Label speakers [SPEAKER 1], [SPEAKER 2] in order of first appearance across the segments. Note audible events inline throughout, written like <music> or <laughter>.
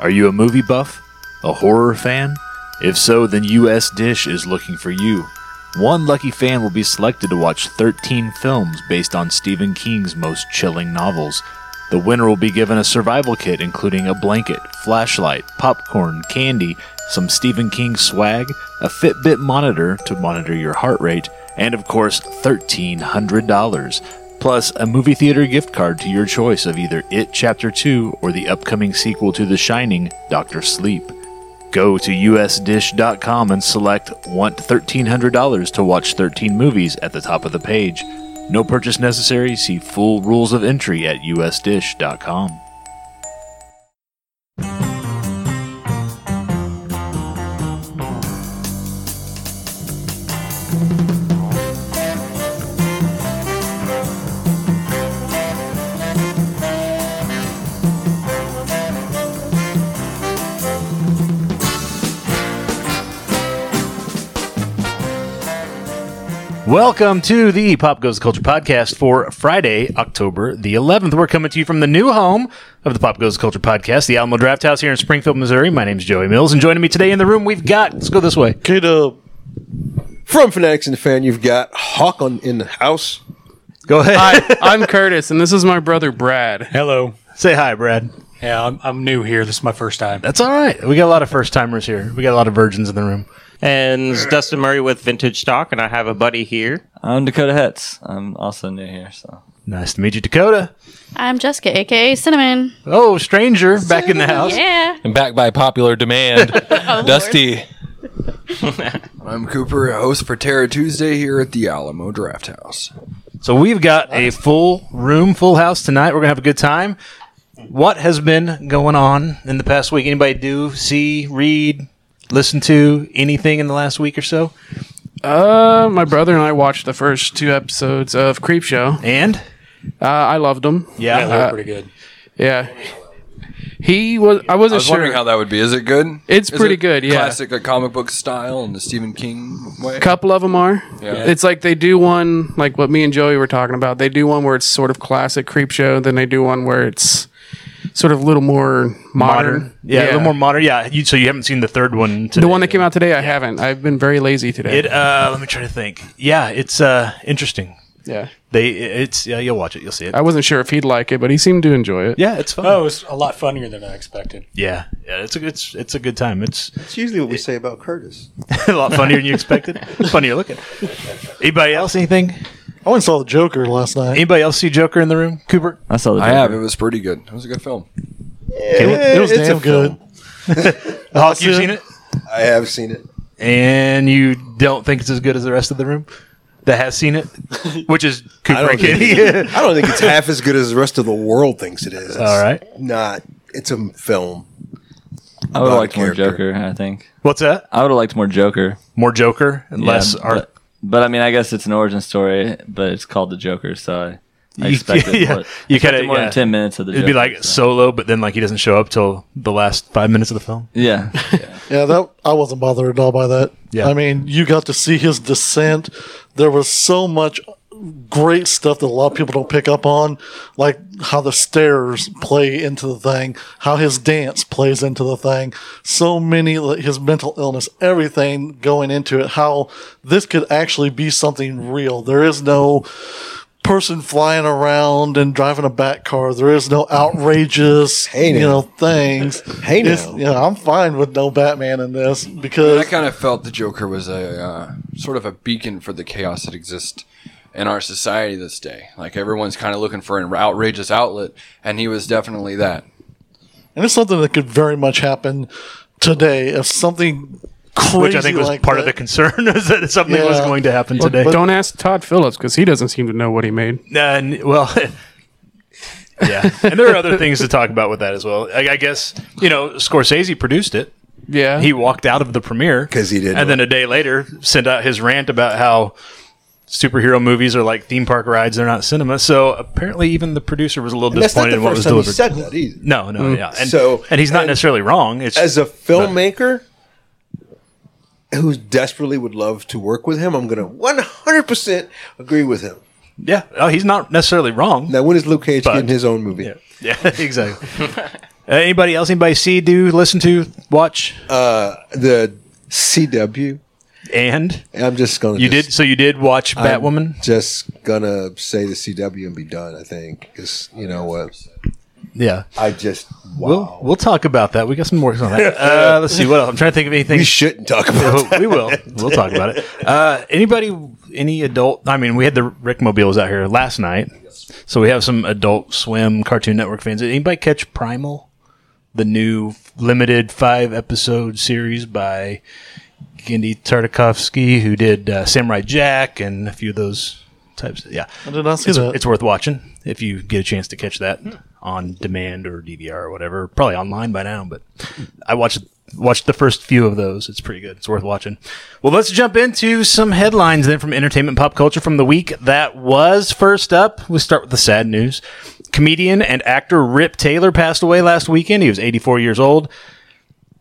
[SPEAKER 1] Are you a movie buff? A horror fan? If so, then US Dish is looking for you. One lucky fan will be selected to watch 13 films based on Stephen King's most chilling novels. The winner will be given a survival kit including a blanket, flashlight, popcorn, candy, some Stephen King swag, a Fitbit monitor to monitor your heart rate, and of course, $1,300, plus a movie theater gift card to your choice of either It Chapter 2 or the upcoming sequel to The Shining, Doctor Sleep. Go to usdish.com and select Want $1,300 to watch 13 movies at the top of the page. No purchase necessary. See full rules of entry at usdish.com. Welcome to the Pop Goes the Culture podcast for Friday, October the 11th. We're coming to you from the new home of the Pop Goes the Culture podcast, the Alamo Draft House here in Springfield, Missouri. My name's Joey Mills, and joining me today in the room, we've got, let's go this way.
[SPEAKER 2] Get up. From Fanatics and the Fan, you've got Hawk on in the house.
[SPEAKER 1] Go ahead. <laughs>
[SPEAKER 3] Hi, I'm Curtis, and this is my brother Brad.
[SPEAKER 4] Hello.
[SPEAKER 1] Say hi, Brad.
[SPEAKER 4] Yeah, I'm, I'm new here. This is my first time.
[SPEAKER 1] That's all right. We got a lot of first timers here, we got a lot of virgins in the room.
[SPEAKER 5] And it's Dustin Murray with Vintage Stock, and I have a buddy here.
[SPEAKER 6] I'm Dakota Hetz. I'm also new here, so
[SPEAKER 1] Nice to meet you, Dakota.
[SPEAKER 7] I'm Jessica, aka Cinnamon.
[SPEAKER 1] Oh, stranger back in the house.
[SPEAKER 7] Yeah.
[SPEAKER 8] and back by popular demand,
[SPEAKER 3] <laughs>
[SPEAKER 8] Dusty.
[SPEAKER 2] <laughs> I'm Cooper, a host for Terra Tuesday here at the Alamo Draft House.
[SPEAKER 1] So we've got a full room, full house tonight. We're gonna have a good time. What has been going on in the past week? Anybody do see, read, listen to anything in the last week or so?
[SPEAKER 3] Uh, my brother and I watched the first two episodes of Creepshow.
[SPEAKER 1] And
[SPEAKER 3] Uh, I loved them.
[SPEAKER 1] yeah,
[SPEAKER 4] Yeah, they're pretty good.
[SPEAKER 3] Yeah. He was. I
[SPEAKER 2] I
[SPEAKER 3] wasn't
[SPEAKER 2] was
[SPEAKER 3] sure.
[SPEAKER 2] wondering how that would be. Is it good?
[SPEAKER 3] It's
[SPEAKER 2] Is
[SPEAKER 3] pretty
[SPEAKER 2] it
[SPEAKER 3] good, yeah.
[SPEAKER 2] Classic like, comic book style and the Stephen King way.
[SPEAKER 3] couple of them are.
[SPEAKER 2] Yeah.
[SPEAKER 3] It's like they do one, like what me and Joey were talking about. They do one where it's sort of classic Creepshow, then they do one where it's sort of a little more modern.
[SPEAKER 1] Yeah, a little more modern. Yeah, you, so you haven't seen the third one. Today.
[SPEAKER 3] The one that came out today, I haven't. I've been very lazy today.
[SPEAKER 1] It. Uh, let me try to think. Yeah, it's uh, interesting.
[SPEAKER 3] yeah.
[SPEAKER 1] They. It's. Yeah, you'll watch it. You'll see it.
[SPEAKER 3] I wasn't sure if he'd like it, but he seemed to enjoy it.
[SPEAKER 1] Yeah, <laughs> it's fun.
[SPEAKER 4] Oh, it's a lot funnier than I expected.
[SPEAKER 1] Yeah, yeah. It's a. It's. It's a good time. It's
[SPEAKER 9] That's usually what we say about Curtis.
[SPEAKER 1] <laughs> a lot funnier than you expected. funnier looking. Anybody else? Anything?
[SPEAKER 9] I went and saw the Joker last night.
[SPEAKER 1] Anybody else see Joker in the room? Cooper.
[SPEAKER 6] I saw the.
[SPEAKER 2] I
[SPEAKER 6] Joker.
[SPEAKER 2] have. It was pretty good. It was a good film.
[SPEAKER 9] It, was
[SPEAKER 1] it's
[SPEAKER 9] damn good. <laughs>
[SPEAKER 1] Hawk, you've seen it,
[SPEAKER 2] I have seen it.
[SPEAKER 1] and you don't think it's as good as the rest of the room that has seen
[SPEAKER 9] <laughs>
[SPEAKER 1] it, which is Cooper and Kenny.
[SPEAKER 9] I don't think it's half as good as the rest of the world thinks it is. It's
[SPEAKER 1] All right.
[SPEAKER 9] Not. It's a film.
[SPEAKER 6] I would
[SPEAKER 2] Not
[SPEAKER 6] have
[SPEAKER 2] a
[SPEAKER 6] liked more
[SPEAKER 2] character.
[SPEAKER 6] Joker. I think
[SPEAKER 1] What's that?
[SPEAKER 6] I would have liked more Joker.
[SPEAKER 1] <laughs> More Joker and
[SPEAKER 6] Yeah,
[SPEAKER 1] less
[SPEAKER 6] but,
[SPEAKER 1] art.
[SPEAKER 6] but I mean, I guess it's an origin story, but it's called the Joker, so I, I
[SPEAKER 1] You-
[SPEAKER 6] expected
[SPEAKER 1] <laughs> yeah,
[SPEAKER 6] more,
[SPEAKER 1] you
[SPEAKER 6] expected
[SPEAKER 1] kinda-
[SPEAKER 6] more
[SPEAKER 1] yeah.
[SPEAKER 6] than ten minutes of the.
[SPEAKER 1] It'd
[SPEAKER 6] Joker,
[SPEAKER 1] be like
[SPEAKER 6] so.
[SPEAKER 1] solo, but then like he doesn't show up till the last five minutes of the film. <laughs>
[SPEAKER 6] yeah,
[SPEAKER 9] Yeah, that I wasn't bothered at all by that.
[SPEAKER 1] Yeah.
[SPEAKER 9] I mean, you got to see his descent. There was so much great stuff that a lot of people don't pick up on, like how the stairs play into the thing, how his dance plays into the thing. So many like, his mental illness, everything going into it. How this could actually be something real. There is no person flying around and driving a bat car. There is no outrageous,
[SPEAKER 2] Hey
[SPEAKER 9] you
[SPEAKER 2] now.
[SPEAKER 9] know, things.
[SPEAKER 2] Hey
[SPEAKER 9] It's-
[SPEAKER 2] now.
[SPEAKER 9] you know, I'm fine with no Batman in this
[SPEAKER 2] I
[SPEAKER 9] because
[SPEAKER 2] kind of felt the Joker was a uh, sort of a beacon for the chaos that exists in our society this day. Like everyone's kind of looking for an outrageous outlet, and he was definitely that.
[SPEAKER 9] and it's something that could very much happen today if something crazy
[SPEAKER 1] Which I think was
[SPEAKER 9] like
[SPEAKER 1] part of the
[SPEAKER 9] that-
[SPEAKER 1] concern <laughs> is that something was
[SPEAKER 9] Yeah.
[SPEAKER 1] going to happen today.
[SPEAKER 3] Don't ask Todd Phillips because he doesn't seem to know what he
[SPEAKER 1] <laughs>
[SPEAKER 3] made.
[SPEAKER 1] Uh, n- well, yeah, and there are other things to talk about with that as well. I, I guess you know Scorsese produced it.
[SPEAKER 3] Yeah.
[SPEAKER 1] He walked out of the premiere
[SPEAKER 9] 'Cause he didn't
[SPEAKER 1] and then a day later sent out his rant about how superhero movies are like theme park rides; they're not cinema. So apparently, even the producer was a little
[SPEAKER 10] That's not
[SPEAKER 1] disappointed
[SPEAKER 10] the
[SPEAKER 1] in what was
[SPEAKER 10] first time he
[SPEAKER 1] delivered.
[SPEAKER 10] said that either.
[SPEAKER 1] no, no, yeah, and,
[SPEAKER 10] So-
[SPEAKER 1] Mm. and he's not
[SPEAKER 10] and-
[SPEAKER 1] necessarily wrong. It's
[SPEAKER 10] As a filmmaker who desperately would love to work with him, I'm going to 100% agree with him.
[SPEAKER 1] yeah, oh, he's not necessarily wrong.
[SPEAKER 10] Now, when is Luke Cage
[SPEAKER 1] But-
[SPEAKER 10] getting his own movie?
[SPEAKER 1] Yeah, exactly. Uh, anybody else? Anybody see, do, listen to, watch? Uh,
[SPEAKER 10] The CW.
[SPEAKER 1] and
[SPEAKER 10] I'm just gonna.
[SPEAKER 1] you
[SPEAKER 10] just-
[SPEAKER 1] did. So you did watch
[SPEAKER 10] I'm
[SPEAKER 1] Batwoman.
[SPEAKER 10] Just gonna say the CW and be done. I think because you know what.
[SPEAKER 1] Yeah.
[SPEAKER 10] I just wow.
[SPEAKER 1] We'll we'll talk about that. We got some more on <laughs> that. <laughs> Uh, let's see what else. I'm trying to think of anything.
[SPEAKER 10] we shouldn't talk about
[SPEAKER 1] Yeah,
[SPEAKER 10] that.
[SPEAKER 1] <laughs> we will. We'll talk about it. Uh, anybody, any adult? I mean, we had the Rick Mobiles out here last night, so we have some Adult Swim Cartoon Network fans. Did anybody catch Primal, the new limited five episode series by Gendy Tartakovsky, who did uh, Samurai Jack and a few of those types? yeah,
[SPEAKER 9] I did not see
[SPEAKER 1] it's,
[SPEAKER 9] that.
[SPEAKER 1] it's worth watching if you get a chance to catch that on demand or DVR or whatever. Probably online by now, but I watched watched the first few of those. It's pretty good. It's worth watching. Well, let's jump into some headlines then from entertainment pop culture from the week that was. First up, we start with the sad news. Comedian and actor Rip Taylor passed away last weekend. He was 84 years old.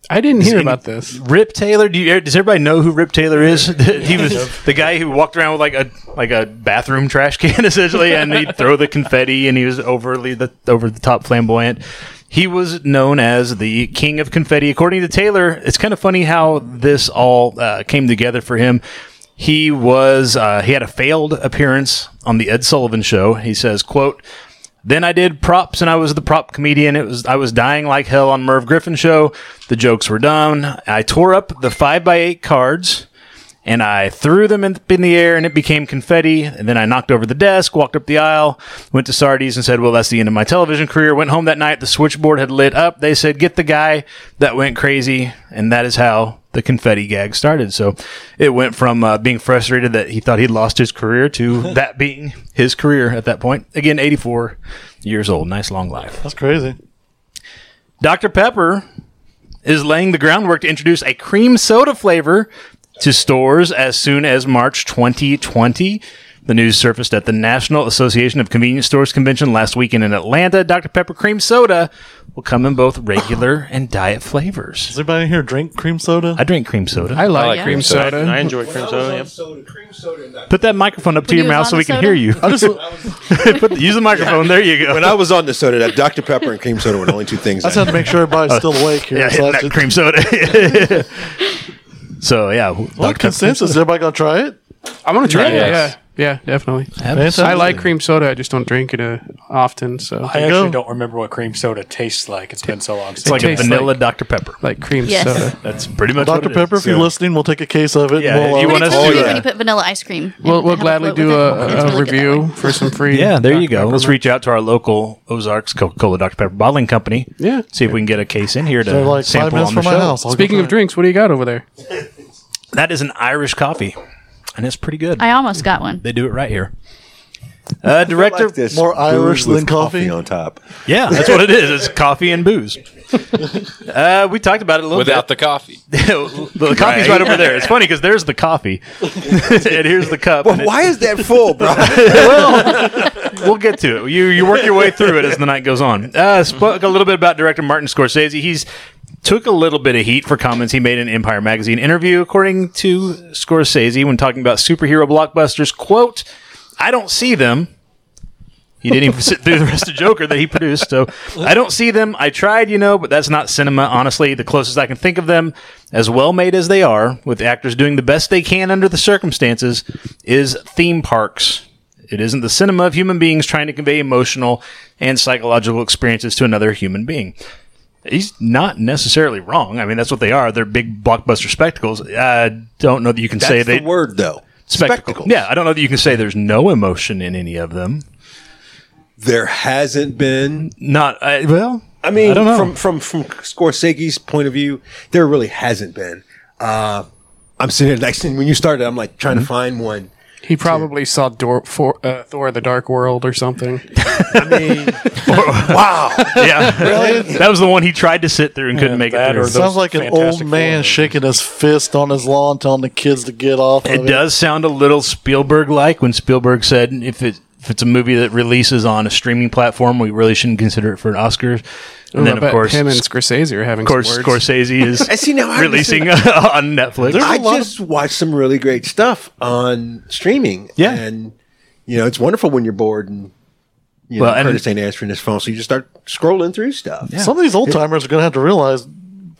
[SPEAKER 3] I didn't hear about this.
[SPEAKER 1] Rip Taylor. Do you, does everybody know who Rip Taylor is? <laughs> he was the guy who walked around with like a like a bathroom trash can <laughs> essentially, and
[SPEAKER 11] <laughs>
[SPEAKER 1] he'd throw the confetti, and he was overly the over the top flamboyant. He was known as the king of confetti, according to Taylor. It's kind of funny how this all uh, came together for him. He was uh, he had a failed appearance on the Ed Sullivan Show. He says, "quote." Then I did props and I was the prop comedian. It was I was dying like hell on Merv Griffin show. The jokes were done. I tore up the 5 by 8 cards and I threw them in, in the air and it became confetti. And then I knocked over the desk, walked up the aisle, went to Sardi's and said, "Well, that's the end of my television career." Went home that night, the switchboard had lit up. They said, "Get the guy that went crazy." And that is how the confetti gag started. So it went from uh, being frustrated that he thought he'd lost his
[SPEAKER 9] <laughs>
[SPEAKER 1] career to that being his career at that point. Again, 84 years old. Nice long life.
[SPEAKER 9] That's crazy.
[SPEAKER 1] Dr. Pepper is laying the groundwork to introduce a cream soda flavor to stores as soon as March 2020. The news surfaced at the National Association of Convenience Stores convention last weekend in Atlanta. Dr. Pepper cream soda will come in
[SPEAKER 3] <sighs>
[SPEAKER 1] both regular and diet flavors.
[SPEAKER 9] Does anybody here drink cream soda?
[SPEAKER 1] I drink cream soda.
[SPEAKER 3] I like
[SPEAKER 7] yeah.
[SPEAKER 3] cream
[SPEAKER 5] So I,
[SPEAKER 3] soda.
[SPEAKER 5] Oh, I enjoy cream soda. Yep.
[SPEAKER 10] soda, cream soda, and
[SPEAKER 1] Put that microphone up to
[SPEAKER 7] When
[SPEAKER 1] your
[SPEAKER 7] you was
[SPEAKER 1] mouth
[SPEAKER 7] on
[SPEAKER 1] so
[SPEAKER 7] the
[SPEAKER 1] we can
[SPEAKER 7] soda?
[SPEAKER 12] <laughs>
[SPEAKER 1] hear
[SPEAKER 3] <laughs>
[SPEAKER 1] you. <laughs> Put the-
[SPEAKER 9] <laughs>
[SPEAKER 1] use the microphone. There you go.
[SPEAKER 10] When I was on the soda, that Dr Pepper and cream soda were the only
[SPEAKER 9] <laughs>
[SPEAKER 10] two things.
[SPEAKER 9] I
[SPEAKER 10] I
[SPEAKER 9] just had to make sure everybody's still awake here.
[SPEAKER 1] Uh, yeah,
[SPEAKER 9] so I
[SPEAKER 1] hitting that
[SPEAKER 9] just-
[SPEAKER 1] cream
[SPEAKER 9] <laughs>
[SPEAKER 1] soda. so yeah,
[SPEAKER 9] what
[SPEAKER 1] Dr. Pepper.
[SPEAKER 9] consensus? Is everybody gonna try it?
[SPEAKER 3] I want to try
[SPEAKER 13] Yes.
[SPEAKER 3] it. Yeah, yeah, <laughs> definitely.
[SPEAKER 9] Absolutely.
[SPEAKER 3] I like cream soda. I just don't drink it uh, often. So
[SPEAKER 12] I
[SPEAKER 9] you
[SPEAKER 12] actually
[SPEAKER 9] go.
[SPEAKER 12] don't remember what cream soda tastes like. It's been so long. Since
[SPEAKER 1] It's like a
[SPEAKER 3] tastes
[SPEAKER 1] vanilla
[SPEAKER 3] like-
[SPEAKER 1] Dr. Pepper.
[SPEAKER 3] like cream
[SPEAKER 7] Yes.
[SPEAKER 3] soda.
[SPEAKER 1] <laughs> That's pretty much
[SPEAKER 9] Dr.
[SPEAKER 1] what it is.
[SPEAKER 9] Pepper, if you're listening, we'll take a case of it.
[SPEAKER 1] Yeah,
[SPEAKER 9] and
[SPEAKER 1] if
[SPEAKER 9] we'll,
[SPEAKER 1] you
[SPEAKER 9] uh,
[SPEAKER 1] want
[SPEAKER 7] It's
[SPEAKER 1] us
[SPEAKER 7] really
[SPEAKER 1] to,
[SPEAKER 7] good
[SPEAKER 1] uh,
[SPEAKER 7] when you put vanilla ice cream. and
[SPEAKER 3] We'll, we'll
[SPEAKER 7] have a
[SPEAKER 3] gladly
[SPEAKER 7] float with
[SPEAKER 3] do
[SPEAKER 7] it.
[SPEAKER 3] a,
[SPEAKER 7] It's really
[SPEAKER 3] a,
[SPEAKER 7] good that
[SPEAKER 3] review
[SPEAKER 7] way.
[SPEAKER 3] for some free.
[SPEAKER 1] Yeah, there you
[SPEAKER 3] Dr.
[SPEAKER 1] go. Let's
[SPEAKER 3] Pepper.
[SPEAKER 1] reach out to our local Ozarks Coca Cola Dr. Pepper bottling company.
[SPEAKER 3] Yeah.
[SPEAKER 1] See if we can get a case in here to
[SPEAKER 9] they're like five
[SPEAKER 1] sample
[SPEAKER 9] minutes
[SPEAKER 1] on the
[SPEAKER 9] from
[SPEAKER 1] show.
[SPEAKER 9] my house. I'll go
[SPEAKER 3] Speaking
[SPEAKER 9] try
[SPEAKER 3] of
[SPEAKER 9] it.
[SPEAKER 3] drinks, what do you got over there?
[SPEAKER 1] That is an Irish coffee, and it's pretty good.
[SPEAKER 7] I almost got one.
[SPEAKER 1] they do it right here. Uh, director,
[SPEAKER 10] like this
[SPEAKER 9] More Irish
[SPEAKER 10] food with
[SPEAKER 9] than coffee?
[SPEAKER 10] on top.
[SPEAKER 1] yeah, that's what it is. It's coffee
[SPEAKER 3] <laughs>
[SPEAKER 1] and booze. Uh, we talked about it a little
[SPEAKER 13] Without
[SPEAKER 1] bit.
[SPEAKER 13] the coffee.
[SPEAKER 1] the coffee's right over there. It's funny because there's the coffee, <laughs> and here's the cup. and it-
[SPEAKER 10] Why is that full, bro?
[SPEAKER 1] we'll get to it. You you work your way through it as the night goes on. Uh, spoke a little bit about director Martin Scorsese. He's took a little bit of heat for comments he made in Empire magazine interview, according to Scorsese, when talking about superhero blockbusters. "Quote: I don't see them." He didn't even sit through the rest of Joker that he produced. So I don't see them. I tried, you know, but that's not cinema. Honestly, the closest I can think of them, as well made as they are, with actors doing the best they can under the circumstances, is theme parks. It isn't the cinema of human beings trying to convey emotional and psychological experiences to another human being. He's not necessarily wrong. I mean, that's what they are. They're big blockbuster spectacles. I don't know that you can say
[SPEAKER 10] That's
[SPEAKER 1] they
[SPEAKER 10] the word, though.
[SPEAKER 1] spectacle. Yeah, I don't know that you can say there's no emotion in any of them.
[SPEAKER 10] There hasn't been.
[SPEAKER 1] Not <laughs> I, well.
[SPEAKER 10] I mean,
[SPEAKER 1] don't know.
[SPEAKER 10] from from from Scorsese's point of view, there really hasn't been. Uh, I'm sitting here, next thing when you started, I'm like
[SPEAKER 1] Mm-hmm.
[SPEAKER 10] trying to find one.
[SPEAKER 3] He probably saw Dor- for, uh, Thor: The Dark World or
[SPEAKER 1] <laughs>
[SPEAKER 3] something.
[SPEAKER 10] <laughs>
[SPEAKER 1] Yeah, that was the one he tried to sit through and couldn't make it
[SPEAKER 12] that
[SPEAKER 1] through.
[SPEAKER 12] or
[SPEAKER 9] Sounds like an old
[SPEAKER 12] Fantastic
[SPEAKER 9] man
[SPEAKER 12] Four.
[SPEAKER 9] shaking his fist on his lawn, telling the kids to get off. of
[SPEAKER 1] it does sound a little Spielberg like when Spielberg said, "If it if it's a movie that releases on a streaming platform, we really shouldn't consider it for an Oscars." And
[SPEAKER 3] Ooh,
[SPEAKER 1] then
[SPEAKER 3] I
[SPEAKER 1] of
[SPEAKER 3] bet
[SPEAKER 1] course,
[SPEAKER 3] him and
[SPEAKER 1] of
[SPEAKER 3] Scorsese are having
[SPEAKER 1] course,
[SPEAKER 3] some words. <laughs>
[SPEAKER 1] Scorsese is
[SPEAKER 10] I see now. I
[SPEAKER 1] releasing <laughs> on Netflix.
[SPEAKER 10] I
[SPEAKER 9] a lot of-
[SPEAKER 10] just watched some really great stuff on streaming.
[SPEAKER 1] Yeah.
[SPEAKER 10] and you know it's wonderful when you're bored and You know,
[SPEAKER 1] Well, and-
[SPEAKER 10] Curtis ain't answering his phone, so you just start scrolling through stuff.
[SPEAKER 9] Some of these old timers are going to have to realize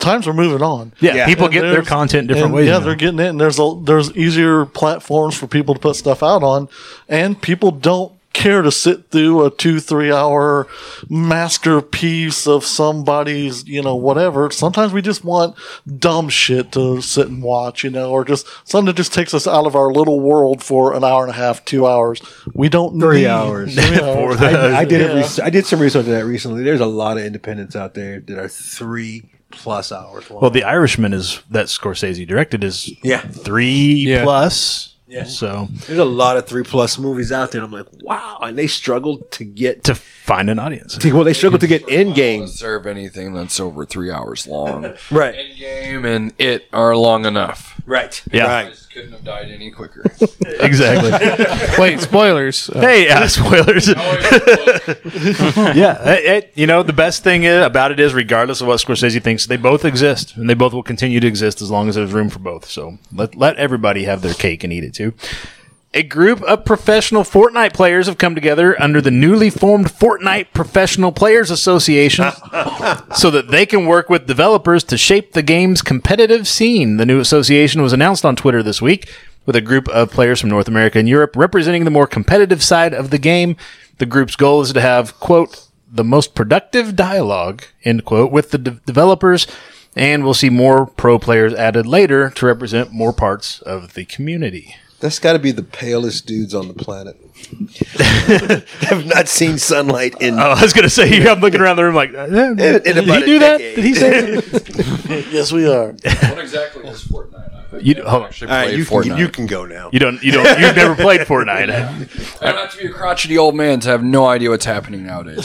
[SPEAKER 9] times are moving on.
[SPEAKER 1] Yeah,
[SPEAKER 10] Yeah.
[SPEAKER 1] people
[SPEAKER 9] And
[SPEAKER 1] get their
[SPEAKER 9] there's-
[SPEAKER 1] content different
[SPEAKER 9] and
[SPEAKER 1] ways.
[SPEAKER 9] Yeah,
[SPEAKER 1] now.
[SPEAKER 9] they're getting it, and there's a, there's easier platforms for people to put stuff out on, and people don't care to sit through a two three hour masterpiece of somebody's you know whatever. Sometimes we just want dumb shit to sit and watch, you know, or just something that just takes us out of our little world for an hour and a half, two hours. We don't
[SPEAKER 10] Three
[SPEAKER 9] need
[SPEAKER 10] hours.
[SPEAKER 1] <laughs>
[SPEAKER 9] three hours.
[SPEAKER 10] I, I did a
[SPEAKER 9] Yeah.
[SPEAKER 10] res- I did some research on that recently. There's a lot of independents out there that are three plus hours long.
[SPEAKER 1] Well, The Irishman is that Scorsese directed is
[SPEAKER 10] Yeah.
[SPEAKER 1] three
[SPEAKER 3] Yeah.
[SPEAKER 1] plus. Yeah. So <laughs>
[SPEAKER 10] There's a lot of three plus movies out there. And I'm like, wow, and they struggled to get
[SPEAKER 1] to find an audience.
[SPEAKER 10] to, <laughs> well, they struggled to get in
[SPEAKER 2] Don't
[SPEAKER 10] games.
[SPEAKER 2] Serve anything that's over three hours long.
[SPEAKER 10] <laughs> Right.
[SPEAKER 2] Endgame and it are long enough.
[SPEAKER 10] Right.
[SPEAKER 1] Yeah.
[SPEAKER 2] I
[SPEAKER 10] Right.
[SPEAKER 2] just couldn't have died any quicker.
[SPEAKER 1] <laughs> Exactly.
[SPEAKER 3] Wait, spoilers. Uh,
[SPEAKER 1] <laughs> hey,
[SPEAKER 3] <laughs>
[SPEAKER 1] yeah, spoilers. yeah, it, it- you know the best thing i- about it is, regardless of what Scorsese thinks, they both exist, and they both will continue to exist as long as there's room for both. So let let everybody have their cake and eat it too. A group of professional Fortnite players have come together under the newly formed Fortnite Professional Players Association so that they can work with developers to shape the game's competitive scene. The new association was announced on Twitter this week with a group of players from North America and Europe representing the more competitive side of the game. The group's goal is to have, quote, the most productive dialogue, end quote, with the de- developers. And we'll see more pro players added later to represent more parts of the community.
[SPEAKER 10] That's got to be the palest dudes on the planet. <laughs> Have not seen sunlight in.
[SPEAKER 1] Oh, I was gonna say, I'm looking around the room like, eh, did he
[SPEAKER 10] about a
[SPEAKER 1] do that?
[SPEAKER 10] decade.
[SPEAKER 1] Did
[SPEAKER 10] <laughs>
[SPEAKER 1] he say? that?
[SPEAKER 9] Yes, we
[SPEAKER 2] <laughs>
[SPEAKER 9] are.
[SPEAKER 2] what exactly is Fortnite? I've
[SPEAKER 1] You- hold on.
[SPEAKER 2] actually
[SPEAKER 10] All right,
[SPEAKER 2] played
[SPEAKER 10] you
[SPEAKER 2] Fortnite.
[SPEAKER 10] can, you can go now.
[SPEAKER 1] you don't, you don't, you've never played
[SPEAKER 10] <laughs>
[SPEAKER 1] Fortnite.
[SPEAKER 2] <laughs> I don't have to be a crotchety old man to have no idea what's happening nowadays.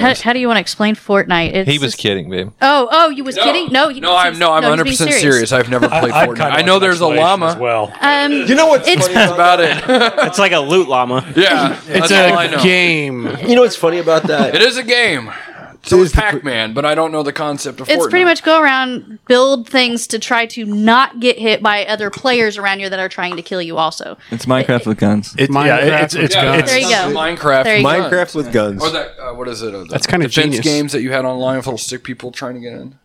[SPEAKER 7] How, how do you want to explain Fortnite? It's
[SPEAKER 14] He was
[SPEAKER 7] just-
[SPEAKER 14] kidding, babe.
[SPEAKER 7] Oh, oh, you was kidding? No, he-
[SPEAKER 2] no, I'm no, I'm
[SPEAKER 7] he's
[SPEAKER 2] 100
[SPEAKER 7] being
[SPEAKER 2] percent serious. I've never played
[SPEAKER 11] I'd
[SPEAKER 2] Fortnite.
[SPEAKER 11] kinda
[SPEAKER 2] I
[SPEAKER 11] like
[SPEAKER 2] know
[SPEAKER 11] an
[SPEAKER 2] there's a
[SPEAKER 11] explanation
[SPEAKER 2] llama.
[SPEAKER 11] As well,
[SPEAKER 7] Um,
[SPEAKER 10] You know what's
[SPEAKER 7] It's-
[SPEAKER 10] funny
[SPEAKER 2] About
[SPEAKER 10] about
[SPEAKER 2] it, <laughs>
[SPEAKER 15] It's like a loot llama.
[SPEAKER 2] yeah.
[SPEAKER 3] it's
[SPEAKER 2] that's all I
[SPEAKER 3] a
[SPEAKER 2] know.
[SPEAKER 3] game.
[SPEAKER 10] You know what's funny about
[SPEAKER 2] <laughs>
[SPEAKER 10] that?
[SPEAKER 2] It is a game. So
[SPEAKER 10] is
[SPEAKER 2] is
[SPEAKER 10] the pr-
[SPEAKER 2] Pac-Man, but I don't know the concept of Fortnite.
[SPEAKER 7] it's pretty much go around build things to try to not get hit by other players around you that are trying to kill you. Also,
[SPEAKER 6] It's Minecraft with guns.
[SPEAKER 1] It, yeah, it- it's, it's,
[SPEAKER 2] Yeah,
[SPEAKER 1] it's,
[SPEAKER 7] There you go.
[SPEAKER 2] Minecraft.
[SPEAKER 7] There you go.
[SPEAKER 10] Minecraft with guns.
[SPEAKER 2] Or that, uh, what is it? Uh, the
[SPEAKER 3] That's kinda
[SPEAKER 2] defense
[SPEAKER 3] genius.
[SPEAKER 2] games that you had online with little stick people trying to get in.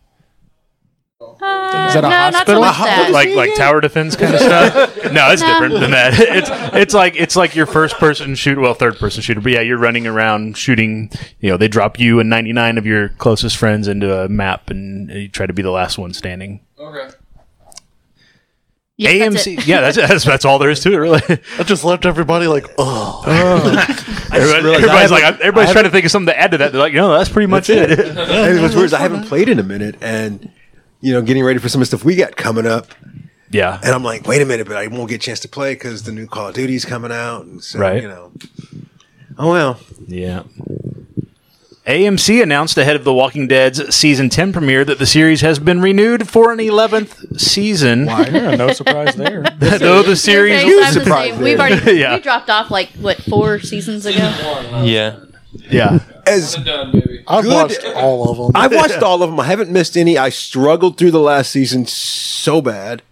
[SPEAKER 3] Is that a
[SPEAKER 7] Uh, no,
[SPEAKER 3] hospital?
[SPEAKER 7] not so much that.
[SPEAKER 1] like like tower defense kind of stuff. No, it's different than that. <laughs> It's it's like it's like your first person shoot, well, third person shooter. But yeah, you're running around shooting. You know, they drop you and 99 of your closest friends into a map, and uh, you try to be the last one standing.
[SPEAKER 2] Okay.
[SPEAKER 7] Yeah, that's
[SPEAKER 1] AMC,
[SPEAKER 7] it.
[SPEAKER 1] yeah, that's, that's that's all there is to it, really.
[SPEAKER 9] I just left everybody like, oh.
[SPEAKER 1] <laughs>
[SPEAKER 10] realized
[SPEAKER 1] Everybody-
[SPEAKER 10] I
[SPEAKER 1] everybody's
[SPEAKER 10] haven't-
[SPEAKER 1] like, everybody's trying to think of something to add to that. They're like, no, that's pretty much it. <laughs>
[SPEAKER 10] <laughs> And what's weird is I haven't played in a minute, and you know, getting ready for some of the stuff we got coming up,
[SPEAKER 1] yeah,
[SPEAKER 10] and I'm like, wait a minute, but I won't get a chance to play because the new Call of Duty's coming out, and so
[SPEAKER 1] Right.
[SPEAKER 10] you know. Oh well,
[SPEAKER 1] Yeah. AMC announced ahead of The Walking Dead's season 10 premiere that the series has been renewed for an 11th season. <laughs>
[SPEAKER 7] <laughs>
[SPEAKER 11] yeah, no surprise there.
[SPEAKER 1] Though the series
[SPEAKER 7] Okay, I'm the
[SPEAKER 10] surprised
[SPEAKER 7] same. We've
[SPEAKER 10] there.
[SPEAKER 7] already
[SPEAKER 1] <laughs> Yeah.
[SPEAKER 7] we dropped off like what four seasons ago.
[SPEAKER 14] Yeah.
[SPEAKER 1] Yeah.
[SPEAKER 10] as
[SPEAKER 2] Done, baby.
[SPEAKER 9] I've
[SPEAKER 10] Good.
[SPEAKER 9] watched all of them. <laughs>
[SPEAKER 10] I've watched all of them, I haven't missed any. I struggled through the last season so bad,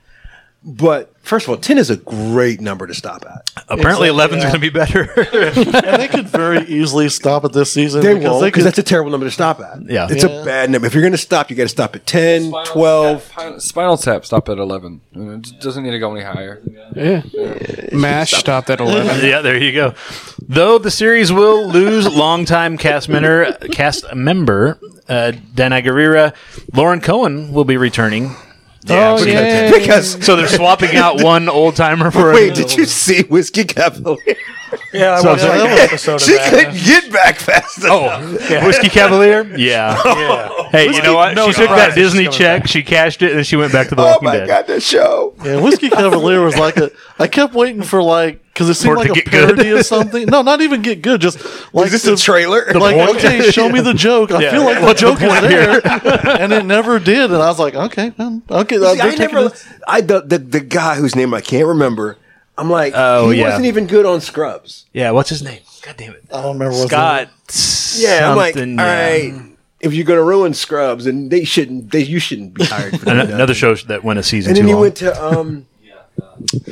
[SPEAKER 10] but first of all, ten is a great number to stop at.
[SPEAKER 1] Apparently 11's going to be better.
[SPEAKER 9] and they could very easily stop at this season.
[SPEAKER 10] They
[SPEAKER 9] because
[SPEAKER 10] won't
[SPEAKER 9] they
[SPEAKER 10] because
[SPEAKER 9] could,
[SPEAKER 10] that's a terrible number to stop at.
[SPEAKER 1] Yeah.
[SPEAKER 10] it's a bad number. If you're going to stop, you got to stop at 10, 12.
[SPEAKER 2] Spinal, Spinal Tap stopped at 11. It doesn't need to go any higher.
[SPEAKER 3] Yeah.
[SPEAKER 10] <laughs>
[SPEAKER 3] Mash stopped at 11.
[SPEAKER 1] <laughs> yeah, there you go. Though the series will lose longtime cast member, cast member uh, Dana Guerrera, Lauren Cohen will be returning.
[SPEAKER 3] Oh,
[SPEAKER 10] because-
[SPEAKER 1] <laughs>
[SPEAKER 3] yeah.
[SPEAKER 10] because
[SPEAKER 1] So they're swapping out one old timer for
[SPEAKER 10] Wait,
[SPEAKER 1] a
[SPEAKER 10] did you see Whiskey Cavalier?
[SPEAKER 11] Yeah, I watched
[SPEAKER 1] sorry.
[SPEAKER 11] that
[SPEAKER 1] <laughs>
[SPEAKER 11] episode of
[SPEAKER 10] She
[SPEAKER 11] that.
[SPEAKER 10] couldn't get back fast enough.
[SPEAKER 1] Oh,
[SPEAKER 10] <laughs>
[SPEAKER 1] Whiskey <laughs> Cavalier? Yeah. Hey, you know what?
[SPEAKER 11] no
[SPEAKER 1] she took that
[SPEAKER 11] surprises
[SPEAKER 1] Disney
[SPEAKER 11] coming
[SPEAKER 1] check, she cashed it, and she went back to The
[SPEAKER 10] Oh
[SPEAKER 1] Walking
[SPEAKER 10] my
[SPEAKER 1] Dead.
[SPEAKER 10] god, that show!
[SPEAKER 9] yeah, Whiskey Cavalier was like a. I kept waiting for like because it seemed
[SPEAKER 1] For it to
[SPEAKER 9] like a
[SPEAKER 1] get good.
[SPEAKER 9] parody of something. No, not even get good. Just like
[SPEAKER 10] Is this
[SPEAKER 9] the-
[SPEAKER 10] a trailer?
[SPEAKER 9] Like okay, show me the joke. I
[SPEAKER 1] Yeah.
[SPEAKER 9] feel like the
[SPEAKER 1] What's the
[SPEAKER 9] joke is
[SPEAKER 1] point
[SPEAKER 9] there, and it never did. And I was like, okay, well, okay. uh,
[SPEAKER 10] See, I
[SPEAKER 9] they're taking
[SPEAKER 10] never.
[SPEAKER 9] this-
[SPEAKER 10] I the, the the guy whose name I can't remember. I'm like,
[SPEAKER 1] Oh,
[SPEAKER 10] he
[SPEAKER 1] yeah.
[SPEAKER 10] wasn't <laughs> even good on Scrubs.
[SPEAKER 1] Yeah, what's his name? God damn it.
[SPEAKER 9] I don't remember what
[SPEAKER 1] Scott.
[SPEAKER 10] Yeah, I'm like, all
[SPEAKER 1] something,
[SPEAKER 10] right. If you're gonna ruin Scrubs, and they shouldn't, they you shouldn't be hired. For
[SPEAKER 1] An-
[SPEAKER 10] that.
[SPEAKER 1] Another show that went a season
[SPEAKER 10] and then
[SPEAKER 1] too
[SPEAKER 10] he
[SPEAKER 1] long.
[SPEAKER 10] went to um,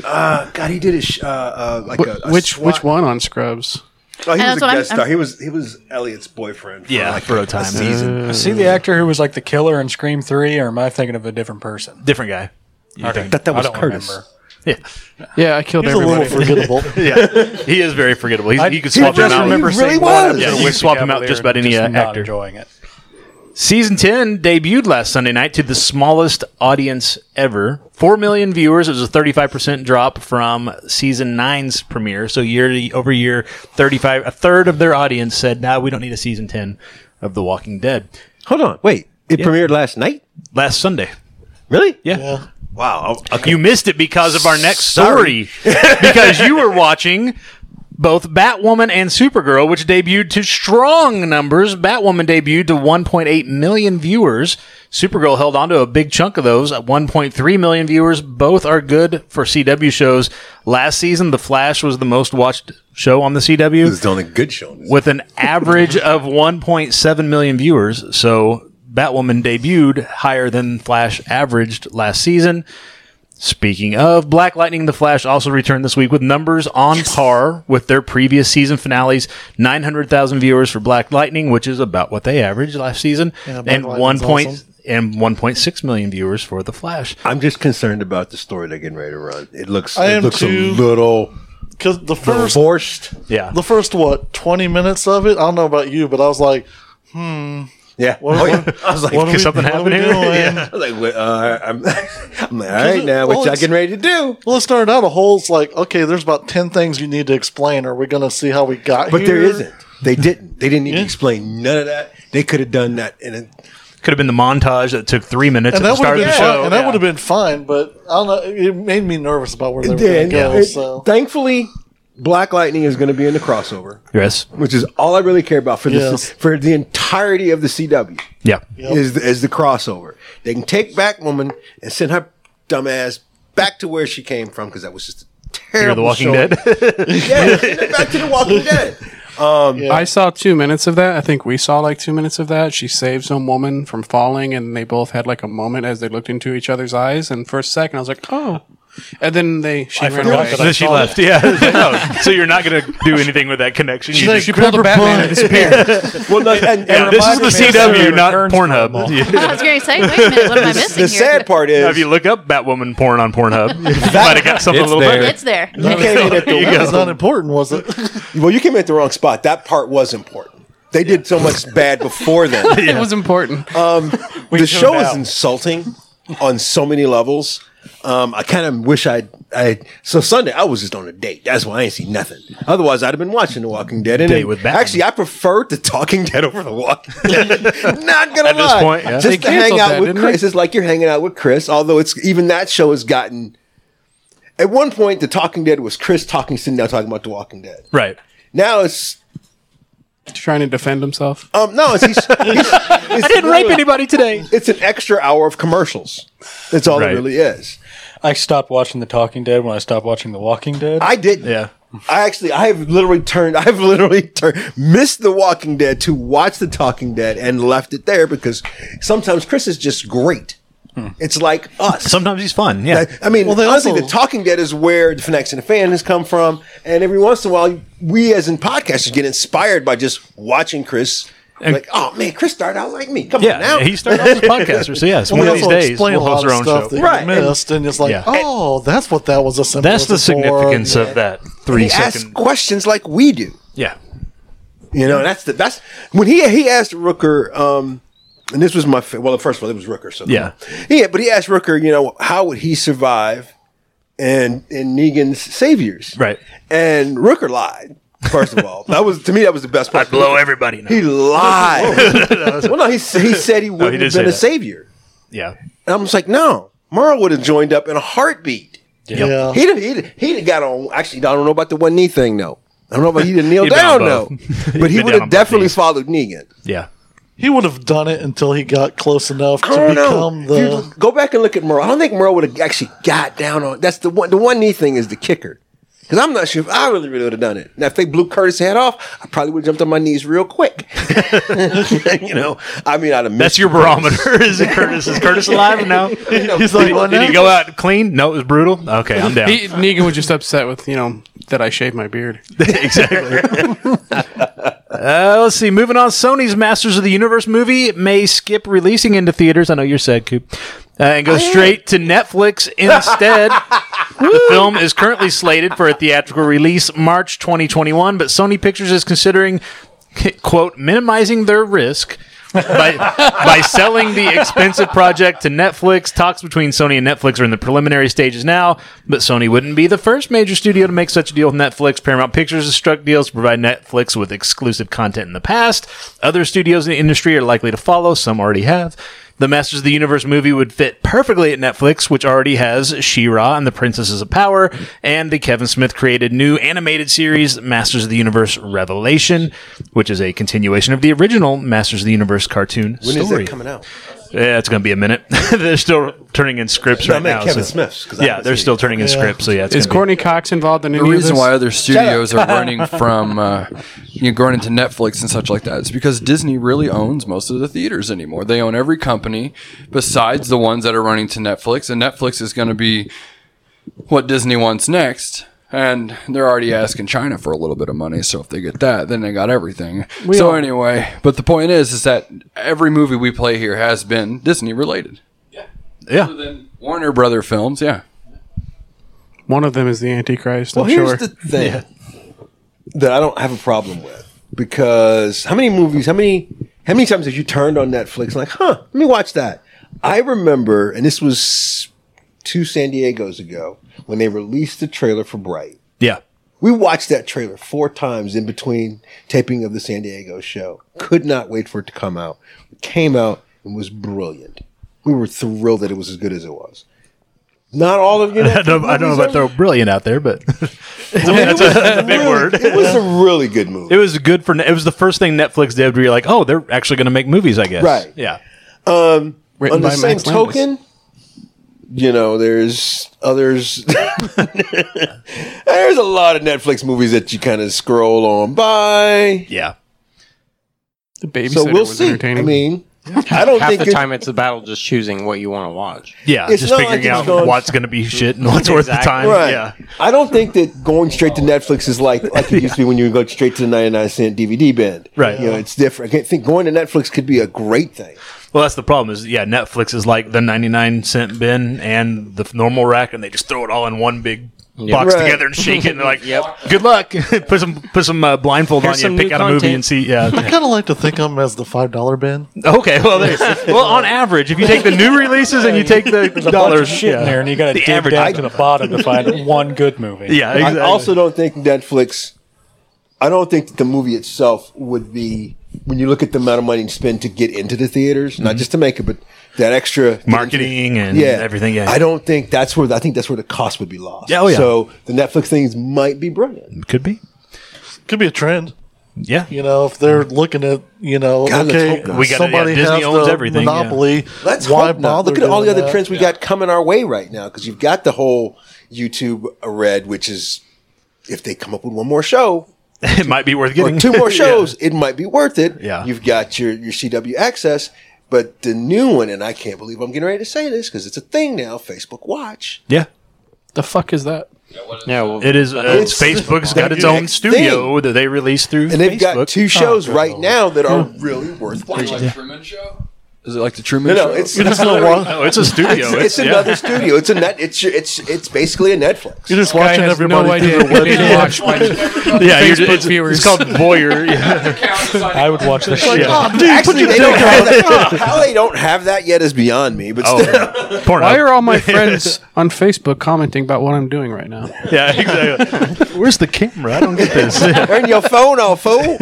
[SPEAKER 10] uh, God, he did a sh- uh, uh, like a, a
[SPEAKER 3] Which
[SPEAKER 10] SWAT-
[SPEAKER 3] which one on Scrubs?
[SPEAKER 10] Oh, he
[SPEAKER 7] And
[SPEAKER 10] was
[SPEAKER 7] that's
[SPEAKER 10] a
[SPEAKER 7] what I'm-
[SPEAKER 10] guest star.
[SPEAKER 7] I'm-
[SPEAKER 10] He was he was Elliot's boyfriend. For
[SPEAKER 1] Yeah,
[SPEAKER 10] like
[SPEAKER 1] for a
[SPEAKER 10] a
[SPEAKER 1] time.
[SPEAKER 10] season.
[SPEAKER 4] Is
[SPEAKER 3] Uh,
[SPEAKER 4] he the actor who was like the killer in Scream Three, or am I thinking of a different person?
[SPEAKER 1] Different guy. You
[SPEAKER 4] Okay.
[SPEAKER 1] think-
[SPEAKER 4] That- that was Curtis.
[SPEAKER 3] Yeah, I killed
[SPEAKER 4] He's a
[SPEAKER 3] everybody.
[SPEAKER 4] little forgettable.
[SPEAKER 3] <laughs>
[SPEAKER 1] <laughs> yeah, he is very forgettable. He's,
[SPEAKER 4] I-
[SPEAKER 1] you could
[SPEAKER 4] he
[SPEAKER 1] swap him
[SPEAKER 4] just
[SPEAKER 1] out.
[SPEAKER 4] remember He really seeing one was. episode
[SPEAKER 1] Yeah,
[SPEAKER 4] of
[SPEAKER 1] you could
[SPEAKER 4] Whiskey
[SPEAKER 1] swap him out
[SPEAKER 4] Cavalier
[SPEAKER 1] just about
[SPEAKER 4] and
[SPEAKER 1] any
[SPEAKER 4] just
[SPEAKER 1] uh,
[SPEAKER 4] not
[SPEAKER 1] actor.
[SPEAKER 4] enjoying it.
[SPEAKER 1] Season 10 debuted last Sunday night to the smallest audience ever. 4 million viewers. It was a 35% drop from season 9's premiere. So year to, over year, 35 a third of their audience said, "Nah, we don't need a season 10 of The Walking Dead."
[SPEAKER 10] Hold on, wait. It
[SPEAKER 1] Yeah.
[SPEAKER 10] premiered last night.
[SPEAKER 1] Last Sunday.
[SPEAKER 10] Really?
[SPEAKER 1] Yeah.
[SPEAKER 10] Wow.
[SPEAKER 1] You missed it because of our next
[SPEAKER 10] Sorry. <laughs>
[SPEAKER 1] story. because you were watching both Batwoman and Supergirl, which debuted to strong numbers. Batwoman debuted to 1.8 million viewers. Supergirl held on to a big chunk of those at 1.3 million viewers. Both are good for CW shows. Last season, The Flash was the most watched show on the CW
[SPEAKER 10] It's the only good show. on this.
[SPEAKER 1] with an
[SPEAKER 10] <laughs>
[SPEAKER 1] average of 1.7 million viewers. So Batwoman debuted higher than Flash averaged last season. Speaking of Black Lightning, The Flash also returned this week with numbers on par with their previous season finales. 900,000 viewers for Black Lightning, which is about what they averaged last season,
[SPEAKER 9] Yeah, Black
[SPEAKER 1] and
[SPEAKER 9] Lightning's
[SPEAKER 1] 1. Point,
[SPEAKER 9] awesome.
[SPEAKER 1] and 1.6 million viewers for The Flash.
[SPEAKER 10] I'm just concerned about the story they're getting ready to run. It looks
[SPEAKER 9] I
[SPEAKER 10] it
[SPEAKER 9] am
[SPEAKER 10] looks
[SPEAKER 9] too.
[SPEAKER 10] a little
[SPEAKER 9] Because the first
[SPEAKER 10] forced.
[SPEAKER 1] Yeah.
[SPEAKER 9] the first what twenty minutes of it, I don't know about you, but I was like, hmm.
[SPEAKER 10] Yeah.
[SPEAKER 9] What-
[SPEAKER 10] oh, yeah.
[SPEAKER 9] what-
[SPEAKER 10] I was like,
[SPEAKER 9] what are we-
[SPEAKER 1] something
[SPEAKER 9] what are we
[SPEAKER 1] happened here?
[SPEAKER 9] doing?
[SPEAKER 1] Yeah.
[SPEAKER 10] I was like, wait, uh, I'm, <laughs> I'm like, all right now, what
[SPEAKER 9] well,
[SPEAKER 10] y'all
[SPEAKER 9] it's-
[SPEAKER 10] getting ready to do?
[SPEAKER 9] Well, it started out a whole. It's like, okay, there's about ten things you need to explain. Are we going to see how we got
[SPEAKER 10] But
[SPEAKER 9] here?
[SPEAKER 10] there isn't. They didn't. They didn't even
[SPEAKER 9] Yeah.
[SPEAKER 10] explain none of that. They could have done that in a
[SPEAKER 1] Could have been the montage that took three minutes
[SPEAKER 9] and
[SPEAKER 1] at
[SPEAKER 9] that
[SPEAKER 1] the
[SPEAKER 9] would have
[SPEAKER 1] start of
[SPEAKER 9] been
[SPEAKER 1] the
[SPEAKER 9] fun,
[SPEAKER 1] show.
[SPEAKER 9] and that would have been fine. But I don't know. It made me nervous about where they were going
[SPEAKER 10] Then,
[SPEAKER 9] to go.
[SPEAKER 10] it-
[SPEAKER 9] so
[SPEAKER 10] Thankfully, Black Lightning is going to be in the crossover,
[SPEAKER 1] Yes.
[SPEAKER 10] which is all I really care about for
[SPEAKER 9] Yes.
[SPEAKER 10] the for the entirety of the CW
[SPEAKER 1] Yeah.
[SPEAKER 10] is the, is the crossover. They can take Batwoman and send her dumbass back to where she came from because that was just a
[SPEAKER 1] Fear
[SPEAKER 10] terrible.
[SPEAKER 1] of the Walking
[SPEAKER 10] show.
[SPEAKER 1] Dead.
[SPEAKER 10] <laughs> yeah, send her back to the Walking Dead. Um,
[SPEAKER 3] I saw two minutes of that. I think we saw like two minutes of that. She saved some woman from falling, and they both had like a moment as they looked into each other's eyes. And for a second, I was like, "Oh," and then they she ran
[SPEAKER 4] forgot
[SPEAKER 3] away.
[SPEAKER 4] that I-
[SPEAKER 1] then she
[SPEAKER 4] saw <laughs>
[SPEAKER 1] left. Yeah. No. <laughs> So you're not going to do anything with that connection. You
[SPEAKER 9] like,
[SPEAKER 1] just-
[SPEAKER 3] She pulled a Batman and disappeared.
[SPEAKER 4] <laughs>
[SPEAKER 10] Well, no, and,
[SPEAKER 1] <laughs> yeah,
[SPEAKER 10] and
[SPEAKER 1] this
[SPEAKER 4] reminded
[SPEAKER 1] is the
[SPEAKER 4] me of
[SPEAKER 1] CW,
[SPEAKER 4] Saturday
[SPEAKER 1] not
[SPEAKER 4] Returns
[SPEAKER 1] Pornhub. Yeah.
[SPEAKER 7] I was going to say, wait a minute, what am I missing
[SPEAKER 10] the
[SPEAKER 7] here?
[SPEAKER 10] sad part is
[SPEAKER 1] If you look up Batwoman porn
[SPEAKER 10] <laughs>
[SPEAKER 1] on Pornhub, you might have got something a
[SPEAKER 11] It's
[SPEAKER 1] little
[SPEAKER 11] there.
[SPEAKER 1] better.
[SPEAKER 7] It's there.
[SPEAKER 10] you came in at the
[SPEAKER 9] that was not important, was it?
[SPEAKER 10] well, you came in at the wrong spot. That part was important. They did so much bad before
[SPEAKER 3] <laughs>
[SPEAKER 10] then.
[SPEAKER 3] It was important.
[SPEAKER 1] Uh,
[SPEAKER 10] Um,
[SPEAKER 1] <laughs>
[SPEAKER 10] the show
[SPEAKER 4] tuned
[SPEAKER 10] is
[SPEAKER 4] out.
[SPEAKER 10] insulting on so many levels. Um, I kind of wish I, I so Sunday I was just on a date. That's why I ain't seen nothing. Otherwise, I'd have been watching The Walking Dead. And
[SPEAKER 1] Date
[SPEAKER 10] it-
[SPEAKER 1] with Batman.
[SPEAKER 10] actually, I preferred The Talking Dead <laughs> over The Walking Dead. Not gonna
[SPEAKER 1] At
[SPEAKER 10] lie,
[SPEAKER 1] this point, yeah.
[SPEAKER 3] They
[SPEAKER 10] just to hang
[SPEAKER 3] canceled
[SPEAKER 10] out
[SPEAKER 3] that,
[SPEAKER 10] with
[SPEAKER 3] didn't
[SPEAKER 10] Chris.
[SPEAKER 3] they?
[SPEAKER 10] It's like you're hanging out with Chris. Although it's even that show has gotten. At one point, The Talking Dead was Chris talking, sitting down talking about The Walking Dead.
[SPEAKER 1] Right.
[SPEAKER 10] Now it's
[SPEAKER 3] Trying to defend himself.
[SPEAKER 10] um no,
[SPEAKER 3] <laughs>
[SPEAKER 10] it's, he's, he's, it's I
[SPEAKER 1] Didn't rape anybody today.
[SPEAKER 10] It's an extra hour of commercials. That's all
[SPEAKER 1] Right.
[SPEAKER 10] it really is.
[SPEAKER 4] I stopped watching The Talking Dead when I stopped watching The Walking Dead.
[SPEAKER 10] I did.
[SPEAKER 1] Yeah.
[SPEAKER 10] I actually, I have literally turned, <laughs> I've literally turned, missed The Walking Dead to watch The Talking Dead and left it there because sometimes Chris is just great. It's like us.
[SPEAKER 1] Hmm. Sometimes he's fun. Yeah.
[SPEAKER 10] I- I mean,
[SPEAKER 9] Well, they
[SPEAKER 10] honestly,
[SPEAKER 9] also-
[SPEAKER 10] The Talking Dead is where the Fanatics and the Fan has come from. And every once in a while, we as in podcasters get inspired by just watching Chris. like, oh man, Chris started out like me. Come
[SPEAKER 1] yeah.
[SPEAKER 10] on now.
[SPEAKER 1] He started
[SPEAKER 10] <laughs>
[SPEAKER 1] off as a podcaster. So, yeah. It's
[SPEAKER 9] Well,
[SPEAKER 1] one
[SPEAKER 9] they
[SPEAKER 1] of these
[SPEAKER 9] also
[SPEAKER 1] days,
[SPEAKER 9] explain
[SPEAKER 1] we'll
[SPEAKER 9] a lot
[SPEAKER 1] host
[SPEAKER 9] of
[SPEAKER 1] our own
[SPEAKER 9] stuff
[SPEAKER 1] show.
[SPEAKER 9] that
[SPEAKER 10] Right,
[SPEAKER 9] you
[SPEAKER 10] and-
[SPEAKER 9] missed, and it's like,
[SPEAKER 1] Yeah.
[SPEAKER 9] oh, that's what that was a symbol.
[SPEAKER 1] That's the significance of that three
[SPEAKER 10] he asks
[SPEAKER 1] second.
[SPEAKER 10] questions like we do.
[SPEAKER 1] Yeah.
[SPEAKER 10] You know, that's the that's when he he asked Rooker, um, and this was my fa- well, first of all, it was Rooker. So
[SPEAKER 1] Yeah.
[SPEAKER 10] yeah, but he asked Rooker, you know, how would he survive and in Negan's saviors,
[SPEAKER 1] Right.
[SPEAKER 10] And Rooker lied. First of all, that was to me that was the best
[SPEAKER 1] <laughs>
[SPEAKER 10] part.
[SPEAKER 1] I'd blow everybody now.
[SPEAKER 10] He lied.
[SPEAKER 1] <laughs>
[SPEAKER 10] well, no, he, s- he said he wouldn't
[SPEAKER 1] did
[SPEAKER 10] have
[SPEAKER 1] say
[SPEAKER 10] been a
[SPEAKER 1] that.
[SPEAKER 10] savior.
[SPEAKER 1] Yeah.
[SPEAKER 10] And I'm just like, no, Merle would have joined up in a heartbeat.
[SPEAKER 9] Yeah.
[SPEAKER 10] He'd have, he'd, have- he'd have got on. Actually, I don't know about the one knee thing, though. I don't know about he'd have
[SPEAKER 1] <laughs>
[SPEAKER 10] kneeled
[SPEAKER 1] He'd been on
[SPEAKER 10] down, though.
[SPEAKER 1] both.
[SPEAKER 10] But he
[SPEAKER 1] He'd
[SPEAKER 10] would
[SPEAKER 1] been down on
[SPEAKER 10] have
[SPEAKER 1] both
[SPEAKER 10] definitely
[SPEAKER 1] knees.
[SPEAKER 10] followed Negan.
[SPEAKER 1] Yeah.
[SPEAKER 9] He would have done it until he got close enough
[SPEAKER 10] I
[SPEAKER 9] to
[SPEAKER 10] don't
[SPEAKER 9] become
[SPEAKER 10] know.
[SPEAKER 9] the.
[SPEAKER 10] If you go back and look at Merle. I don't think Merle would have actually got down on. That's the one. The one knee thing is the kicker. Because I'm not sure if I really, really would have done it. Now, if they blew Curtis' head off, I probably would have jumped on my knees real quick. <laughs> you know, I mean, I'd have missed
[SPEAKER 1] That's your barometer. <laughs> Is it Curtis? Is
[SPEAKER 10] <laughs>
[SPEAKER 1] Curtis alive now?
[SPEAKER 10] He's
[SPEAKER 1] did, did he go out clean? No, it was brutal. Okay, <laughs> I'm down.
[SPEAKER 3] He, Negan was just upset with you know that I shaved my
[SPEAKER 1] <laughs>
[SPEAKER 3] beard.
[SPEAKER 1] Uh, let's see. Moving on, Sony's Masters of the Universe movie may skip releasing into theaters. I know you're sad, Coop, uh, and go straight to Netflix instead. the film is currently slated for a theatrical release March 2021, but Sony Pictures is considering quote minimizing their risk. by, by selling the expensive project to Netflix, talks between Sony and Netflix are in the preliminary stages now, but Sony wouldn't be the first major studio to make such a deal with Netflix. Paramount Pictures has struck deals to provide Netflix with exclusive content in the past. Other studios in the industry are likely to follow, some already have. The Masters of the Universe movie would fit perfectly at Netflix, which already has She-Ra and the Princesses of Power, and the Kevin Smith created new animated series Masters of the Universe Revelation, which is a continuation of the original Masters of the Universe cartoon
[SPEAKER 10] When is
[SPEAKER 1] story.
[SPEAKER 10] that coming out?
[SPEAKER 1] Yeah, it's going to be a minute. <laughs> they're still turning in scripts
[SPEAKER 10] No, I
[SPEAKER 1] right
[SPEAKER 10] meant
[SPEAKER 1] now.
[SPEAKER 10] Kevin
[SPEAKER 1] so-
[SPEAKER 10] Smith's, 'cause I
[SPEAKER 1] Yeah,
[SPEAKER 10] haven't
[SPEAKER 1] they're
[SPEAKER 10] seen
[SPEAKER 1] still
[SPEAKER 10] it.
[SPEAKER 1] turning in
[SPEAKER 10] Yeah.
[SPEAKER 1] scripts. So yeah, it's
[SPEAKER 3] Is
[SPEAKER 1] gonna
[SPEAKER 3] Courtney Cox involved in
[SPEAKER 2] The
[SPEAKER 3] any of
[SPEAKER 2] reason
[SPEAKER 3] this?
[SPEAKER 2] why other studios are
[SPEAKER 10] <laughs>
[SPEAKER 1] <laughs>
[SPEAKER 2] running from uh, you know, going into Netflix and such like that is because Disney really owns most of the theaters anymore. They own every company besides the ones that are running to Netflix, and Netflix is going to be what Disney wants next. And they're already asking China for a little bit of money, so if they get that, then they got everything.
[SPEAKER 3] We
[SPEAKER 2] so
[SPEAKER 3] all-
[SPEAKER 2] anyway, but the point is, is that every movie we play here has been Disney related.
[SPEAKER 1] be- yeah.
[SPEAKER 2] Warner Brother films, yeah.
[SPEAKER 3] One of them is the Antichrist.
[SPEAKER 10] Well,
[SPEAKER 3] I'm
[SPEAKER 10] here's
[SPEAKER 3] sure.
[SPEAKER 10] the thing that I don't have a problem with because how many movies, how many, how many times have you turned on Netflix and like, huh, let me watch that? I remember, and this was two San Diego's ago when they released the trailer for Bright.
[SPEAKER 1] Yeah.
[SPEAKER 10] We watched that trailer four times in between taping of the San Diego show. Could not wait for it to come out. It came out and was brilliant. We were thrilled that it was as good as it was. Not all
[SPEAKER 1] <laughs>
[SPEAKER 10] of you.
[SPEAKER 1] I don't, I don't know if I throw brilliant out there, but <laughs> that's, a, that's a big word.
[SPEAKER 10] It was
[SPEAKER 1] <laughs>
[SPEAKER 10] a really good movie.
[SPEAKER 1] It was good for. It was the first thing Netflix did where you're like, oh, they're actually going to make movies, I guess.
[SPEAKER 10] Right.
[SPEAKER 1] Yeah.
[SPEAKER 10] Um,
[SPEAKER 1] Written
[SPEAKER 10] on the
[SPEAKER 1] by
[SPEAKER 10] same
[SPEAKER 1] Max Landis.
[SPEAKER 10] token, you know, there's others. <laughs> there's a lot of Netflix movies that you kind of scroll on by.
[SPEAKER 1] Yeah.
[SPEAKER 3] The babysitter
[SPEAKER 10] So we'll
[SPEAKER 3] was
[SPEAKER 10] see.
[SPEAKER 3] entertaining.
[SPEAKER 10] I mean, I don't
[SPEAKER 5] Half
[SPEAKER 10] think
[SPEAKER 5] the
[SPEAKER 10] it's-
[SPEAKER 5] time, it's a battle just choosing what you want to watch.
[SPEAKER 1] Yeah.
[SPEAKER 10] It's
[SPEAKER 1] just
[SPEAKER 10] not
[SPEAKER 1] figuring
[SPEAKER 10] like it's
[SPEAKER 1] out
[SPEAKER 10] going-
[SPEAKER 1] what's going to be shit and what's worth the
[SPEAKER 5] Exactly.
[SPEAKER 1] time.
[SPEAKER 10] Right.
[SPEAKER 1] Yeah.
[SPEAKER 10] I don't think that going straight to Netflix is like
[SPEAKER 1] <laughs>
[SPEAKER 10] like it used to be when you go straight to the 99 cent DVD bin.
[SPEAKER 1] Right.
[SPEAKER 10] You know, it's different. I think going to Netflix could be a great thing.
[SPEAKER 1] Well, that's the problem. Is yeah, Netflix is like the 99 cent bin and the f- normal rack, and they just throw it all in one big. Box
[SPEAKER 10] Right.
[SPEAKER 1] together and shake it, and they're
[SPEAKER 5] <laughs>
[SPEAKER 1] like,
[SPEAKER 5] Yep.
[SPEAKER 1] "Good luck." <laughs> put some put some uh, blindfold
[SPEAKER 5] Here's
[SPEAKER 1] on you,
[SPEAKER 5] some
[SPEAKER 1] and pick
[SPEAKER 5] new
[SPEAKER 1] out a
[SPEAKER 5] content.
[SPEAKER 1] movie and see.
[SPEAKER 5] <laughs>
[SPEAKER 1] Yeah, Oh,
[SPEAKER 9] I kind of like to think of him as the five dollar bin.
[SPEAKER 1] Okay, well, there, <laughs> well, on average, if you take the new releases and you take the
[SPEAKER 4] There's a bunch of
[SPEAKER 1] dollars,
[SPEAKER 4] shit in there, and you got to
[SPEAKER 1] The
[SPEAKER 4] dig
[SPEAKER 1] average-
[SPEAKER 4] down
[SPEAKER 1] I-
[SPEAKER 4] to the bottom to
[SPEAKER 1] <laughs>
[SPEAKER 4] find one good movie.
[SPEAKER 1] yeah, exactly.
[SPEAKER 10] I also don't think Netflix. I don't think that the movie itself would be when you look at the amount of money you spend to get into the theaters, not just to make it, but that extra
[SPEAKER 1] marketing Mm-hmm. and
[SPEAKER 10] yeah,
[SPEAKER 1] everything. Yeah,
[SPEAKER 10] I don't think that's where I think that's where the cost would be lost.
[SPEAKER 1] Yeah, oh, yeah.
[SPEAKER 10] So the Netflix things might be brilliant.
[SPEAKER 1] could be.
[SPEAKER 9] Could be a trend.
[SPEAKER 1] Yeah,
[SPEAKER 9] You know, if they're looking at you know,
[SPEAKER 10] God, let's
[SPEAKER 9] okay,
[SPEAKER 10] hope not.
[SPEAKER 1] We gotta-
[SPEAKER 9] somebody
[SPEAKER 1] yeah, Disney
[SPEAKER 9] has
[SPEAKER 1] owns
[SPEAKER 9] the
[SPEAKER 1] everything, yeah.
[SPEAKER 9] monopoly.
[SPEAKER 10] Let's
[SPEAKER 9] why
[SPEAKER 10] hope not.
[SPEAKER 9] bother
[SPEAKER 10] Look at all the
[SPEAKER 9] doing
[SPEAKER 10] other
[SPEAKER 9] that?
[SPEAKER 10] trends we got coming our way right now because you've got the whole YouTube red, which is if they come up with one more show,
[SPEAKER 1] <laughs> it might be worth getting
[SPEAKER 10] or two
[SPEAKER 1] <laughs>
[SPEAKER 10] more shows, it might be worth it.
[SPEAKER 1] Yeah.
[SPEAKER 10] You've got your, your CW access, but the new one, and I can't believe I'm getting ready to say this because it's a thing now, Facebook Watch.
[SPEAKER 1] Yeah,
[SPEAKER 3] the fuck is that?
[SPEAKER 5] Yeah, well,
[SPEAKER 1] it is. Uh,
[SPEAKER 10] It's-
[SPEAKER 1] Facebook's got its
[SPEAKER 10] They're
[SPEAKER 1] own
[SPEAKER 10] next
[SPEAKER 1] studio that they release through.
[SPEAKER 10] And they've got
[SPEAKER 1] Facebook. Oh,
[SPEAKER 10] two shows right now that are really worth watching.
[SPEAKER 2] Truman Show? Is it like the Truman
[SPEAKER 10] No, no,
[SPEAKER 2] Show?
[SPEAKER 10] it's, <laughs>
[SPEAKER 9] It's no one.
[SPEAKER 1] Oh, it's a studio.
[SPEAKER 10] it's, it's
[SPEAKER 1] yeah.
[SPEAKER 10] another studio. It's a net. It's it's it's basically a Netflix.
[SPEAKER 9] You're just
[SPEAKER 3] Guy
[SPEAKER 9] watching
[SPEAKER 3] has
[SPEAKER 9] everybody
[SPEAKER 3] no
[SPEAKER 9] through
[SPEAKER 3] idea.
[SPEAKER 9] their web.
[SPEAKER 3] Being watched by <laughs>
[SPEAKER 1] Yeah, you're,
[SPEAKER 3] Facebook
[SPEAKER 1] it's,
[SPEAKER 3] viewers.
[SPEAKER 1] it's
[SPEAKER 3] <laughs>
[SPEAKER 1] called Voyeur. Yeah.
[SPEAKER 4] I would watch this shit.
[SPEAKER 10] Oh, dude, Actually, they don't have that. How they don't have that yet is beyond me. But still,
[SPEAKER 1] Oh, Pornhub.
[SPEAKER 3] Why are all
[SPEAKER 1] <laughs>
[SPEAKER 3] my <laughs> friends on Facebook commenting about what I'm doing right now?
[SPEAKER 1] yeah,
[SPEAKER 10] <laughs>
[SPEAKER 1] exactly. <laughs> Where's the camera? I don't get this.
[SPEAKER 10] turn your phone off, fool.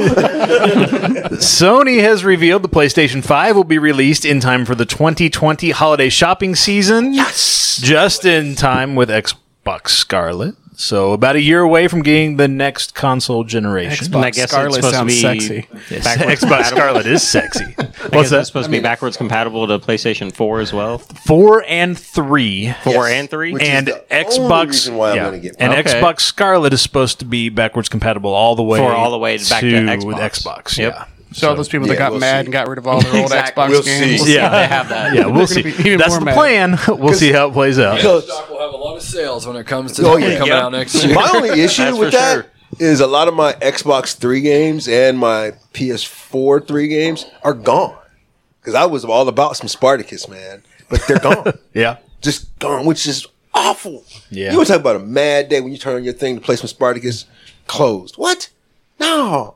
[SPEAKER 1] Sony has revealed the PlayStation 5 will be released in time for the 2020 holiday shopping season. Yes! Just in time with Xbox Scarlet. So about a year away from getting the next console generation.
[SPEAKER 5] And I guess it's supposed to be <laughs> backwards
[SPEAKER 1] Xbox
[SPEAKER 5] compatible.
[SPEAKER 1] Scarlet is sexy.
[SPEAKER 5] I guess
[SPEAKER 1] What's that?
[SPEAKER 5] It's supposed to be backwards compatible to PlayStation 4 as well.
[SPEAKER 1] Four and three.
[SPEAKER 5] <laughs> Four and three? Which is
[SPEAKER 1] and
[SPEAKER 5] the
[SPEAKER 1] Xbox.
[SPEAKER 5] only reason why I'm
[SPEAKER 1] yeah.
[SPEAKER 5] gonna get
[SPEAKER 1] and
[SPEAKER 5] one. Okay.
[SPEAKER 1] Xbox Scarlet is supposed to be backwards compatible all the way
[SPEAKER 5] For all the way back to
[SPEAKER 1] with
[SPEAKER 5] Xbox.
[SPEAKER 1] Xbox.
[SPEAKER 5] Yep.
[SPEAKER 1] Yeah.
[SPEAKER 3] So, all those people that
[SPEAKER 1] Yeah,
[SPEAKER 3] got
[SPEAKER 1] we'll
[SPEAKER 3] mad
[SPEAKER 1] see.
[SPEAKER 3] and got rid of all their old
[SPEAKER 1] Exactly.
[SPEAKER 3] Xbox
[SPEAKER 1] We'll
[SPEAKER 3] games.
[SPEAKER 1] see. We'll see
[SPEAKER 3] <laughs>
[SPEAKER 1] Yeah. if they have that. Yeah,
[SPEAKER 3] They're
[SPEAKER 1] we'll
[SPEAKER 3] gonna
[SPEAKER 1] see.
[SPEAKER 3] be even
[SPEAKER 1] That's
[SPEAKER 3] more
[SPEAKER 1] the
[SPEAKER 3] mad.
[SPEAKER 1] plan. <laughs> We'll see how it plays out.
[SPEAKER 2] Because stock will have a lot of sales when it comes to
[SPEAKER 10] Oh,
[SPEAKER 2] that
[SPEAKER 10] yeah.
[SPEAKER 2] coming out next year.
[SPEAKER 10] My only
[SPEAKER 2] <laughs>
[SPEAKER 10] issue
[SPEAKER 2] That's
[SPEAKER 10] with
[SPEAKER 2] for
[SPEAKER 10] that is
[SPEAKER 2] sure.
[SPEAKER 10] a lot of my Xbox 3 games and my PS4 3 games are gone. Because I was all about some Spartacus, man. But they're gone.
[SPEAKER 1] yeah.
[SPEAKER 10] Just gone, which is awful.
[SPEAKER 1] Yeah.
[SPEAKER 10] You were talking about a mad day when you turn on your thing to play some Spartacus closed. What? No.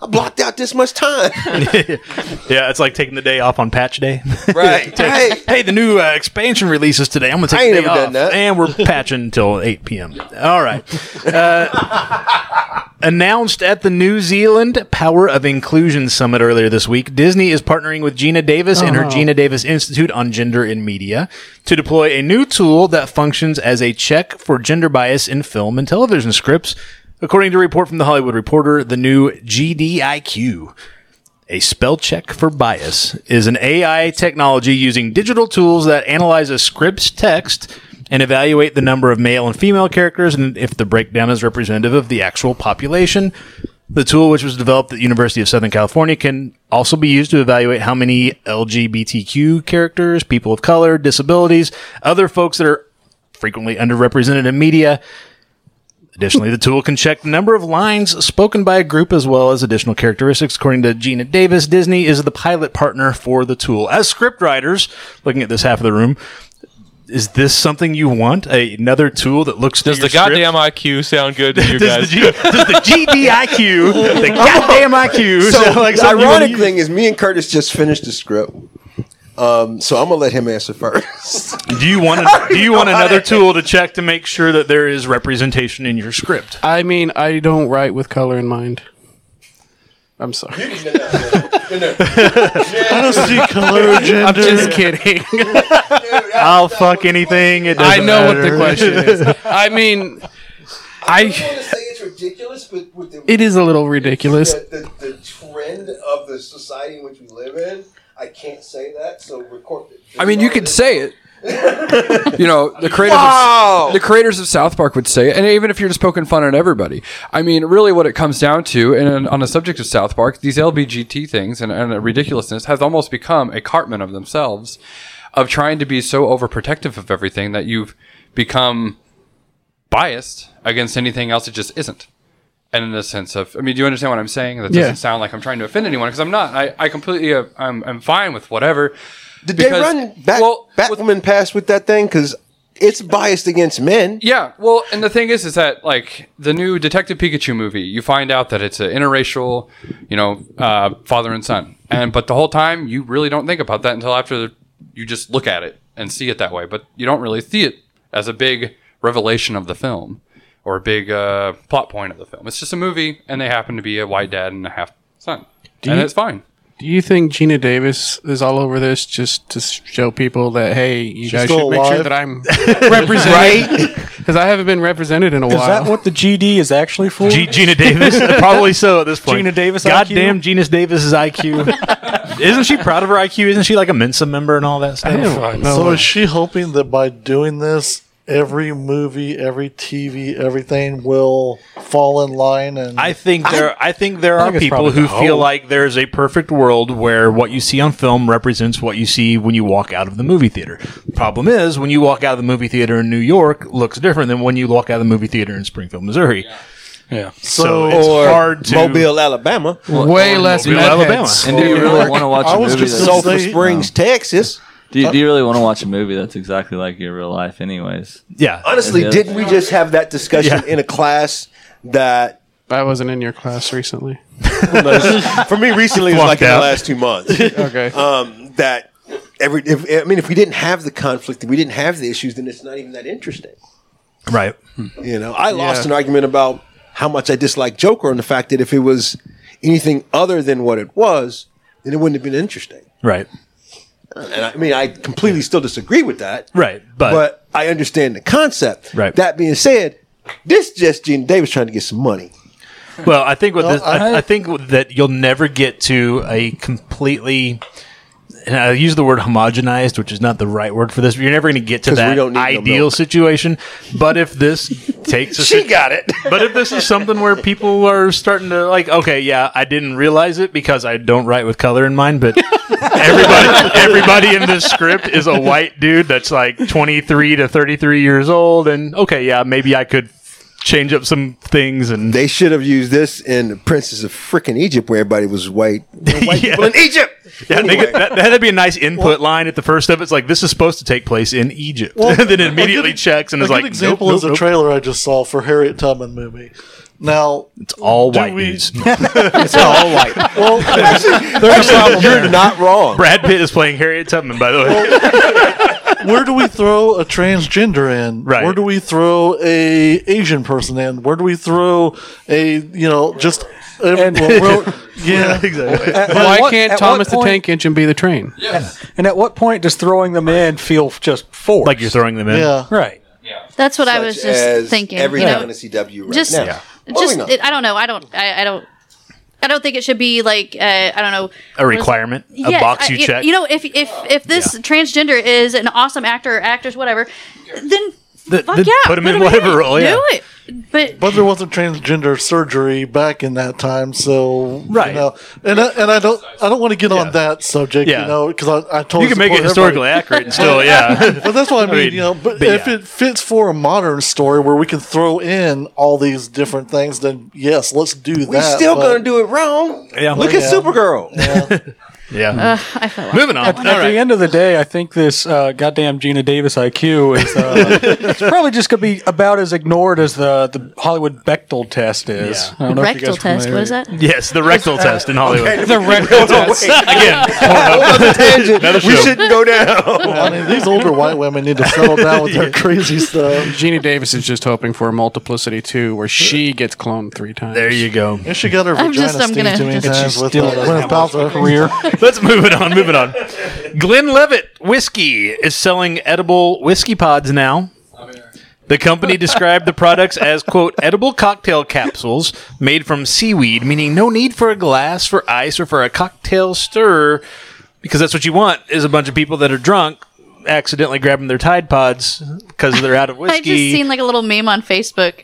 [SPEAKER 10] I blocked out this much
[SPEAKER 1] <laughs>
[SPEAKER 10] time.
[SPEAKER 1] yeah, it's like taking the day off on patch day.
[SPEAKER 10] <laughs>
[SPEAKER 1] <laughs>
[SPEAKER 10] Right.
[SPEAKER 1] hey, the new uh, expansion releases today. I'm going to take
[SPEAKER 10] I ain't
[SPEAKER 1] the day
[SPEAKER 10] never
[SPEAKER 1] off.
[SPEAKER 10] done that.
[SPEAKER 1] And
[SPEAKER 10] <laughs>
[SPEAKER 1] we're patching until 8 p.m. All right. Uh, <laughs> announced at the New Zealand Power of Inclusion Summit earlier this week, Disney is partnering with Gina Davis and her
[SPEAKER 3] Oh.
[SPEAKER 1] Gina Davis Institute on Gender in Media to deploy a new tool that functions as a check for gender bias in film and television scripts. According to a report from The Hollywood Reporter, the new GDIQ a spell check for bias is an AI technology using digital tools that analyze a script's text and evaluate the number of male and female characters and if the breakdown is representative of the actual population. The tool, which was developed at the University of Southern California, can also be used to evaluate how many LGBTQ characters, people of color, disabilities, other folks that are frequently underrepresented in media, Additionally, the tool can check the number of lines spoken by a group as well as additional characteristics. According to Gina Davis, Disney is the pilot partner for the tool. As scriptwriters, looking at this half of the room, is this something you want? A- another tool that looks
[SPEAKER 11] Does the goddamn IQ sound
[SPEAKER 1] <laughs>
[SPEAKER 11] good to you
[SPEAKER 1] Does
[SPEAKER 11] guys?
[SPEAKER 1] the, G-
[SPEAKER 11] <laughs>
[SPEAKER 1] does the
[SPEAKER 10] <laughs>
[SPEAKER 1] GDIQ,
[SPEAKER 11] Oh.
[SPEAKER 1] the goddamn IQ,
[SPEAKER 10] So
[SPEAKER 1] sound <laughs> like
[SPEAKER 10] the
[SPEAKER 1] something you wanna
[SPEAKER 10] ironic thing is, me and Curtis just finished the script. Um, so I'm gonna let him answer first.
[SPEAKER 1] Do you want to? Do you
[SPEAKER 11] <laughs> Oh
[SPEAKER 1] want another tool to check to make sure that there is representation in your script?
[SPEAKER 3] I mean, I don't write with color in mind. I'm sorry. <laughs>
[SPEAKER 9] I don't see color or gender.
[SPEAKER 1] <laughs> I'm
[SPEAKER 3] <laughs>
[SPEAKER 1] just <laughs> kidding. I'll fuck anything. It doesn't
[SPEAKER 3] I know what
[SPEAKER 1] matter.
[SPEAKER 3] the question
[SPEAKER 1] <laughs>
[SPEAKER 3] is. I mean, I.
[SPEAKER 10] want to say it's ridiculous, but with the,
[SPEAKER 3] It is a little ridiculous.
[SPEAKER 10] The, the, the trend of the society in which we live in, I can't say that. So record it.
[SPEAKER 2] I mean, you could say it. you know, the creators
[SPEAKER 10] Wow.
[SPEAKER 2] of, the creators of South Park would say it, and even if you're just poking fun at everybody. I mean, really what it comes down to and on the subject of South Park, these LBGT things and, and ridiculousness has almost become a Cartman of themselves of trying to be so overprotective of everything that you've become biased against anything else that just isn't. And in the sense of, I mean, do you understand what I'm saying? That doesn't
[SPEAKER 3] Yeah.
[SPEAKER 2] sound like I'm trying to offend anyone because I'm not. I, I completely, uh, I'm, I'm fine with whatever.
[SPEAKER 10] Did they
[SPEAKER 2] Because-
[SPEAKER 10] run Bat, Batwoman past with that thing? Because it's biased against men.
[SPEAKER 2] Yeah, well, and the thing is, is that like the new Detective Pikachu movie, you find out that it's an interracial, you know, uh, father and son, and but the whole time you really don't think about that until after you just look at it and see it that way, but you don't really see it as a big revelation of the film or a big uh, plot point of the film. It's just a movie, and they happen to be a white dad and a half son,
[SPEAKER 3] Do
[SPEAKER 2] and
[SPEAKER 3] you-
[SPEAKER 2] it's fine.
[SPEAKER 3] Do you think Gina Davis is all over this just to show people that hey, you
[SPEAKER 9] She's
[SPEAKER 3] guys should
[SPEAKER 9] still
[SPEAKER 3] make sure
[SPEAKER 9] alive?
[SPEAKER 3] that I'm <laughs> represented? Because I haven't been represented in a
[SPEAKER 4] Is
[SPEAKER 3] while.
[SPEAKER 4] that what the GD is actually for?
[SPEAKER 1] G- Gina <laughs> Davis, probably so at this point.
[SPEAKER 4] Gina Davis IQ?
[SPEAKER 1] goddamn Gina Davis's <laughs> IQ. Isn't she proud of her IQ? Isn't she like a Mensa member and all that stuff?
[SPEAKER 9] So is she hoping that by doing this, every movie, every TV, everything will fall in line? And
[SPEAKER 1] I think there. I, think there
[SPEAKER 9] I
[SPEAKER 1] are
[SPEAKER 9] think it's
[SPEAKER 1] people
[SPEAKER 9] probably
[SPEAKER 1] who
[SPEAKER 9] the
[SPEAKER 1] feel
[SPEAKER 9] hope.
[SPEAKER 1] like there's a perfect world where what you see on film represents what you see when you walk out of the movie theater. Problem is, when you walk out of the movie theater in New York, looks different than when you walk out of the movie theater in Springfield, Missouri.
[SPEAKER 4] Yeah.
[SPEAKER 1] So, it's
[SPEAKER 10] or
[SPEAKER 1] hard to
[SPEAKER 10] Mobile, Alabama.
[SPEAKER 3] Way less
[SPEAKER 1] Mobile,
[SPEAKER 3] meth
[SPEAKER 1] Alabama.
[SPEAKER 3] heads.
[SPEAKER 6] And do you really want to watch
[SPEAKER 10] I
[SPEAKER 6] a
[SPEAKER 10] was
[SPEAKER 6] movie?
[SPEAKER 10] just
[SPEAKER 6] that's-
[SPEAKER 10] gonna Sulphur say-
[SPEAKER 1] uh,
[SPEAKER 10] Springs, Texas. Uh,
[SPEAKER 6] Do you, do you really want to watch a movie that's exactly like your real life, anyways?
[SPEAKER 1] Yeah.
[SPEAKER 10] Honestly,
[SPEAKER 6] Yeah.
[SPEAKER 10] didn't we just have that discussion in a class that
[SPEAKER 3] I wasn't in your class recently.
[SPEAKER 10] for me recently it was
[SPEAKER 3] Fuck
[SPEAKER 10] like in
[SPEAKER 3] that.
[SPEAKER 10] the last two months.
[SPEAKER 3] Okay.
[SPEAKER 10] Um, that every if, I mean, if we didn't have the conflict, if we didn't have the issues, then it's not even that interesting.
[SPEAKER 1] right.
[SPEAKER 10] You know, I lost
[SPEAKER 1] Yeah.
[SPEAKER 10] an argument about how much I dislike Joker and the fact that if it was anything other than what it was, then it wouldn't have been interesting.
[SPEAKER 1] Right.
[SPEAKER 10] And I, I mean, I completely still disagree with that.
[SPEAKER 1] Right. But,
[SPEAKER 10] I understand the concept.
[SPEAKER 1] Right.
[SPEAKER 10] That being said, This just Gene Davis trying to get some money.
[SPEAKER 1] Well, I think with
[SPEAKER 10] Well,
[SPEAKER 1] this, I,
[SPEAKER 10] I-
[SPEAKER 1] I think that you'll never get to a completely. And I use the word homogenized, which is not the right word for this. But you're never going to get to
[SPEAKER 10] 'Cause we
[SPEAKER 1] that
[SPEAKER 10] don't need no
[SPEAKER 1] ideal situation. But if this takes,
[SPEAKER 10] <laughs>
[SPEAKER 1] a
[SPEAKER 10] She got it.
[SPEAKER 1] but if this is something where people are starting to like, okay, yeah, I didn't realize it because I don't write with color in
[SPEAKER 10] <laughs>
[SPEAKER 1] mind, but everybody, everybody in this script is a white dude that's like 23 to 33 years old, and okay, yeah, maybe I could change up some things and
[SPEAKER 10] They should have used this in The Princess of Freaking Egypt, where everybody was white. There were white people in Egypt.
[SPEAKER 1] Yeah, they
[SPEAKER 10] Anyway.
[SPEAKER 1] could- that, that'd be a nice input line at the first of it. It's like this is supposed to take place in Egypt, <laughs> and then it immediately checks and
[SPEAKER 9] a
[SPEAKER 1] is
[SPEAKER 9] good
[SPEAKER 1] like,
[SPEAKER 9] example
[SPEAKER 1] nope,
[SPEAKER 9] is
[SPEAKER 1] nope,
[SPEAKER 9] a trailer I just saw for Harriet Tubman movie. Now it's
[SPEAKER 1] all white
[SPEAKER 10] <laughs>
[SPEAKER 1] dudes. it's all white. <laughs>
[SPEAKER 9] Well,
[SPEAKER 10] Actually, you're not wrong.
[SPEAKER 1] Brad Pitt is playing Harriet Tubman, by the way.
[SPEAKER 9] where do we throw a transgender in?
[SPEAKER 1] Right.
[SPEAKER 9] Where do we throw a Asian person in? Where do we throw a you know just <laughs> and,
[SPEAKER 1] <laughs>
[SPEAKER 9] yeah,
[SPEAKER 3] <laughs> exactly.
[SPEAKER 4] At-
[SPEAKER 3] Why
[SPEAKER 4] at what-
[SPEAKER 3] can't
[SPEAKER 4] at
[SPEAKER 3] Thomas
[SPEAKER 4] what
[SPEAKER 3] the
[SPEAKER 4] point-
[SPEAKER 3] Tank Engine be the train?
[SPEAKER 4] And at what point does throwing them in feel just forced? Like
[SPEAKER 1] you're throwing them in.
[SPEAKER 9] Yeah.
[SPEAKER 4] Right.
[SPEAKER 7] That's what I
[SPEAKER 4] Such as
[SPEAKER 7] was just thinking.
[SPEAKER 4] every
[SPEAKER 7] you know,
[SPEAKER 4] time in a
[SPEAKER 10] CW right
[SPEAKER 7] just,
[SPEAKER 10] now. Yeah.
[SPEAKER 7] just
[SPEAKER 10] Moving on.
[SPEAKER 7] it, I don't know. I don't. I, I don't. I don't think it should be like uh, I don't know
[SPEAKER 1] A requirement? A
[SPEAKER 7] Yes,
[SPEAKER 1] box you
[SPEAKER 7] I-
[SPEAKER 1] check?
[SPEAKER 7] You know, if if if this transgender is an awesome actor, or actress, whatever, then
[SPEAKER 1] The-
[SPEAKER 7] fuck
[SPEAKER 9] the-
[SPEAKER 7] yeah,
[SPEAKER 9] put 'em in whatever role,
[SPEAKER 7] do
[SPEAKER 9] yeah.
[SPEAKER 7] it. But
[SPEAKER 9] But there wasn't transgender surgery back in that time, so You
[SPEAKER 1] Right.
[SPEAKER 9] know, and I, and I don't I don't want to get on that subject,
[SPEAKER 1] Yeah.
[SPEAKER 9] you know, because I, I totally
[SPEAKER 1] You can make it
[SPEAKER 9] support
[SPEAKER 1] historically
[SPEAKER 9] everybody.
[SPEAKER 1] accurate
[SPEAKER 9] <laughs>
[SPEAKER 1] and still, yeah.
[SPEAKER 9] but that's what I
[SPEAKER 1] <laughs> I
[SPEAKER 9] mean,
[SPEAKER 1] mean,
[SPEAKER 9] you know. But,
[SPEAKER 1] but
[SPEAKER 9] if
[SPEAKER 1] yeah.
[SPEAKER 9] it fits for a modern story where we can throw in all these different things, then yes, let's do
[SPEAKER 10] We
[SPEAKER 9] that.
[SPEAKER 10] still
[SPEAKER 9] but-
[SPEAKER 10] gonna do it wrong.
[SPEAKER 1] Yeah.
[SPEAKER 10] Look at
[SPEAKER 9] Yeah.
[SPEAKER 10] Supergirl.
[SPEAKER 1] Yeah.
[SPEAKER 7] <laughs>
[SPEAKER 4] Uh,
[SPEAKER 7] I fell off
[SPEAKER 1] <laughs> Moving on.
[SPEAKER 4] At, at the end of the day, I think this uh, goddamn Gina Davis IQ is
[SPEAKER 1] <laughs>
[SPEAKER 4] uh, it's probably just going to be about as ignored as the, the Hollywood Bechtel test is. I don't know if you
[SPEAKER 7] rectal
[SPEAKER 4] guys are
[SPEAKER 7] test. What
[SPEAKER 4] familiar.
[SPEAKER 7] is that?
[SPEAKER 1] Yes, the rectal test in
[SPEAKER 10] uh,
[SPEAKER 1] Hollywood.
[SPEAKER 4] the
[SPEAKER 1] <laughs>
[SPEAKER 4] rectal test.
[SPEAKER 10] <laughs>
[SPEAKER 1] Again, Another show.
[SPEAKER 10] go down.
[SPEAKER 9] I mean, these older white women need to settle down with
[SPEAKER 1] <laughs>
[SPEAKER 9] their crazy stuff.
[SPEAKER 3] Gina Davis is just hoping for a multiplicity too, where she gets cloned three times.
[SPEAKER 1] There
[SPEAKER 4] <laughs>
[SPEAKER 1] you go. <laughs>
[SPEAKER 9] And she got her
[SPEAKER 7] I'm
[SPEAKER 9] vagina
[SPEAKER 7] just- I'm
[SPEAKER 9] steamed
[SPEAKER 7] gonna
[SPEAKER 9] too many
[SPEAKER 7] just-
[SPEAKER 9] times
[SPEAKER 7] She's
[SPEAKER 9] with
[SPEAKER 7] still
[SPEAKER 9] uh,
[SPEAKER 7] doesn't
[SPEAKER 9] Gwyneth Paltrow. <laughs>
[SPEAKER 4] career.
[SPEAKER 1] Let's move it on. Moving on. Glenn Levitt Whiskey is selling edible whiskey pods now. The company described the products as, quote, edible cocktail capsules made from seaweed, meaning no need for a glass, for ice, or for a cocktail stirrer, because that's what you want is a bunch of people that are drunk accidentally grabbing their Tide Pods because they're out of
[SPEAKER 7] I just
[SPEAKER 1] whiskey.
[SPEAKER 7] seen like a little meme on Facebook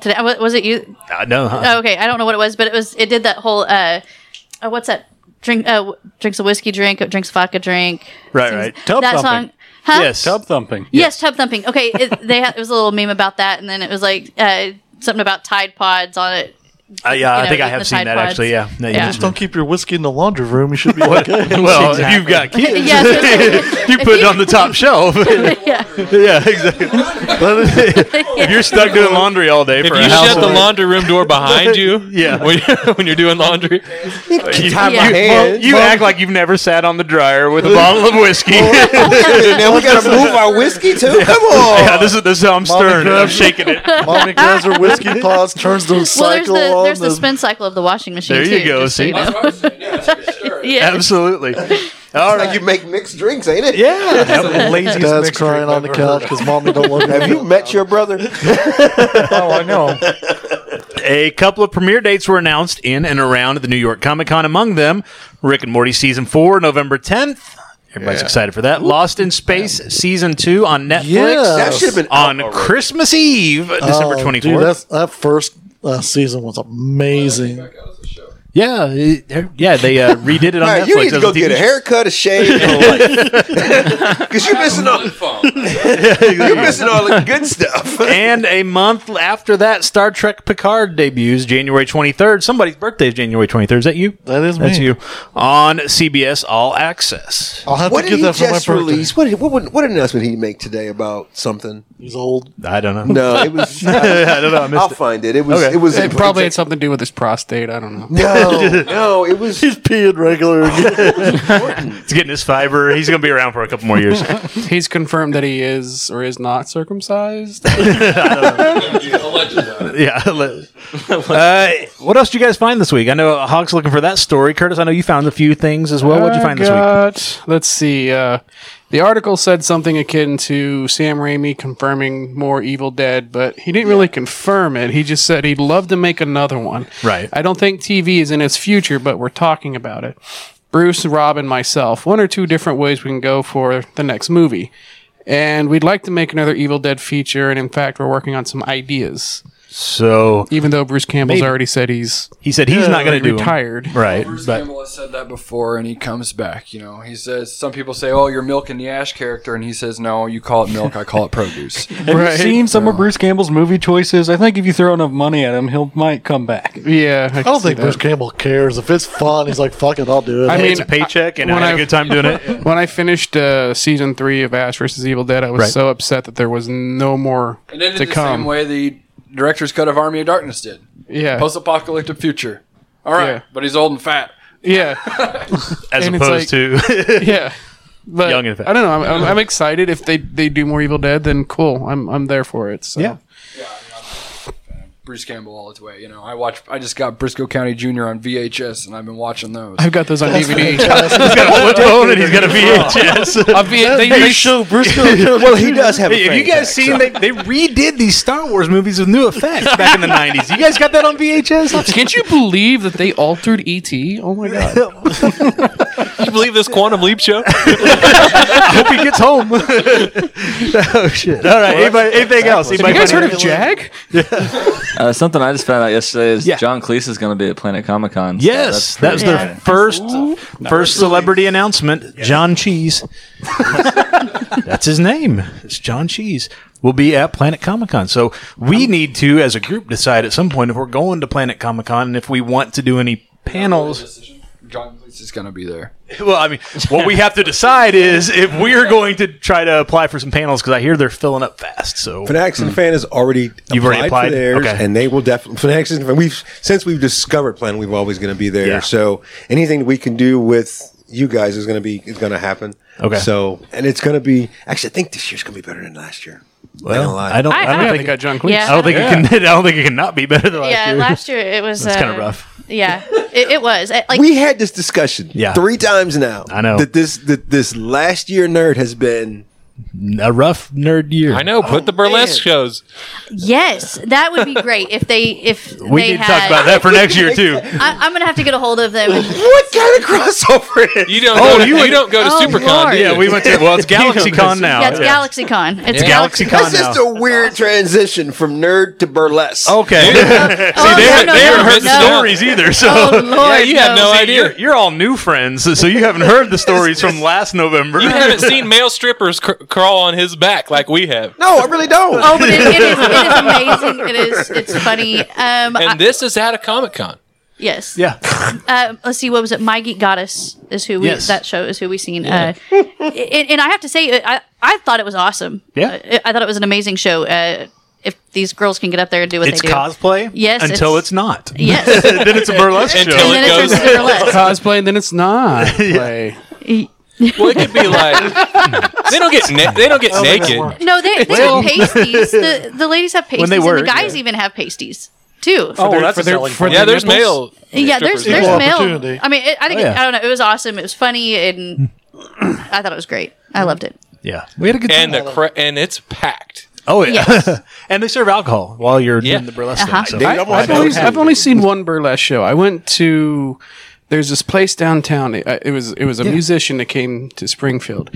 [SPEAKER 7] today. wa- Was it you?
[SPEAKER 1] I know, huh?
[SPEAKER 7] Oh, okay, I don't know what it was, but it was it did that whole uh, uh what's that drink? Uh, w- drinks a whiskey drink, drinks a vodka drink.
[SPEAKER 1] Right, right.
[SPEAKER 4] Tub
[SPEAKER 7] that
[SPEAKER 4] thumping.
[SPEAKER 7] song, huh?
[SPEAKER 1] Yes.
[SPEAKER 4] Tub thumping.
[SPEAKER 7] Yes, tub thumping. Okay, it, they had, it was a little meme about that, and then it was like uh, something about Tide Pods on it.
[SPEAKER 1] Uh, yeah,
[SPEAKER 7] you
[SPEAKER 1] I
[SPEAKER 7] know,
[SPEAKER 1] think I
[SPEAKER 7] eating
[SPEAKER 1] have
[SPEAKER 7] the
[SPEAKER 1] seen
[SPEAKER 7] Tide
[SPEAKER 1] that
[SPEAKER 7] Pods.
[SPEAKER 1] actually. Yeah. No, you
[SPEAKER 7] Yeah.
[SPEAKER 9] Just
[SPEAKER 1] mentioned
[SPEAKER 9] don't keep your whiskey in the laundry room. You <laughs> should be okay.
[SPEAKER 1] it. Well, if you've got kids,
[SPEAKER 7] Yeah, so it's like-
[SPEAKER 9] <laughs>
[SPEAKER 1] you put it on the top shelf.
[SPEAKER 7] yeah.
[SPEAKER 1] yeah, exactly. if you're stuck doing laundry all day
[SPEAKER 11] If
[SPEAKER 1] for
[SPEAKER 11] you
[SPEAKER 1] a
[SPEAKER 11] shut
[SPEAKER 1] hour-
[SPEAKER 11] the laundry room door behind you,
[SPEAKER 1] <laughs> Yeah.
[SPEAKER 11] when you're, <laughs> when you're doing laundry,
[SPEAKER 1] you,
[SPEAKER 10] Tie my
[SPEAKER 1] you-
[SPEAKER 10] hands.
[SPEAKER 1] you act like you've never sat on the
[SPEAKER 10] <laughs>
[SPEAKER 1] dryer with a bottle of whiskey. <laughs>
[SPEAKER 10] now we gotta move our whiskey too. Come on.
[SPEAKER 1] yeah, this is this is how I'm stern. I'm
[SPEAKER 9] grab-
[SPEAKER 10] <laughs>
[SPEAKER 1] shaking it.
[SPEAKER 9] Mommy grabs her whiskey paws, turns
[SPEAKER 7] <laughs>
[SPEAKER 9] the
[SPEAKER 7] Well, there's
[SPEAKER 9] cycle
[SPEAKER 7] the
[SPEAKER 9] on.
[SPEAKER 7] there's the spin cycle of the washing machine.
[SPEAKER 1] There you
[SPEAKER 7] too,
[SPEAKER 1] go,
[SPEAKER 7] just so
[SPEAKER 1] see?
[SPEAKER 7] you know. yeah. <laughs>
[SPEAKER 1] Absolutely.
[SPEAKER 10] Like
[SPEAKER 1] All right.
[SPEAKER 10] you make mixed drinks, ain't it? <laughs>
[SPEAKER 1] Yeah.
[SPEAKER 9] lazy dad's crying on the couch because <laughs> mommy don't love
[SPEAKER 10] Have
[SPEAKER 9] him.
[SPEAKER 10] you met your brother?
[SPEAKER 1] <laughs>
[SPEAKER 4] Oh, I know.
[SPEAKER 1] A couple of premiere dates were announced in and around the New York Comic Con. Among them, Rick and Morty season four, November 10th. Everybody's excited for that. Lost in Space season two on Netflix.
[SPEAKER 9] Yes.
[SPEAKER 10] That should've been out
[SPEAKER 1] on
[SPEAKER 10] already.
[SPEAKER 1] Christmas Eve, December
[SPEAKER 9] Oh,
[SPEAKER 1] twenty
[SPEAKER 9] dude,
[SPEAKER 1] fourth.
[SPEAKER 9] that's- that first uh, season was amazing.
[SPEAKER 1] Yeah, it- yeah, they uh, redid it on
[SPEAKER 10] All
[SPEAKER 1] Netflix.
[SPEAKER 10] right, you need
[SPEAKER 1] as
[SPEAKER 10] to go
[SPEAKER 1] TV
[SPEAKER 10] get a
[SPEAKER 1] show.
[SPEAKER 10] haircut, a shave, <laughs>
[SPEAKER 1] <laughs>
[SPEAKER 10] because you're missing all. <laughs> you're missing all the
[SPEAKER 1] <laughs>
[SPEAKER 10] good stuff.
[SPEAKER 1] and a month after that, Star Trek Picard debuts January 23rd. Somebody's birthday is January 23rd. Is that you?
[SPEAKER 9] That is
[SPEAKER 1] That's
[SPEAKER 9] me.
[SPEAKER 1] you. On CBS All Access.
[SPEAKER 9] I'll have
[SPEAKER 10] What
[SPEAKER 9] to get
[SPEAKER 10] did he
[SPEAKER 9] that for my
[SPEAKER 10] just
[SPEAKER 9] birthday.
[SPEAKER 10] release? What, did- what what what announcement did he make today about something?
[SPEAKER 9] He's old.
[SPEAKER 1] I don't know. <laughs>
[SPEAKER 10] No, it was.
[SPEAKER 1] I don't know. I
[SPEAKER 10] I'll
[SPEAKER 1] missed it.
[SPEAKER 10] find it. It was.
[SPEAKER 1] Okay.
[SPEAKER 10] It was.
[SPEAKER 3] It probably had something to do with his prostate. I
[SPEAKER 9] <laughs>
[SPEAKER 3] don't know.
[SPEAKER 1] <laughs>
[SPEAKER 10] no, no. It was.
[SPEAKER 9] He's peeing regular. again.
[SPEAKER 1] It's getting his fiber. He's going to be around for a couple more <laughs> years.
[SPEAKER 3] He's confirmed that he is or is not circumcised.
[SPEAKER 1] yeah. let- uh, what else did you guys find this week? I know Hawk's looking for that story. Curtis, I know you found a few things as well. What'd you find this week?
[SPEAKER 3] this week? Let's see. Uh, the article said something akin to Sam Raimi confirming more Evil Dead, but he didn't really confirm it. He just said he'd love to make another one.
[SPEAKER 1] Right.
[SPEAKER 3] I don't think TV is in its future, but we're talking about it. Bruce, Rob, and myself, one or two different ways we can go for the next movie. And we'd like to make another Evil Dead feature, and in fact, we're working on some ideas.
[SPEAKER 1] So,
[SPEAKER 3] even though Bruce Campbell's
[SPEAKER 1] Maybe.
[SPEAKER 3] already said he's uh,
[SPEAKER 1] He said he's not going to do 'em.
[SPEAKER 3] retired,
[SPEAKER 1] Right.
[SPEAKER 2] Bruce
[SPEAKER 1] But
[SPEAKER 2] Campbell has said that before, and he comes back. You know, he says some people say, "Oh, you're milking the Ash character," and he says, "No, you call it milk. I call it
[SPEAKER 3] <laughs>
[SPEAKER 2] produce."
[SPEAKER 4] Have you seen some of Bruce Campbell's movie choices? I think if you throw enough money at him, he'll might come back.
[SPEAKER 3] Yeah,
[SPEAKER 9] I, don't think Bruce Campbell cares. If it's fun, he's like, fuck it, I'll do it.
[SPEAKER 3] I mean, It's a
[SPEAKER 1] paycheck,
[SPEAKER 3] when I- <laughs>
[SPEAKER 1] it.
[SPEAKER 3] when I finished uh, season three of Ash versus Evil Dead, I was
[SPEAKER 1] Right.
[SPEAKER 3] so upset that there was no more
[SPEAKER 2] It ended
[SPEAKER 3] to
[SPEAKER 2] the
[SPEAKER 3] come.
[SPEAKER 2] same way the director's cut of Army of Darkness did.
[SPEAKER 3] Yeah.
[SPEAKER 2] Post-apocalyptic future. All right,
[SPEAKER 3] Yeah.
[SPEAKER 2] but he's old and fat.
[SPEAKER 11] <laughs>
[SPEAKER 3] Yeah.
[SPEAKER 1] As
[SPEAKER 3] And it's
[SPEAKER 1] opposed
[SPEAKER 3] like-
[SPEAKER 1] to <laughs>
[SPEAKER 3] yeah. <laughs> But
[SPEAKER 1] Young and fat.
[SPEAKER 3] I don't know. I'm, I'm, I'm excited if they, they do more Evil Dead. Then cool. I'm I'm there for it. So.
[SPEAKER 1] <laughs>
[SPEAKER 3] Yeah.
[SPEAKER 2] Bruce Campbell all its way. You know, I watch. I just got Briscoe County Jr. on VHS, and I've been watching those.
[SPEAKER 3] I've got those on DVD.
[SPEAKER 2] <laughs>
[SPEAKER 1] <laughs>
[SPEAKER 2] A V- they- they-
[SPEAKER 3] <laughs>
[SPEAKER 1] well,
[SPEAKER 2] he does have a
[SPEAKER 1] Have you
[SPEAKER 2] frame
[SPEAKER 1] guys
[SPEAKER 2] pack,
[SPEAKER 1] seen they, they redid these Star Wars movies with new effects back in the '90s? You guys got that on VHS?
[SPEAKER 3] Can't you believe that they altered ET? Oh my god!
[SPEAKER 11] <laughs> you believe this quantum leap show?
[SPEAKER 1] I <laughs> hope he gets home. <laughs> oh shit! All right. anybody, anything else?
[SPEAKER 3] Have
[SPEAKER 1] Anybody
[SPEAKER 3] you guys
[SPEAKER 1] find
[SPEAKER 3] heard of
[SPEAKER 1] anything-
[SPEAKER 3] Jag?
[SPEAKER 6] Uh, something I just found out yesterday is
[SPEAKER 1] Yeah.
[SPEAKER 6] John Cleese is going to be at Planet Comic Con.
[SPEAKER 1] Yes, that was the first first celebrity announcement. John <laughs> Cheese. That's his name. It's John Cheese. We'll be at Planet Comic Con. So we need to, as a group, decide at some point if we're going to Planet Comic Con and if we want to do any panels.
[SPEAKER 2] John Cleese is going to be there.
[SPEAKER 1] <laughs> Well, I mean, what we <laughs> have to decide is if we're going to try to apply for some panels because I hear they're filling up fast. So
[SPEAKER 10] Fanatics
[SPEAKER 11] Hmm.
[SPEAKER 10] and Fan has already
[SPEAKER 1] You've already applied?
[SPEAKER 10] for theirs,
[SPEAKER 1] Okay.
[SPEAKER 10] and they will definitely Fanatics and Fan. We've since we've discovered Plan, we've always going to be there.
[SPEAKER 1] Yeah.
[SPEAKER 10] So anything we can do with you guys is going to be is going to happen.
[SPEAKER 1] Okay.
[SPEAKER 10] So and it's going to be actually I think this year's going to be better than last year.
[SPEAKER 1] Well, I don't. I,
[SPEAKER 7] I-
[SPEAKER 1] don't
[SPEAKER 7] I-
[SPEAKER 1] think
[SPEAKER 7] They got
[SPEAKER 3] John
[SPEAKER 7] Cleese. Yeah.
[SPEAKER 1] I don't think
[SPEAKER 7] Yeah.
[SPEAKER 1] it can. I don't think it can not be better than last
[SPEAKER 7] yeah,
[SPEAKER 1] year.
[SPEAKER 7] last year it was.
[SPEAKER 1] That's
[SPEAKER 7] uh,
[SPEAKER 1] kind of rough.
[SPEAKER 7] Yeah, it, it was. It, like
[SPEAKER 10] we had this discussion
[SPEAKER 1] Yeah.
[SPEAKER 10] three times now. I
[SPEAKER 1] know.
[SPEAKER 10] that this that this last year nerd has been
[SPEAKER 1] a rough nerd year.
[SPEAKER 11] I know. Put
[SPEAKER 7] Oh,
[SPEAKER 11] the burlesque shows.
[SPEAKER 7] yes, that would be great if they if
[SPEAKER 1] We
[SPEAKER 7] they
[SPEAKER 1] need to
[SPEAKER 7] had,
[SPEAKER 1] talk about that for next year too.
[SPEAKER 7] <laughs> I, I'm gonna have to get a hold of them.
[SPEAKER 10] <laughs> what kind of crossover?
[SPEAKER 11] You don't.
[SPEAKER 1] Oh,
[SPEAKER 11] go to,
[SPEAKER 1] you
[SPEAKER 11] you,
[SPEAKER 1] would-
[SPEAKER 11] don't go to
[SPEAKER 7] Oh,
[SPEAKER 11] SuperCon. do
[SPEAKER 7] Lord.
[SPEAKER 11] <laughs> you?
[SPEAKER 1] Yeah, we went to. Well, it's GalaxyCon now.
[SPEAKER 7] yeah, it's
[SPEAKER 1] Yeah.
[SPEAKER 7] GalaxyCon. It's
[SPEAKER 1] Yeah.
[SPEAKER 7] Galaxy.
[SPEAKER 1] GalaxyCon
[SPEAKER 10] That's just
[SPEAKER 1] now.
[SPEAKER 10] a weird transition from nerd to burlesque.
[SPEAKER 7] <laughs>
[SPEAKER 1] <laughs>
[SPEAKER 11] <laughs>
[SPEAKER 1] Okay.
[SPEAKER 7] oh,
[SPEAKER 1] they haven't,
[SPEAKER 7] no,
[SPEAKER 1] they
[SPEAKER 7] no,
[SPEAKER 1] haven't
[SPEAKER 7] no,
[SPEAKER 1] heard the
[SPEAKER 7] no.
[SPEAKER 1] stories either. So
[SPEAKER 7] Oh,
[SPEAKER 1] <laughs>
[SPEAKER 7] Lord,
[SPEAKER 11] Yeah, you have no
[SPEAKER 7] no.
[SPEAKER 1] See,
[SPEAKER 11] idea.
[SPEAKER 1] You're, you're all new friends, so you haven't
[SPEAKER 7] <laughs>
[SPEAKER 1] heard the stories from last November.
[SPEAKER 11] You haven't
[SPEAKER 1] <laughs>
[SPEAKER 11] seen male strippers cr- crawl on his back like we have.
[SPEAKER 10] No, I really don't.
[SPEAKER 7] Oh, but it, it is it is
[SPEAKER 10] <laughs>
[SPEAKER 7] amazing. It is it's funny. Um, I-
[SPEAKER 11] And this is at a Comic Con.
[SPEAKER 7] yes.
[SPEAKER 1] yeah.
[SPEAKER 7] Uh, let's see. What was it? My Geek Goddess is who we
[SPEAKER 1] Yes.
[SPEAKER 7] that show is who we seen. Uh, and, and I have to say, uh, I I thought it was awesome.
[SPEAKER 1] Yeah.
[SPEAKER 7] I, I thought it was an amazing show. Uh, if these girls can get up there and do what
[SPEAKER 1] It's
[SPEAKER 7] they do,
[SPEAKER 1] cosplay
[SPEAKER 7] Yes,
[SPEAKER 1] until
[SPEAKER 7] it's-
[SPEAKER 1] it's, not.
[SPEAKER 7] yes, and
[SPEAKER 1] then it's a burlesque show.
[SPEAKER 11] Until
[SPEAKER 7] then
[SPEAKER 11] it
[SPEAKER 7] it's
[SPEAKER 11] goes.
[SPEAKER 7] just burlesque.
[SPEAKER 3] Cosplay, and then it's not
[SPEAKER 11] <laughs>
[SPEAKER 3] play.
[SPEAKER 11] Well, it could be like they don't get na- they don't get
[SPEAKER 1] Oh,
[SPEAKER 11] naked.
[SPEAKER 7] No, they, they
[SPEAKER 1] Well- <laughs>
[SPEAKER 7] have pasties. The the ladies have pasties,
[SPEAKER 1] When they
[SPEAKER 7] and
[SPEAKER 1] were,
[SPEAKER 7] the guys even have pasties too.
[SPEAKER 4] Oh,
[SPEAKER 3] their-
[SPEAKER 4] that's
[SPEAKER 3] for
[SPEAKER 4] a
[SPEAKER 3] their-
[SPEAKER 4] selling
[SPEAKER 3] for
[SPEAKER 4] point.
[SPEAKER 11] Yeah, there's
[SPEAKER 3] nipples?
[SPEAKER 11] male.
[SPEAKER 7] yeah, there's
[SPEAKER 11] strippers.
[SPEAKER 7] there's
[SPEAKER 9] Equal
[SPEAKER 7] male.
[SPEAKER 9] opportunity.
[SPEAKER 7] I mean, it, I think
[SPEAKER 1] Oh, yeah.
[SPEAKER 7] it, I don't know. It was awesome. It was funny, and I thought it was great. I loved it.
[SPEAKER 1] <laughs> Yeah, we had a good time.
[SPEAKER 11] and the cra- and it's packed.
[SPEAKER 1] oh yeah,
[SPEAKER 7] Yes.
[SPEAKER 1] and they serve alcohol while you're
[SPEAKER 11] Yeah.
[SPEAKER 1] doing the burlesque.
[SPEAKER 7] Uh-huh.
[SPEAKER 1] Thing, so.
[SPEAKER 10] Dude,
[SPEAKER 1] I-
[SPEAKER 10] I'm like,
[SPEAKER 3] I've only, I've only seen one burlesque show. I went to there's this place downtown. It, it was it was a musician that came to Springfield,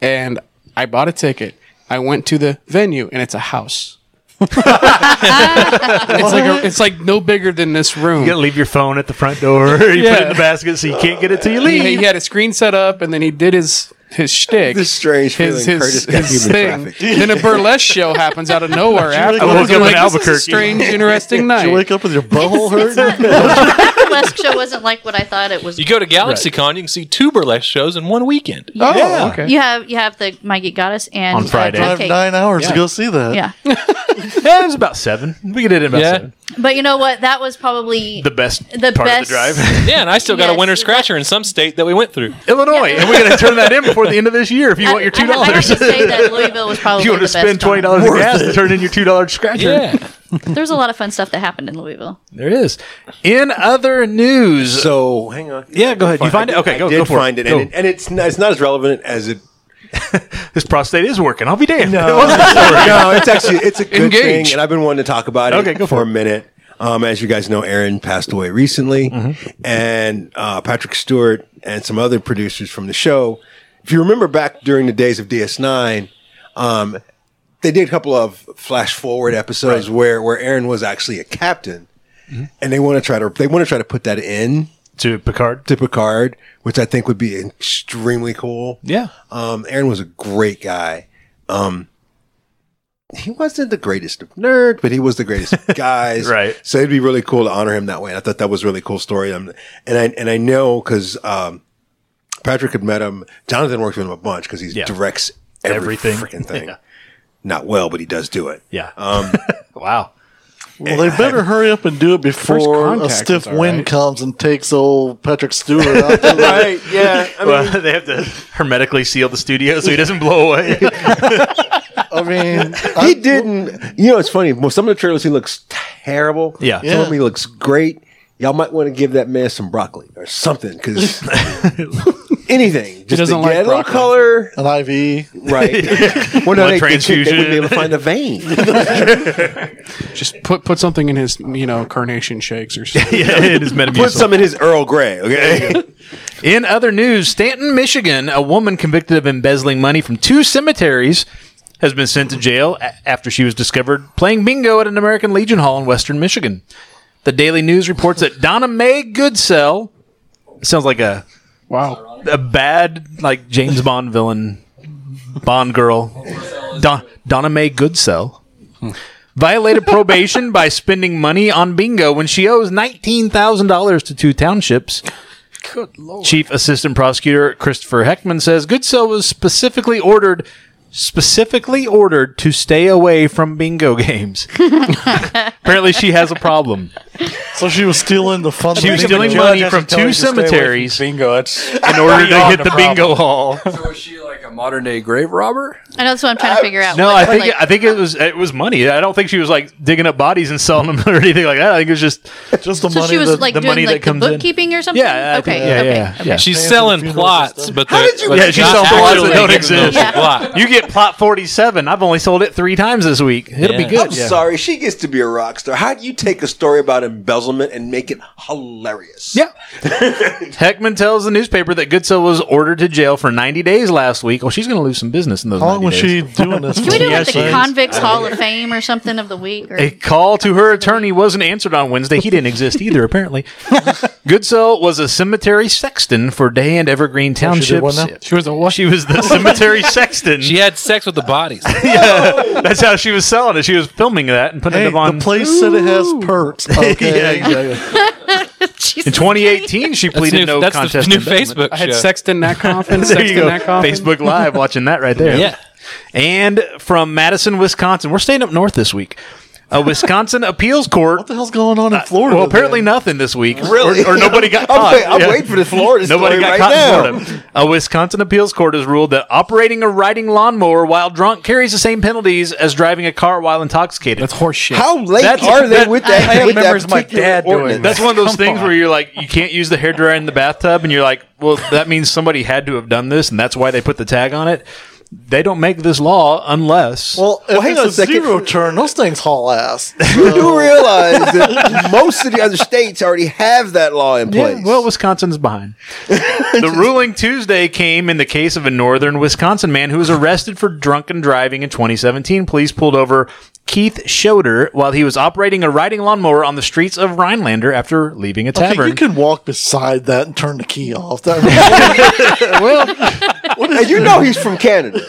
[SPEAKER 3] and I bought a ticket. I went to the venue, and it's a
[SPEAKER 1] <laughs>
[SPEAKER 3] house. it's like a, it's like no bigger than this room.
[SPEAKER 1] you gotta leave your phone at the front door. <laughs> you put it in the basket so you can't get it till you leave.
[SPEAKER 3] He, he had a screen set up, and then he did his his shtick.
[SPEAKER 10] This strange feeling Curtis got human traffic.
[SPEAKER 3] Then a burlesque show happens
[SPEAKER 1] <laughs>
[SPEAKER 3] out of nowhere. after
[SPEAKER 1] I woke up in Albuquerque.
[SPEAKER 3] This is a
[SPEAKER 9] <laughs>
[SPEAKER 3] strange, <laughs> interesting
[SPEAKER 9] You
[SPEAKER 3] night.
[SPEAKER 9] wake up with your butthole
[SPEAKER 7] It's
[SPEAKER 9] hurt.
[SPEAKER 7] not, that burlesque show wasn't like what I thought it was.
[SPEAKER 11] You go to GalaxyCon, you can see two burlesque shows in one weekend.
[SPEAKER 3] Oh, okay.
[SPEAKER 7] You have you have the My Geek Goddess and
[SPEAKER 1] On
[SPEAKER 7] uh,
[SPEAKER 1] Friday.
[SPEAKER 7] Cupcake.
[SPEAKER 9] Drive nine hours to go see that.
[SPEAKER 7] Yeah,
[SPEAKER 1] yeah, it was about seven. We did it in about
[SPEAKER 11] Yeah.
[SPEAKER 1] seven.
[SPEAKER 7] but you know what? That was probably
[SPEAKER 1] The best
[SPEAKER 7] The
[SPEAKER 1] part
[SPEAKER 7] best-
[SPEAKER 1] of
[SPEAKER 7] <laughs>
[SPEAKER 1] the drive.
[SPEAKER 11] Yeah, and I still got a
[SPEAKER 7] Yes,
[SPEAKER 11] winter
[SPEAKER 7] is that-
[SPEAKER 11] scratcher in some state that we went through.
[SPEAKER 1] <laughs> Illinois, and we're gonna turn that in before the
[SPEAKER 11] <laughs>
[SPEAKER 1] end of this year if you want your
[SPEAKER 7] I-
[SPEAKER 1] two
[SPEAKER 7] I, I have
[SPEAKER 1] dollars. <laughs>
[SPEAKER 7] to say that Louisville was probably
[SPEAKER 1] you want
[SPEAKER 7] the
[SPEAKER 1] to spend
[SPEAKER 7] best con.
[SPEAKER 1] twenty dollars in gas to turn in your two dollar scratcher?
[SPEAKER 11] Yeah,
[SPEAKER 7] There's a lot of fun stuff that happened in Louisville.
[SPEAKER 1] There it is. In other news,
[SPEAKER 10] so hang on.
[SPEAKER 1] Yeah, go ahead. You find
[SPEAKER 10] I
[SPEAKER 1] it?
[SPEAKER 10] did-
[SPEAKER 1] Okay,
[SPEAKER 10] I
[SPEAKER 1] go.
[SPEAKER 10] did
[SPEAKER 1] go for
[SPEAKER 10] find it,
[SPEAKER 1] Go.
[SPEAKER 10] and, it, and it's not, it's not as relevant as
[SPEAKER 1] <laughs>
[SPEAKER 10] it.
[SPEAKER 1] His prostate is
[SPEAKER 10] <laughs>
[SPEAKER 1] working. I'll be damned.
[SPEAKER 10] No,
[SPEAKER 1] It
[SPEAKER 10] <laughs>
[SPEAKER 1] wasn't that
[SPEAKER 10] no, it's actually it's a good
[SPEAKER 1] Engaged.
[SPEAKER 10] thing, and I've been wanting to talk about it.
[SPEAKER 1] Okay, go
[SPEAKER 10] for a minute. Um, as you guys know, Aaron passed away recently,
[SPEAKER 1] Mm-hmm.
[SPEAKER 10] and uh, Patrick Stewart and some other producers from the show. If you remember back during the days of DS9, um, they did a couple of flash forward episodes where where Aaron was actually a captain, and they want to try to they want to try to put that in
[SPEAKER 1] to Picard
[SPEAKER 10] to Picard, which I think would be extremely cool.
[SPEAKER 1] Yeah,
[SPEAKER 10] um, Aaron was a great guy. Um, he wasn't the greatest of nerds, but he was the greatest
[SPEAKER 1] <laughs>
[SPEAKER 10] of guys.
[SPEAKER 1] Right.
[SPEAKER 10] So it'd be really cool to honor him that way. And I thought that was a really cool story. Um, and I and I know because um, Patrick had met him. Jonathan worked with him a bunch because he
[SPEAKER 1] Yeah.
[SPEAKER 10] directs every
[SPEAKER 1] Everything.
[SPEAKER 10] freaking thing.
[SPEAKER 1] <laughs> Yeah.
[SPEAKER 10] Not well, but he does do it.
[SPEAKER 1] Yeah.
[SPEAKER 10] Um,
[SPEAKER 1] <laughs> wow.
[SPEAKER 9] Well, they better hurry up and do it before a
[SPEAKER 1] contact
[SPEAKER 9] stiff
[SPEAKER 1] is all
[SPEAKER 9] wind
[SPEAKER 1] right.
[SPEAKER 9] comes and takes old Patrick Stewart
[SPEAKER 1] <laughs>
[SPEAKER 9] out. to the-
[SPEAKER 10] right. Yeah. I mean,
[SPEAKER 1] well, they have to hermetically seal the studio so he doesn't
[SPEAKER 10] <laughs>
[SPEAKER 1] blow away. <laughs>
[SPEAKER 9] I mean,
[SPEAKER 10] he didn't. Uh, You know, it's funny. Well, some of the trailers he looks terrible.
[SPEAKER 1] Yeah.
[SPEAKER 10] Some of
[SPEAKER 9] Yeah.
[SPEAKER 10] them he looks great. Y'all might want to give that man some broccoli or something
[SPEAKER 1] <laughs>
[SPEAKER 10] because anything. Just
[SPEAKER 9] doesn't
[SPEAKER 10] to
[SPEAKER 9] like
[SPEAKER 10] get a little
[SPEAKER 9] broccoli.
[SPEAKER 10] color.
[SPEAKER 9] an IV.
[SPEAKER 1] <laughs>
[SPEAKER 10] Right. well,
[SPEAKER 1] Blood
[SPEAKER 10] no, they, they, they
[SPEAKER 1] transfusion.
[SPEAKER 10] wouldn't be able to find a vein.
[SPEAKER 3] Just put put something in his you know carnation shakes or something.
[SPEAKER 1] <laughs>
[SPEAKER 10] <laughs>
[SPEAKER 1] yeah, it is Metamucil.
[SPEAKER 10] Put some in his Earl Grey. Okay.
[SPEAKER 1] In other news, Stanton, Michigan, a woman convicted of embezzling money from two cemeteries has been sent to jail a- after she was discovered playing bingo at an American Legion Hall in Western Michigan. The Daily News reports that Donna Mae Goodsell sounds like a
[SPEAKER 3] Wow.
[SPEAKER 1] a bad like James Bond villain, Bond girl, Don, Donna Mae Goodsell, violated probation by spending money on bingo when she owes nineteen thousand dollars to two townships. Chief Assistant Prosecutor Christopher Heckman says Goodsell was specifically ordered specifically ordered to stay away from bingo <laughs> games. Apparently, she has a problem.
[SPEAKER 9] So she was stealing the fun.
[SPEAKER 1] She was
[SPEAKER 9] thing.
[SPEAKER 1] stealing money from two cemeteries in
[SPEAKER 4] Bingo. That's
[SPEAKER 1] order to
[SPEAKER 4] beyond
[SPEAKER 1] hit
[SPEAKER 4] a
[SPEAKER 1] the
[SPEAKER 4] problem.
[SPEAKER 1] bingo hall.
[SPEAKER 2] So is she like a <laughs> modern day grave robber?
[SPEAKER 7] I know that's what I'm trying to figure out.
[SPEAKER 1] No,
[SPEAKER 7] What-
[SPEAKER 1] I think
[SPEAKER 7] like-
[SPEAKER 1] I think it was it was money. I don't think she was like digging up bodies and selling them <laughs> or anything like that. I think it was just
[SPEAKER 9] Just the
[SPEAKER 7] so
[SPEAKER 9] money.
[SPEAKER 7] she was
[SPEAKER 9] that,
[SPEAKER 7] like
[SPEAKER 1] the
[SPEAKER 7] doing
[SPEAKER 1] money that
[SPEAKER 7] like the
[SPEAKER 1] comes in.
[SPEAKER 7] bookkeeping or something.
[SPEAKER 1] yeah. I think-
[SPEAKER 7] okay.
[SPEAKER 1] yeah,
[SPEAKER 7] okay.
[SPEAKER 1] yeah, yeah.
[SPEAKER 11] She's
[SPEAKER 9] Paying for
[SPEAKER 11] selling
[SPEAKER 9] the funeral
[SPEAKER 11] plots,
[SPEAKER 9] stuff.
[SPEAKER 11] but the,
[SPEAKER 10] did you-
[SPEAKER 11] but
[SPEAKER 1] Yeah, she's
[SPEAKER 11] not
[SPEAKER 1] selling plots
[SPEAKER 11] actually
[SPEAKER 1] that don't
[SPEAKER 11] giving them
[SPEAKER 1] exist.
[SPEAKER 11] the plot.
[SPEAKER 1] You get plot forty seven. I've only sold it three times this week. <laughs> It'll be
[SPEAKER 11] Yeah.
[SPEAKER 1] good.
[SPEAKER 10] I'm sorry. She gets to be a rock star. How do you take a story about embezzlement and make it hilarious?
[SPEAKER 7] <laughs>
[SPEAKER 1] Yeah. Heckman tells the newspaper that Goodsell was ordered to jail for 90 days last week. Well, she's going to lose some business in those
[SPEAKER 9] How long
[SPEAKER 1] 90
[SPEAKER 9] was
[SPEAKER 1] days.
[SPEAKER 9] she doing this?
[SPEAKER 7] Can we do like
[SPEAKER 9] for?
[SPEAKER 7] the Convicts Hall of Fame or something of the week? Or
[SPEAKER 1] A call to her attorney wasn't answered on Wednesday. He didn't exist either, apparently. Goodsell was a cemetery sexton for Day and Evergreen
[SPEAKER 9] Oh, did what
[SPEAKER 1] Townships.
[SPEAKER 9] now?
[SPEAKER 3] She was a what?
[SPEAKER 1] She was <laughs>
[SPEAKER 11] <laughs>
[SPEAKER 1] the cemetery sexton.
[SPEAKER 11] She had sex with the bodies.
[SPEAKER 1] <laughs> yeah, that's how she was selling it. She was filming that and putting
[SPEAKER 9] Hey,
[SPEAKER 1] it up on.
[SPEAKER 9] the place said it has
[SPEAKER 1] <laughs>
[SPEAKER 9] perks. Okay.
[SPEAKER 1] in 2018, she
[SPEAKER 11] That's,
[SPEAKER 1] pleaded
[SPEAKER 11] new,
[SPEAKER 1] no
[SPEAKER 11] that's the
[SPEAKER 1] contest.
[SPEAKER 11] new
[SPEAKER 1] indictment.
[SPEAKER 11] Facebook
[SPEAKER 3] I had
[SPEAKER 11] show.
[SPEAKER 1] <laughs>
[SPEAKER 3] Sexton Netcoff and
[SPEAKER 1] There you
[SPEAKER 3] Sexton
[SPEAKER 1] go.
[SPEAKER 3] Netcoff.
[SPEAKER 1] Facebook Live, watching that right there.
[SPEAKER 11] Yeah.
[SPEAKER 1] And from Madison, Wisconsin, we're staying up north this week. A Wisconsin appeals court. Uh,
[SPEAKER 9] What the hell's going on in Florida?
[SPEAKER 1] Well, apparently
[SPEAKER 9] then?
[SPEAKER 1] nothing this week.
[SPEAKER 10] Really?
[SPEAKER 1] Or, or nobody got
[SPEAKER 10] I'm
[SPEAKER 1] caught.
[SPEAKER 10] wait- I'm waiting for the Florida
[SPEAKER 1] <laughs> Nobody
[SPEAKER 10] story
[SPEAKER 1] got
[SPEAKER 10] right
[SPEAKER 1] caught
[SPEAKER 10] now.
[SPEAKER 1] in Florida. A Wisconsin appeals court has ruled that operating a riding lawnmower while drunk carries the same penalties as driving a car while intoxicated.
[SPEAKER 3] That's horse shit.
[SPEAKER 10] How late
[SPEAKER 1] That's-
[SPEAKER 10] are they
[SPEAKER 1] that-
[SPEAKER 10] with
[SPEAKER 9] I
[SPEAKER 10] that?
[SPEAKER 9] have
[SPEAKER 10] with that
[SPEAKER 9] members of my
[SPEAKER 10] particular
[SPEAKER 9] dad doing that.
[SPEAKER 10] ordinance?
[SPEAKER 1] That's one of those things where you're like, you can't use the hairdryer in the bathtub, and you're like, well, that means somebody had to have done this, and that's why they put the tag on it. They don't make this law unless.
[SPEAKER 9] Well, if
[SPEAKER 10] Well, hang
[SPEAKER 9] it's
[SPEAKER 10] on
[SPEAKER 9] a
[SPEAKER 10] a second.
[SPEAKER 9] zero turn, those things haul
[SPEAKER 1] <laughs>
[SPEAKER 9] ass.
[SPEAKER 10] <laughs> You do realize that <laughs> <laughs> most of the other states already have that law in
[SPEAKER 1] Yeah,
[SPEAKER 10] place.
[SPEAKER 1] well,
[SPEAKER 10] <laughs>
[SPEAKER 1] Wisconsin's behind. <laughs> the ruling Tuesday came in the case of a northern Wisconsin man who was arrested for drunken driving in 2017. Police pulled over Keith Schroeder while he was operating a riding lawnmower on the streets of Rhinelander after leaving a
[SPEAKER 9] Okay,
[SPEAKER 1] tavern.
[SPEAKER 9] you can walk beside that and turn the key off.
[SPEAKER 1] <laughs>
[SPEAKER 9] That,
[SPEAKER 10] and you know he's from Canada.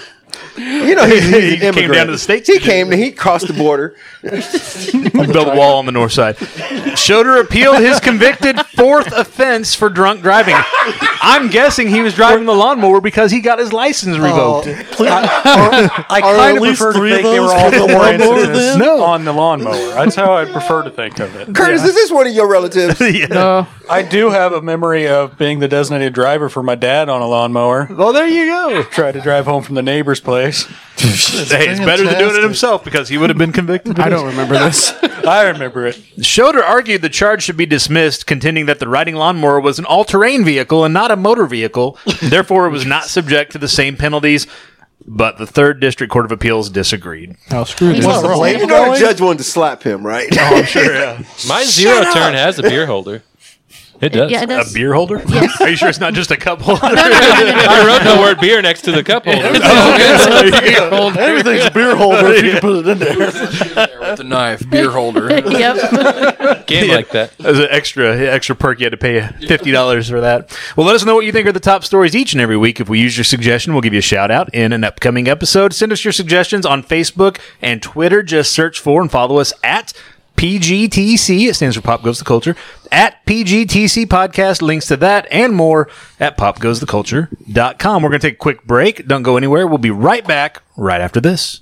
[SPEAKER 10] You
[SPEAKER 1] <laughs>
[SPEAKER 10] know he's, he's an
[SPEAKER 1] He came
[SPEAKER 10] immigrant.
[SPEAKER 1] down to the States
[SPEAKER 10] He
[SPEAKER 1] to do
[SPEAKER 10] came. He crossed the
[SPEAKER 1] <laughs>
[SPEAKER 10] border.
[SPEAKER 1] built a wall on the north side. Schroeder appealed his convicted fourth offense for drunk driving. I'm guessing he was driving the lawnmower because he got his license
[SPEAKER 9] Oh,
[SPEAKER 1] revoked.
[SPEAKER 9] please, are,
[SPEAKER 4] I
[SPEAKER 9] are
[SPEAKER 4] kind
[SPEAKER 9] at
[SPEAKER 4] of
[SPEAKER 9] least
[SPEAKER 4] prefer to
[SPEAKER 9] three of
[SPEAKER 4] think they were
[SPEAKER 9] those
[SPEAKER 4] all
[SPEAKER 9] from
[SPEAKER 4] the
[SPEAKER 9] the
[SPEAKER 4] war
[SPEAKER 9] lawnmower
[SPEAKER 4] incidents
[SPEAKER 9] then?
[SPEAKER 4] on the lawnmower. That's how I prefer to think of it.
[SPEAKER 10] Curtis, is this one of your
[SPEAKER 1] <laughs>
[SPEAKER 10] relatives?
[SPEAKER 3] No.
[SPEAKER 4] I do have a memory of being the designated driver for my dad on a lawnmower.
[SPEAKER 1] Well, there you go.
[SPEAKER 4] Tried to drive home from the neighbor's place.
[SPEAKER 1] hey, it's better than doing it himself because he would have been convicted.
[SPEAKER 3] I don't remember this. <laughs>
[SPEAKER 4] I remember it.
[SPEAKER 1] Schroeder argued the charge should be dismissed, contending that the riding lawnmower was an all terrain vehicle and not a motor vehicle. Therefore, it was not subject to the same penalties. But the Third District Court of Appeals disagreed.
[SPEAKER 3] Oh, screw
[SPEAKER 10] You
[SPEAKER 1] Was the blade
[SPEAKER 10] know the
[SPEAKER 1] going?
[SPEAKER 10] judge wanted to slap him, right?
[SPEAKER 1] Oh, I'm
[SPEAKER 10] <laughs>
[SPEAKER 1] sure, yeah.
[SPEAKER 11] My
[SPEAKER 10] Shut
[SPEAKER 11] zero
[SPEAKER 10] up.
[SPEAKER 11] turn has a
[SPEAKER 2] <laughs>
[SPEAKER 11] beer holder. It does.
[SPEAKER 7] Yeah, it does.
[SPEAKER 1] A beer holder? <laughs> Are you sure it's not just a cup holder?
[SPEAKER 11] I wrote the word beer next to the cup holder.
[SPEAKER 9] Everything's a <laughs> beer holder if you can put it in there.
[SPEAKER 2] with a knife, beer
[SPEAKER 10] <laughs>
[SPEAKER 2] holder.
[SPEAKER 11] <laughs> Game like that.
[SPEAKER 1] As an extra extra perk, you had to pay uh, fifty dollars for that. Well, let us know what you think are the top stories each and every week. If we use your suggestion, we'll give you a shout out in an upcoming episode. Send us your suggestions on Facebook and Twitter. Just search for and follow us at PGTC. It stands for Pop Goes the Culture. At PGTC Podcast. Links to that and more at popgoestheculture.com. We're going to take a quick break. Don't go anywhere. We'll be right back right after this.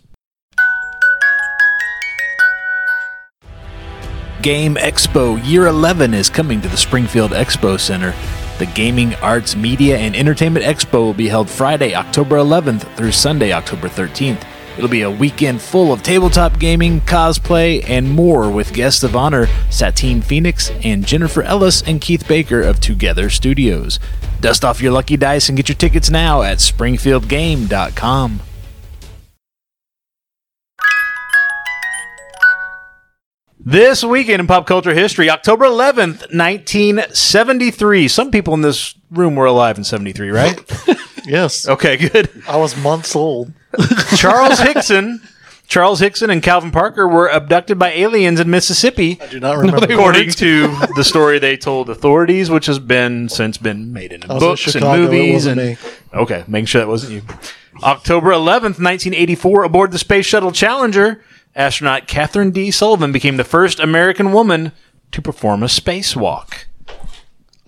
[SPEAKER 1] Game Expo Year 11 is coming to the Springfield Expo Center. The Gaming, Arts, Media, and Entertainment Expo will be held Friday, October 11th through Sunday, October 13th. It'll be a weekend full of tabletop gaming, cosplay, and more with guests of honor Satine Phoenix and Jennifer Ellis and Keith Baker of Together Studios. Dust off your lucky dice and get your tickets now at springfieldgame.com. This weekend in pop culture history, October 11th, 1973. Some people in this room were alive in 73, right?
[SPEAKER 9] <laughs> Yes.
[SPEAKER 1] Okay, good.
[SPEAKER 9] I was months old.
[SPEAKER 1] <laughs> Charles Hickson. Charles Hickson and Calvin Parker were abducted by aliens in Mississippi. I do
[SPEAKER 9] not remember they
[SPEAKER 1] According
[SPEAKER 9] weren't.
[SPEAKER 1] to the story they told authorities, which has been since been made into
[SPEAKER 9] I was in
[SPEAKER 1] books and
[SPEAKER 9] Chicago, it
[SPEAKER 1] movies
[SPEAKER 9] wasn't
[SPEAKER 1] and
[SPEAKER 9] me.
[SPEAKER 1] Okay, making sure that wasn't you. October 11th, 1984, aboard the Space Shuttle Challenger, astronaut Catherine D. Sullivan became the first American woman to perform a spacewalk.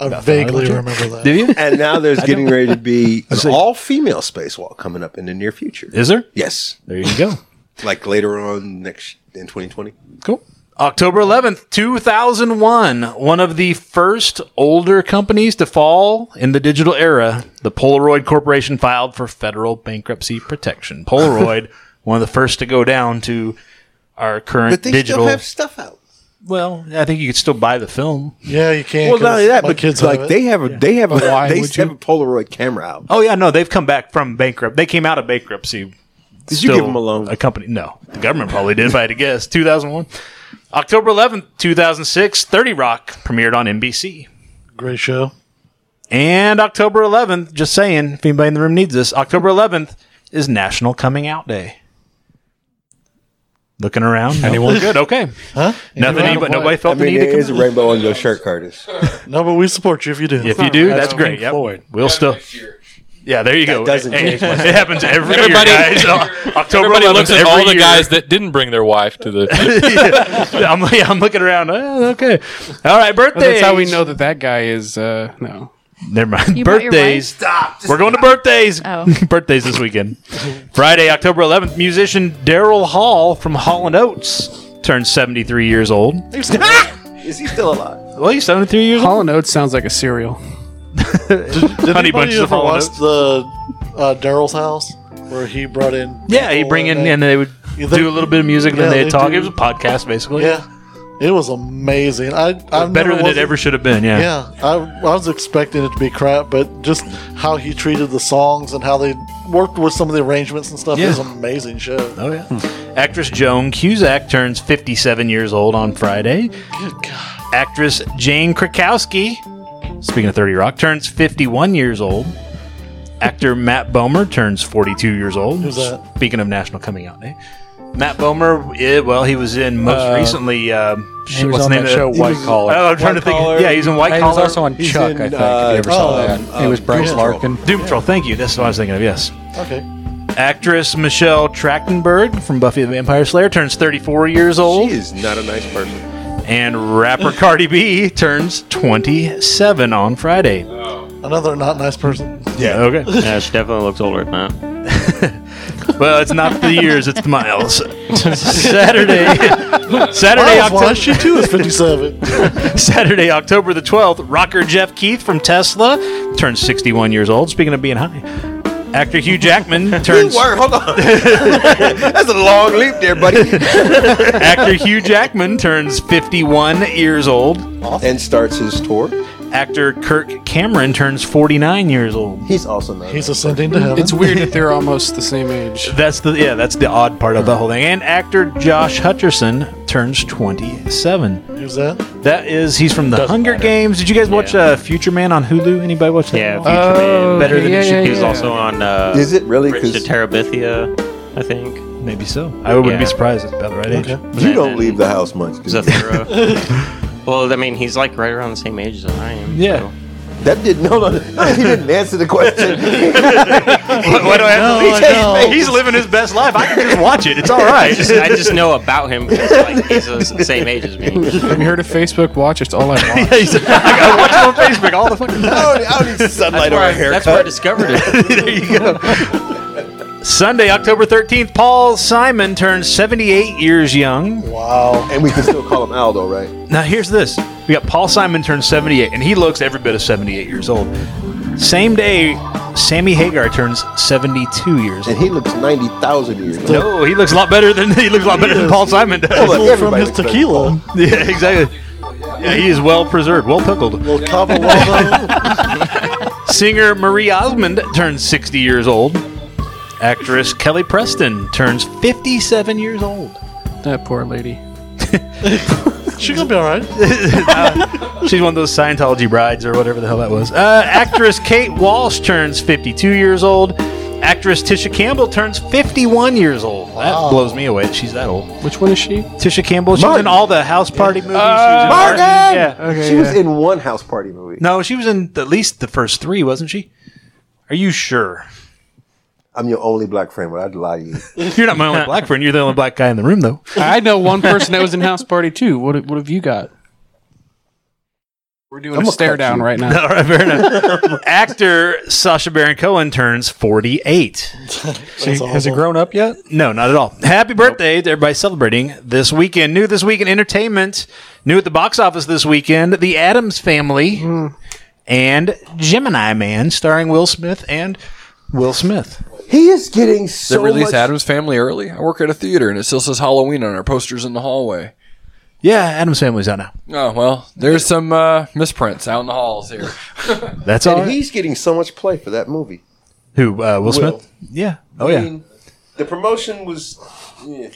[SPEAKER 9] I
[SPEAKER 1] Nothing
[SPEAKER 9] vaguely
[SPEAKER 1] I
[SPEAKER 9] remember that.
[SPEAKER 1] Did you?
[SPEAKER 10] And now <laughs> there's
[SPEAKER 1] I
[SPEAKER 10] getting
[SPEAKER 1] don't-
[SPEAKER 10] ready to <laughs> be an all female spacewalk coming up in the near future.
[SPEAKER 1] Is there?
[SPEAKER 10] Yes.
[SPEAKER 1] There you go.
[SPEAKER 10] <laughs> Like later on next in 2020.
[SPEAKER 1] Cool. October 11th, 2001, one of the first older companies to fall in the digital era, the Polaroid Corporation filed for federal bankruptcy
[SPEAKER 9] <laughs>
[SPEAKER 1] protection. Polaroid, one of the first to go down to our current
[SPEAKER 10] But they
[SPEAKER 1] digital.
[SPEAKER 10] still have stuff out.
[SPEAKER 1] well, I think you could still buy the film.
[SPEAKER 9] Yeah, you can't.
[SPEAKER 10] well, not only that, but
[SPEAKER 9] kids
[SPEAKER 10] kids like they have a they <laughs> have a
[SPEAKER 1] Why
[SPEAKER 10] they
[SPEAKER 1] would
[SPEAKER 10] have a Polaroid camera out.
[SPEAKER 1] Oh yeah, no, they've come back from bankrupt. They came out of bankruptcy.
[SPEAKER 10] Did you
[SPEAKER 1] Still
[SPEAKER 10] give them a loan?
[SPEAKER 1] A company? No, the government probably did. If I had to guess, 2001, October 11th, 2006, 30 Rock premiered on NBC.
[SPEAKER 9] Great show.
[SPEAKER 1] And October 11th, just saying, if anybody in the room needs this, October 11th is National Coming Out Day. Looking around, anyone good? Okay,
[SPEAKER 9] Huh?
[SPEAKER 1] nothing.
[SPEAKER 9] Anyone?
[SPEAKER 1] Anybody, nobody
[SPEAKER 10] I
[SPEAKER 1] felt the
[SPEAKER 10] mean,
[SPEAKER 1] need to
[SPEAKER 10] it
[SPEAKER 1] come
[SPEAKER 10] is a rainbow on your shirt, Curtis.
[SPEAKER 9] No, but we support you if you do.
[SPEAKER 1] If you do, that's great. Yep.
[SPEAKER 10] <laughs>
[SPEAKER 1] We'll still. Yeah, there you go.
[SPEAKER 9] doesn't
[SPEAKER 1] And-
[SPEAKER 9] change much.
[SPEAKER 1] it happens every
[SPEAKER 11] Everybody-
[SPEAKER 1] year, <laughs>
[SPEAKER 11] <laughs>
[SPEAKER 1] guys. O- October
[SPEAKER 11] Everybody
[SPEAKER 1] 11th,
[SPEAKER 11] looks at
[SPEAKER 1] every
[SPEAKER 11] all the
[SPEAKER 1] year.
[SPEAKER 11] guys that didn't bring their wife to the.
[SPEAKER 1] Yeah, <laughs> I'm, yeah, I'm looking around. Oh, okay. All right, birthdays.
[SPEAKER 3] that's how we know that that guy is. Uh, no,
[SPEAKER 1] Never mind.
[SPEAKER 7] You brought your
[SPEAKER 1] birthdays. Stop. We're going to birthdays.
[SPEAKER 7] Oh.
[SPEAKER 1] <laughs> birthdays this weekend. Friday, October 11th, musician Daryl Hall from Hall and Oates turned 73 years old.
[SPEAKER 10] Is he still alive?
[SPEAKER 1] Well, he's 73 years
[SPEAKER 3] Hall and Oates sounds like a cereal.
[SPEAKER 9] Did
[SPEAKER 1] Honey
[SPEAKER 9] anybody
[SPEAKER 1] Bunches of
[SPEAKER 9] ever
[SPEAKER 1] Hall
[SPEAKER 9] watch
[SPEAKER 1] Notes.
[SPEAKER 9] the uh, Daryl's house where he brought in?
[SPEAKER 1] old. Yeah, he
[SPEAKER 9] people
[SPEAKER 1] bring in
[SPEAKER 9] they-
[SPEAKER 1] and they would
[SPEAKER 9] Yeah, they-
[SPEAKER 1] do a little bit of music and then
[SPEAKER 9] yeah,
[SPEAKER 1] they'd
[SPEAKER 9] they
[SPEAKER 1] talk.
[SPEAKER 9] do-
[SPEAKER 1] It was a podcast, basically.
[SPEAKER 9] yeah, it was amazing. I, I
[SPEAKER 1] Better
[SPEAKER 9] never
[SPEAKER 1] than
[SPEAKER 9] was-
[SPEAKER 1] it ever should have been, yeah.
[SPEAKER 9] Yeah, I, I was expecting it to be crap, but just how he treated the songs and how they worked with some of the arrangements and stuff
[SPEAKER 1] Yeah.
[SPEAKER 9] is an amazing show.
[SPEAKER 1] Oh, yeah. Actress Joan Cusack turns 57 years old on Friday.
[SPEAKER 9] Good God.
[SPEAKER 1] Actress Jane Krakowski, speaking of 30 Rock, turns 51 years old. Actor Matt Bomer turns 42 years old.
[SPEAKER 9] Who's that?
[SPEAKER 1] Speaking of National Coming Out eh? Day. <laughs> Matt Bomer, eh, well, he was in most
[SPEAKER 11] Uh,
[SPEAKER 1] recently. Um, shit,
[SPEAKER 4] he was
[SPEAKER 1] what's
[SPEAKER 4] on
[SPEAKER 1] the name
[SPEAKER 4] that
[SPEAKER 1] of
[SPEAKER 4] show,
[SPEAKER 1] it?
[SPEAKER 4] White
[SPEAKER 1] He was-
[SPEAKER 4] Collar.
[SPEAKER 1] Oh, I'm trying to think. Yeah, he's in White
[SPEAKER 4] He was
[SPEAKER 1] Collar.
[SPEAKER 4] also on
[SPEAKER 10] He's
[SPEAKER 4] Chuck,
[SPEAKER 10] in,
[SPEAKER 4] I think.
[SPEAKER 10] uh,
[SPEAKER 4] if you ever saw that,
[SPEAKER 10] um,
[SPEAKER 4] he was
[SPEAKER 10] um,
[SPEAKER 4] Bryce
[SPEAKER 10] Doom
[SPEAKER 4] Larkin.
[SPEAKER 1] Doom Patrol. Thank you. That's what I was thinking of. Yes.
[SPEAKER 9] Okay.
[SPEAKER 1] Actress Michelle Trachtenberg from Buffy the Vampire Slayer turns 34 years old.
[SPEAKER 10] He is not a nice person.
[SPEAKER 1] And rapper Cardi B turns 27 on Friday.
[SPEAKER 9] Another not nice person.
[SPEAKER 1] Yeah. Okay.
[SPEAKER 5] <laughs> Yeah, she definitely looks older than that.
[SPEAKER 1] <laughs> Well, it's not the years, it's the miles. <laughs> Saturday, Saturday,
[SPEAKER 9] Miles
[SPEAKER 1] October,
[SPEAKER 9] Wash, you too is <laughs> 57.
[SPEAKER 1] Saturday, October the twelfth. Rocker Jeff Keith from Tesla turns sixty-one years old. Speaking of being high, Actor
[SPEAKER 10] <laughs>
[SPEAKER 1] Hugh Jackman turns.
[SPEAKER 11] were,
[SPEAKER 1] <laughs>
[SPEAKER 11] hold on.
[SPEAKER 1] That's
[SPEAKER 10] a long leap there, buddy.
[SPEAKER 1] <laughs>
[SPEAKER 10] <laughs>
[SPEAKER 1] Actor Hugh Jackman turns 51 years old
[SPEAKER 10] and starts his tour.
[SPEAKER 1] Actor Kirk Cameron turns 49 years old.
[SPEAKER 10] He's awesome.
[SPEAKER 9] He's ascending to heaven.
[SPEAKER 3] It's weird that
[SPEAKER 1] <laughs>
[SPEAKER 3] they're almost the same age.
[SPEAKER 1] That's the yeah, that's the odd part of the whole thing. And actor Josh Hutcherson turns 27.
[SPEAKER 9] Who's that?
[SPEAKER 1] That is he's from The Hunger Games. Did you guys watch uh, Future Man on Hulu? Anybody watch that? Oh, Yeah, Future Man. Better than it should
[SPEAKER 5] He
[SPEAKER 1] be.
[SPEAKER 5] was also on. Uh,
[SPEAKER 1] Is it really?
[SPEAKER 5] Bridge to
[SPEAKER 1] 'Cause-
[SPEAKER 5] Terabithia, I think.
[SPEAKER 1] Maybe so. I wouldn't
[SPEAKER 5] Yeah.
[SPEAKER 1] be surprised. It's about the right
[SPEAKER 5] <laughs>
[SPEAKER 1] age.
[SPEAKER 5] You don't
[SPEAKER 10] leave
[SPEAKER 1] <laughs>
[SPEAKER 10] the house much.
[SPEAKER 5] Zathura. well, I mean, he's like right around the same age as I am. Yeah.
[SPEAKER 10] That didn't. Hold on. He
[SPEAKER 1] <laughs>
[SPEAKER 10] didn't answer the
[SPEAKER 5] <laughs>
[SPEAKER 10] question.
[SPEAKER 5] what, what do I have
[SPEAKER 10] No,
[SPEAKER 5] to <laughs> leave?
[SPEAKER 10] no.
[SPEAKER 5] He's living his best life. I can just
[SPEAKER 1] watch it.
[SPEAKER 5] <laughs>
[SPEAKER 1] It's all right.
[SPEAKER 5] I just, I just know about him because like, he's the s- same age <laughs> as me.
[SPEAKER 3] Have you heard of Facebook Watch? It's
[SPEAKER 1] <laughs>
[SPEAKER 3] all I want.
[SPEAKER 1] on Facebook all the <laughs> fucking time.
[SPEAKER 10] I don't, I don't need
[SPEAKER 5] that's
[SPEAKER 10] sunlight
[SPEAKER 5] where
[SPEAKER 10] or
[SPEAKER 5] I,
[SPEAKER 10] a
[SPEAKER 5] That's
[SPEAKER 10] haircut.
[SPEAKER 5] where I discovered it.
[SPEAKER 1] <laughs> there you go. Sunday, October 13th, Paul Simon turns 78 years young.
[SPEAKER 10] Wow. And we can still call him Aldo, right?
[SPEAKER 1] Now here's this. We got Paul Simon turns 78, and he looks every bit of 78 years old. Same day, Sammy Hagar turns 72 years old.
[SPEAKER 10] And he looks 90,000 years old.
[SPEAKER 1] <laughs> No, he looks a lot better than he looks a lot better than Paul Simon does.
[SPEAKER 10] Well, look, From his everybody looks better. tequila.
[SPEAKER 1] <laughs> Yeah, exactly. Yeah, he is well preserved, well pickled. <laughs> Singer Marie Osmond turns 60 years old. Actress Kelly Preston turns 57 years old.
[SPEAKER 3] That poor lady.
[SPEAKER 9] She's gonna be all right.
[SPEAKER 1] <laughs> She's one of those Scientology brides or whatever the hell that was. Uh, actress Kate Walsh turns 52 years old. Actress Tisha Campbell turns 51 years old. That blows me away. that She's that old.
[SPEAKER 3] Which one is she?
[SPEAKER 1] Tisha Campbell. She was in all the house party movies.
[SPEAKER 10] Uh, Martin!
[SPEAKER 1] she was in Yeah.
[SPEAKER 10] she was in one house party movie.
[SPEAKER 1] No, she was in at least the first three, wasn't she? Are you sure?
[SPEAKER 10] I'm your only black friend, but I'd lie to you.
[SPEAKER 1] <laughs> You're not my only black friend. You're the only black guy in the room, though.
[SPEAKER 3] I know one person that was in House Party too. What what have you got? We're doing
[SPEAKER 1] I'm
[SPEAKER 3] a
[SPEAKER 1] gonna
[SPEAKER 3] stare
[SPEAKER 1] cut
[SPEAKER 3] down
[SPEAKER 1] you.
[SPEAKER 3] right now.
[SPEAKER 1] <laughs> All right,
[SPEAKER 3] <laughs>
[SPEAKER 1] fair enough. Actor Sasha Baron Cohen turns 48.
[SPEAKER 4] Has it grown up yet?
[SPEAKER 1] No, not at all. Happy birthday to everybody celebrating this weekend. New this weekend entertainment. New at the box office this weekend. The Adams Family
[SPEAKER 10] Hmm.
[SPEAKER 1] and Gemini Man, starring Will Smith and Will Smith.
[SPEAKER 10] He is getting
[SPEAKER 2] They
[SPEAKER 10] so
[SPEAKER 2] release
[SPEAKER 10] much.
[SPEAKER 2] Adam's Family early. I work at a theater, and it still says Halloween on our posters in the hallway.
[SPEAKER 1] Yeah, Adams Family's out now.
[SPEAKER 2] Oh well, there's some uh, misprints out in the halls <laughs> here.
[SPEAKER 1] That's
[SPEAKER 10] and
[SPEAKER 1] all right.
[SPEAKER 10] he's getting so much play for that movie.
[SPEAKER 1] Who? Uh, <laughs> Will,
[SPEAKER 10] Will.
[SPEAKER 1] Smith? Yeah. Oh
[SPEAKER 10] I
[SPEAKER 1] yeah.
[SPEAKER 10] mean, the promotion was. Yeah. It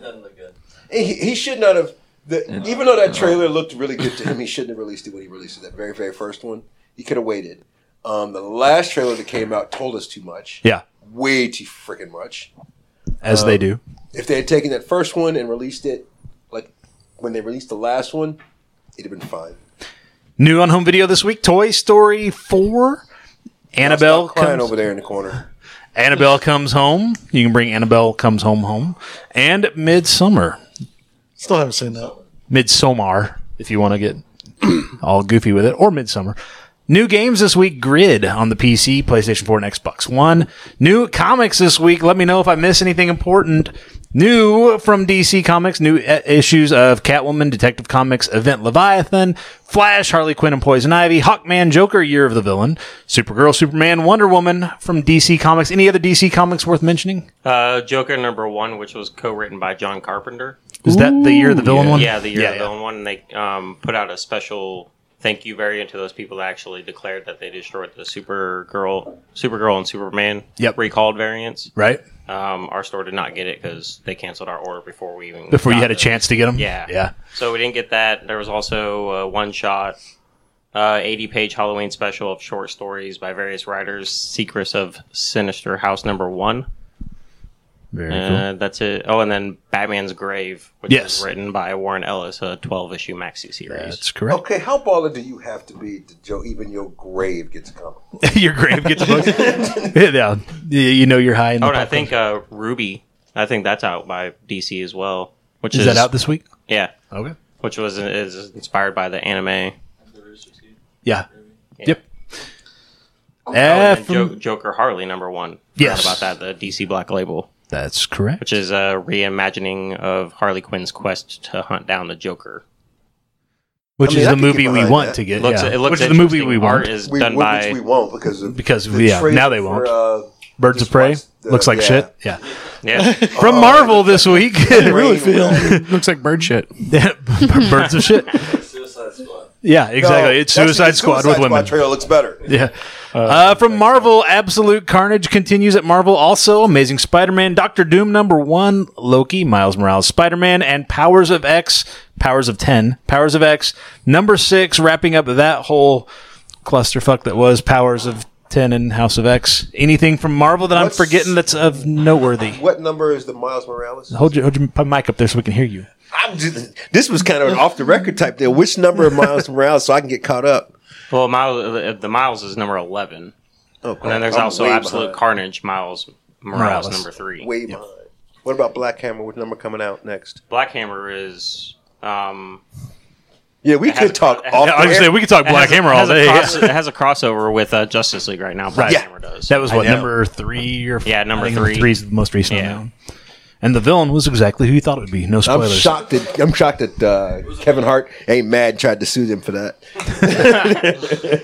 [SPEAKER 10] doesn't look good. He, he should not have. The, even though that trailer looked really good to him, he shouldn't have released it when he released it. That very, very first one, he could have waited. Um, the last trailer that came out told us too much.
[SPEAKER 1] Yeah.
[SPEAKER 10] way too freaking much.
[SPEAKER 1] As
[SPEAKER 10] Um,
[SPEAKER 2] Uh,
[SPEAKER 1] they do.
[SPEAKER 10] If they had taken that first one and released it, like when they released the last one, it'd have been fine.
[SPEAKER 1] New on home video this week: Toy Story Four. Annabelle
[SPEAKER 10] Crying
[SPEAKER 1] comes-
[SPEAKER 10] over there in the corner.
[SPEAKER 1] Annabelle comes home. You can bring Annabelle comes home home, and Midsummer,
[SPEAKER 9] Still haven't seen that.
[SPEAKER 1] Midsomar, if you want to get all goofy with it, or Midsummer. New games this week: Grid on the PC, PlayStation 4, and Xbox One. New comics this week. Let me know if I miss anything important. New from DC Comics, new uh, issues of Catwoman, Detective Comics, Event Leviathan, Flash, Harley Quinn and Poison Ivy, Hawkman, Joker, Year of the Villain, Supergirl, Superman, Wonder Woman from DC Comics. Any other DC Comics worth mentioning?
[SPEAKER 5] Uh, Joker number one, which was co-written by John Carpenter.
[SPEAKER 1] Is that the year of the villain
[SPEAKER 5] yeah.
[SPEAKER 1] one?
[SPEAKER 5] Yeah, the year
[SPEAKER 1] Yeah,
[SPEAKER 5] of the villain one, and they um, put out a special thank you variant to those people that actually declared that they destroyed the Supergirl, Supergirl and Superman
[SPEAKER 1] Yep.
[SPEAKER 5] recalled variants.
[SPEAKER 1] Right.
[SPEAKER 5] Um, our store did not get it because they canceled our order before we even
[SPEAKER 1] Before you
[SPEAKER 5] got
[SPEAKER 1] had a
[SPEAKER 5] those.
[SPEAKER 1] chance to get 'em?
[SPEAKER 5] Yeah,
[SPEAKER 1] Yeah.
[SPEAKER 5] So we didn't get that. There was also a one shot, uh, eighty page Halloween special of short stories by various writers. Secrets of Sinister House Number One.
[SPEAKER 1] Very
[SPEAKER 5] Uh, <laughs> That's it. Oh, and then Batman's Grave, which
[SPEAKER 1] Yes.
[SPEAKER 5] was written by Warren Ellis, a 12 issue maxi series.
[SPEAKER 1] That's
[SPEAKER 5] Oh,
[SPEAKER 1] correct.
[SPEAKER 10] Okay, how baller do you have to be to Joe? Even your grave gets a
[SPEAKER 1] <laughs>
[SPEAKER 10] comic.
[SPEAKER 1] your
[SPEAKER 5] <laughs>
[SPEAKER 1] grave gets booked. <laughs> yeah, you- you know you're high. In the
[SPEAKER 5] Oh, and I
[SPEAKER 1] pop
[SPEAKER 5] think uh, Ruby, I think that's out by DC as well. Which
[SPEAKER 1] Is
[SPEAKER 5] is,
[SPEAKER 1] that out this week?
[SPEAKER 5] Yeah.
[SPEAKER 1] Okay.
[SPEAKER 5] Which was is inspired by the anime.
[SPEAKER 1] culture. Yeah. Yep.
[SPEAKER 5] Oh, and
[SPEAKER 1] F-
[SPEAKER 5] then Jo- Joker Harley number one. Forgot
[SPEAKER 1] Yes.
[SPEAKER 5] about that the DC Black Label,
[SPEAKER 1] That's correct.
[SPEAKER 5] which is a reimagining of Harley Quinn's quest to hunt down the Joker.
[SPEAKER 1] Which
[SPEAKER 5] I mean,
[SPEAKER 1] is
[SPEAKER 5] I
[SPEAKER 1] the
[SPEAKER 5] could get
[SPEAKER 1] movie we
[SPEAKER 5] behind
[SPEAKER 1] want
[SPEAKER 5] that.
[SPEAKER 1] to get.
[SPEAKER 5] Looks-
[SPEAKER 1] yeah.
[SPEAKER 5] it looks
[SPEAKER 1] Which is the movie
[SPEAKER 5] interesting.
[SPEAKER 1] we want.
[SPEAKER 5] Art is We- done which by-
[SPEAKER 10] we won't because of
[SPEAKER 1] because
[SPEAKER 10] the
[SPEAKER 1] yeah.
[SPEAKER 10] trailer
[SPEAKER 1] Now they
[SPEAKER 10] for,
[SPEAKER 1] won't.
[SPEAKER 10] uh,
[SPEAKER 1] Birds of Prey looks like
[SPEAKER 11] yeah.
[SPEAKER 1] shit. Yeah. <laughs>
[SPEAKER 5] Yeah.
[SPEAKER 1] From Marvel this week. <laughs>
[SPEAKER 3] I really feel <laughs> looks like bird shit.
[SPEAKER 1] Birds of shit. Yeah, exactly. it's
[SPEAKER 16] actually,
[SPEAKER 1] Suicide
[SPEAKER 16] the
[SPEAKER 1] Squad with
[SPEAKER 16] Squad
[SPEAKER 1] women.
[SPEAKER 16] trailer looks better.
[SPEAKER 1] Yeah. Uh, from Marvel, Absolute Carnage continues at Marvel. Also, Amazing Spider Man, Doctor Doom number one, Loki, Miles Morales, Spider Man, and Powers of X, Powers of 10, Powers of X, number six, wrapping up that whole clusterfuck that was Powers of 10 and House of X. Anything from Marvel that
[SPEAKER 16] What's-
[SPEAKER 1] I'm forgetting that's of noteworthy?
[SPEAKER 16] What number is the Miles Morales?
[SPEAKER 1] Hold your, hold your mic up there so we can hear you.
[SPEAKER 10] I'm just, this was kind of an off the record type there. Which number of
[SPEAKER 1] <laughs>
[SPEAKER 10] Miles Morales so I can get caught up?
[SPEAKER 5] Well, Miles, uh, the Miles is number eleven.
[SPEAKER 10] Oh,
[SPEAKER 5] and then there's
[SPEAKER 10] I'm
[SPEAKER 5] also
[SPEAKER 10] way
[SPEAKER 5] Absolute
[SPEAKER 10] behind.
[SPEAKER 5] Carnage, Miles Morales,
[SPEAKER 10] Morales.
[SPEAKER 5] number three.
[SPEAKER 10] Way behind. What about Black Hammer? What number coming out next?
[SPEAKER 5] Black Hammer is. Um,
[SPEAKER 10] Yeah, we
[SPEAKER 5] it has
[SPEAKER 10] could
[SPEAKER 5] a cro-
[SPEAKER 10] talk
[SPEAKER 5] it has a-
[SPEAKER 10] off the air.
[SPEAKER 5] it has a- it has a cross- It has a crossover with uh, Justice League right now. Black
[SPEAKER 1] Right.
[SPEAKER 5] Hammer does.
[SPEAKER 1] That was
[SPEAKER 5] I
[SPEAKER 1] what
[SPEAKER 5] know.
[SPEAKER 1] number three or
[SPEAKER 5] yeah, number
[SPEAKER 1] I think
[SPEAKER 5] three.
[SPEAKER 1] Three is the most recent. Yeah. And the villain was exactly who you thought it would be. No
[SPEAKER 10] I'm
[SPEAKER 1] spoilers.
[SPEAKER 10] shocked that I'm shocked that uh, Kevin Hart ain't mad and tried to sue them for that.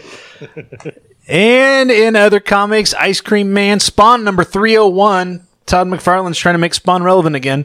[SPEAKER 1] And in other comics, Ice Cream Man, Spawn number 301. Todd McFarlane's trying to make Spawn relevant again.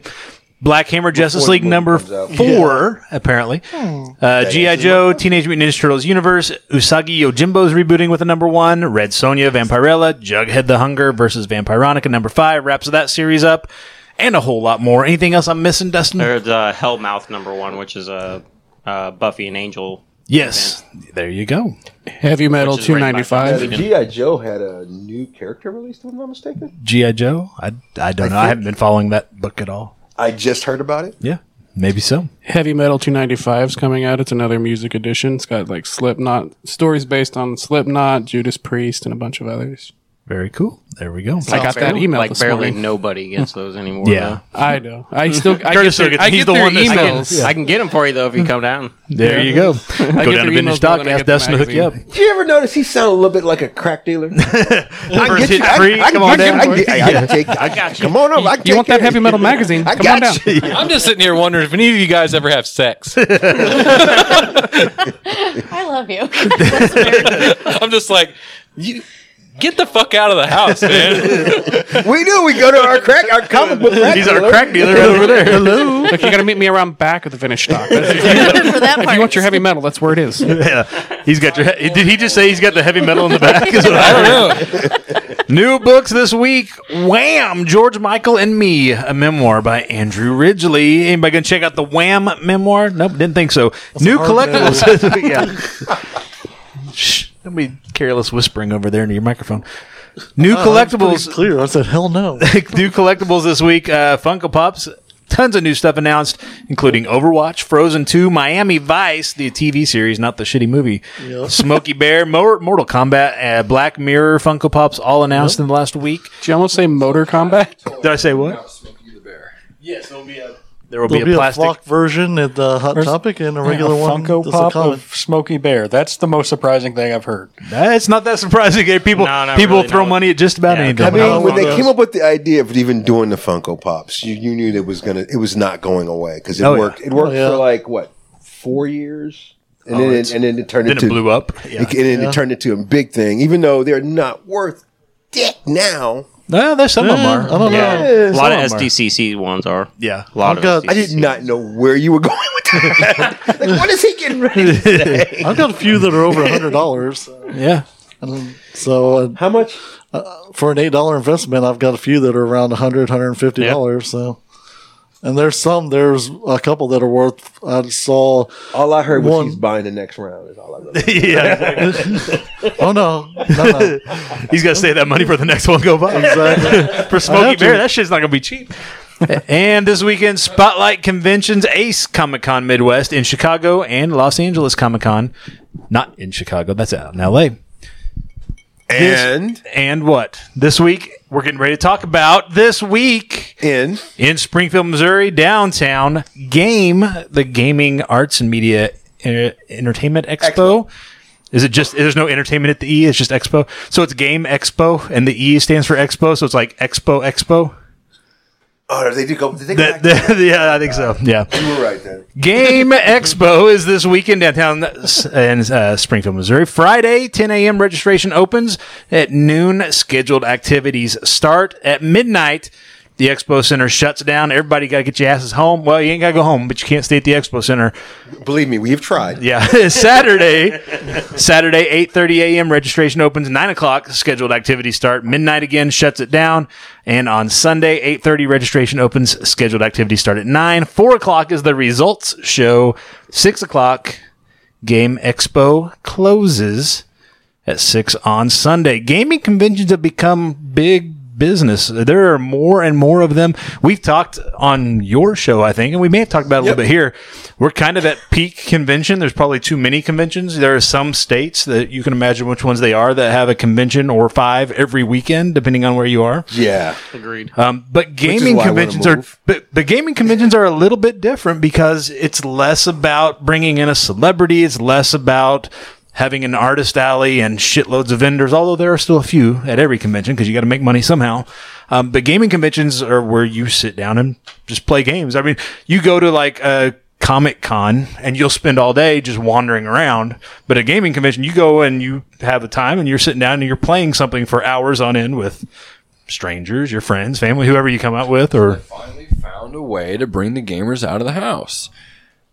[SPEAKER 1] Black Hammer Justice
[SPEAKER 17] the
[SPEAKER 1] League
[SPEAKER 17] movie
[SPEAKER 1] number
[SPEAKER 17] comes out.
[SPEAKER 1] four, apparently. Uh, G.I. Joe, Teenage Mutant Ninja Turtles Universe, Usagi Yojimbo's rebooting with a number one, Red Sonja, Vampirella, Jughead the Hunger versus Vampironica number five, wraps that series up, and a whole lot more. Anything else I'm missing, Dustin?
[SPEAKER 5] There's uh, Hellmouth number one, which is a uh, Buffy and Angel.
[SPEAKER 1] Yes. There you go.
[SPEAKER 3] Heavy metal
[SPEAKER 5] Which is right by 295.
[SPEAKER 10] the GI Joe had a new character released, if I'm not mistaken.
[SPEAKER 1] G.I. Joe? I,
[SPEAKER 10] I
[SPEAKER 1] I don't know. I
[SPEAKER 10] think-
[SPEAKER 1] haven't been following that book at all.
[SPEAKER 10] I just heard about it.
[SPEAKER 1] Yeah. Maybe so.
[SPEAKER 3] Heavy Metal 295 is coming out. It's another music edition. It's got like Slipknot stories based on Slipknot, Judas Priest, and a bunch of others.
[SPEAKER 1] Very cool. There we go.
[SPEAKER 3] I got that email.
[SPEAKER 5] Like
[SPEAKER 3] this
[SPEAKER 5] barely
[SPEAKER 3] morning.
[SPEAKER 5] nobody gets
[SPEAKER 1] <laughs>
[SPEAKER 5] those anymore.
[SPEAKER 1] Yeah.
[SPEAKER 3] I know.
[SPEAKER 5] <laughs>
[SPEAKER 3] I still. I
[SPEAKER 5] Curtis
[SPEAKER 3] get
[SPEAKER 5] still
[SPEAKER 3] their,
[SPEAKER 5] gets-
[SPEAKER 3] I
[SPEAKER 5] he's
[SPEAKER 3] get
[SPEAKER 5] the
[SPEAKER 3] their
[SPEAKER 5] one that- I can-
[SPEAKER 3] emails.
[SPEAKER 5] I can get them for you though if you come down.
[SPEAKER 1] <laughs> There you
[SPEAKER 5] <laughs>
[SPEAKER 1] go.
[SPEAKER 5] I
[SPEAKER 1] go
[SPEAKER 5] get
[SPEAKER 1] down to
[SPEAKER 5] their
[SPEAKER 1] Vintage
[SPEAKER 5] emails more
[SPEAKER 1] Doc,
[SPEAKER 5] than I
[SPEAKER 1] ask
[SPEAKER 5] get the
[SPEAKER 1] Dustin to hook you up.
[SPEAKER 10] Did you ever notice he sounded a little bit like a crack
[SPEAKER 1] <laughs>
[SPEAKER 10] dealer? I get you. I,
[SPEAKER 1] free,
[SPEAKER 10] I,
[SPEAKER 1] come
[SPEAKER 10] I,
[SPEAKER 1] on
[SPEAKER 10] get-
[SPEAKER 1] down.
[SPEAKER 10] I, get- I,
[SPEAKER 1] Yeah.
[SPEAKER 10] I, take, I got you. Come on up. I can take care of you. I got you.
[SPEAKER 1] <laughs>
[SPEAKER 11] I'm just sitting here wondering if any of you guys ever have sex.
[SPEAKER 7] <laughs> I love you.
[SPEAKER 11] I'm just like, you get the fuck out of the
[SPEAKER 1] <laughs>
[SPEAKER 11] house,
[SPEAKER 10] <laughs>
[SPEAKER 11] man.
[SPEAKER 10] we do. We go to our crack, our comic book crack dealer. <laughs>
[SPEAKER 3] Hello. Look, you got to meet me around back of the finished stock. if you want your heavy metal, that's where it is.
[SPEAKER 1] yeah, he's got your. He- Did he just say he's got the heavy metal in the back? Is what I heard. New books this week. Wham! George Michael and Me, a memoir by Andrew Ridgely. Anybody gonna check out the Wham memoir? Nope, didn't think so. New
[SPEAKER 17] hard
[SPEAKER 1] collectibles.
[SPEAKER 17] no.
[SPEAKER 1] this week, <laughs>
[SPEAKER 10] <laughs>
[SPEAKER 1] yeah. Shh! Don't be careless whispering over there into your microphone. New
[SPEAKER 9] Oh, that's pretty
[SPEAKER 1] collectibles.
[SPEAKER 9] Clear. I said, hell no.
[SPEAKER 1] <laughs> new collectibles this week. Uh, Funko Pops. Tons of new stuff announced, including Overwatch, Frozen 2, Miami Vice, the TV series, not the shitty movie,
[SPEAKER 10] <laughs>
[SPEAKER 1] Smokey Bear, Mor- Mortal Kombat, uh, Black Mirror, Funko Pops, all announced in the last week.
[SPEAKER 3] Did you almost say Motor Combat?
[SPEAKER 1] Did I say what?
[SPEAKER 17] Yes, there'll be a.
[SPEAKER 1] There will
[SPEAKER 9] There'll
[SPEAKER 1] be a plastic.
[SPEAKER 9] flock version at the Hot
[SPEAKER 4] There's-
[SPEAKER 9] Topic and a
[SPEAKER 4] yeah,
[SPEAKER 9] regular one.
[SPEAKER 4] Funko
[SPEAKER 9] that's a
[SPEAKER 4] Pop
[SPEAKER 9] common.
[SPEAKER 4] of Smokey Bear. That's the most surprising thing I've heard.
[SPEAKER 1] Nah, it's not that surprising. Hey, People,
[SPEAKER 4] No, not
[SPEAKER 1] people
[SPEAKER 4] really,
[SPEAKER 1] throw
[SPEAKER 4] no.
[SPEAKER 1] money at just about anything.
[SPEAKER 10] I mean, when they came up with the idea of even doing the Funko Pops, you, you knew that was gonna it was not going away because it
[SPEAKER 1] Oh, yeah.
[SPEAKER 10] worked. It worked
[SPEAKER 9] Oh, yeah.
[SPEAKER 10] for like what
[SPEAKER 2] <laughs>
[SPEAKER 10] four years, and
[SPEAKER 1] Oh,
[SPEAKER 10] then
[SPEAKER 1] it's-
[SPEAKER 10] it, and then it turned
[SPEAKER 1] then it
[SPEAKER 10] into
[SPEAKER 1] blew up. Yeah.
[SPEAKER 10] and then
[SPEAKER 1] Yeah.
[SPEAKER 10] it turned into a big thing. Even though they're not worth dick now.
[SPEAKER 1] No, there's some of them are.
[SPEAKER 10] I don't
[SPEAKER 5] Yeah.
[SPEAKER 10] know.
[SPEAKER 5] A lot of SDCC ones are.
[SPEAKER 1] Yeah.
[SPEAKER 5] A lot
[SPEAKER 10] I've
[SPEAKER 5] of
[SPEAKER 10] got, I
[SPEAKER 5] SDCC.
[SPEAKER 10] did not know where you were going with
[SPEAKER 1] <laughs>
[SPEAKER 10] that. like, what is he getting ready to say?
[SPEAKER 9] I've got a few that are over hundred dollars.
[SPEAKER 1] <laughs> yeah.
[SPEAKER 9] So uh,
[SPEAKER 10] how much
[SPEAKER 9] uh, for an eight dollar investment? I've got a few that are around 100 150 dollars. So, and there's some. There's a couple that are worth. I saw.
[SPEAKER 10] All I heard was
[SPEAKER 9] One-
[SPEAKER 10] he's buying the next round. Is all I
[SPEAKER 1] <laughs>
[SPEAKER 10] remember.
[SPEAKER 9] <laughs>
[SPEAKER 10] <laughs>
[SPEAKER 9] oh no, no, no.
[SPEAKER 1] He's got to save that money for the next one go by.
[SPEAKER 9] Exactly.
[SPEAKER 1] <laughs> for
[SPEAKER 9] I
[SPEAKER 1] Smokey
[SPEAKER 9] have to.
[SPEAKER 1] Bear, that shit's not going to be cheap. and this weekend, Spotlight Conventions, Ace Comic Con Midwest in Chicago and Los Angeles Comic Con. Not in Chicago, that's out in LA. This-
[SPEAKER 10] And
[SPEAKER 1] and what? This week, we're getting ready to talk about this week
[SPEAKER 10] in
[SPEAKER 1] in Springfield, Missouri, downtown Game, the Gaming Arts and Media uh, Entertainment Expo. Is it just there's no entertainment at the E? It's just Expo. So it's Game Expo, and the E stands for Expo. So it's like Expo Expo.
[SPEAKER 16] Oh, they do go. Did they go
[SPEAKER 1] That- that- <laughs> yeah, I think so. Yeah.
[SPEAKER 16] You were right then. <laughs>
[SPEAKER 1] Game Expo is this weekend downtown s- in uh, Springfield, Missouri. Friday, 10 a.m. Registration opens at noon. Scheduled activities start at midnight. The Expo Center shuts down. Everybody got to get your asses home. Well, you ain't got to go home, but you can't stay at the Expo Center.
[SPEAKER 16] Believe me, we've tried.
[SPEAKER 1] Yeah, <laughs> Saturday, Saturday, 8.30 a.m. Registration opens 9 o'clock. Scheduled activities start. Midnight again shuts it down. And on Sunday, 8.30, registration opens. Scheduled activities start at 9. 4 o'clock is the results show. 6 o'clock, Game Expo closes at 6 on Sunday. Gaming conventions have become big business. There are more and more of them. We've talked on your show, I think, and we may have talked about it a little bit here. We're kind of at peak convention. There's probably too many conventions. There are some states that you can imagine which ones they are that have a convention or five every weekend, depending on where you are.
[SPEAKER 10] Yeah.
[SPEAKER 5] Agreed.
[SPEAKER 1] Um, but
[SPEAKER 10] is
[SPEAKER 1] gaming
[SPEAKER 10] why I wanna
[SPEAKER 1] conventions are
[SPEAKER 10] move.
[SPEAKER 1] but, but gaming conventions are a little bit different because it's less about bringing in a celebrity. It's less about having an artist alley and shitloads of vendors. Although there are still a few at every convention because you got to make money somehow. Um, but gaming conventions are where you sit down and just play games. I mean, you go to like a Comic Con and you'll spend all day just wandering around. But a gaming convention, you go and you have a time and you're sitting down and you're playing something for hours on end with strangers, your friends, family, whoever you come out with, or
[SPEAKER 2] Found a way to bring the gamers out of the house.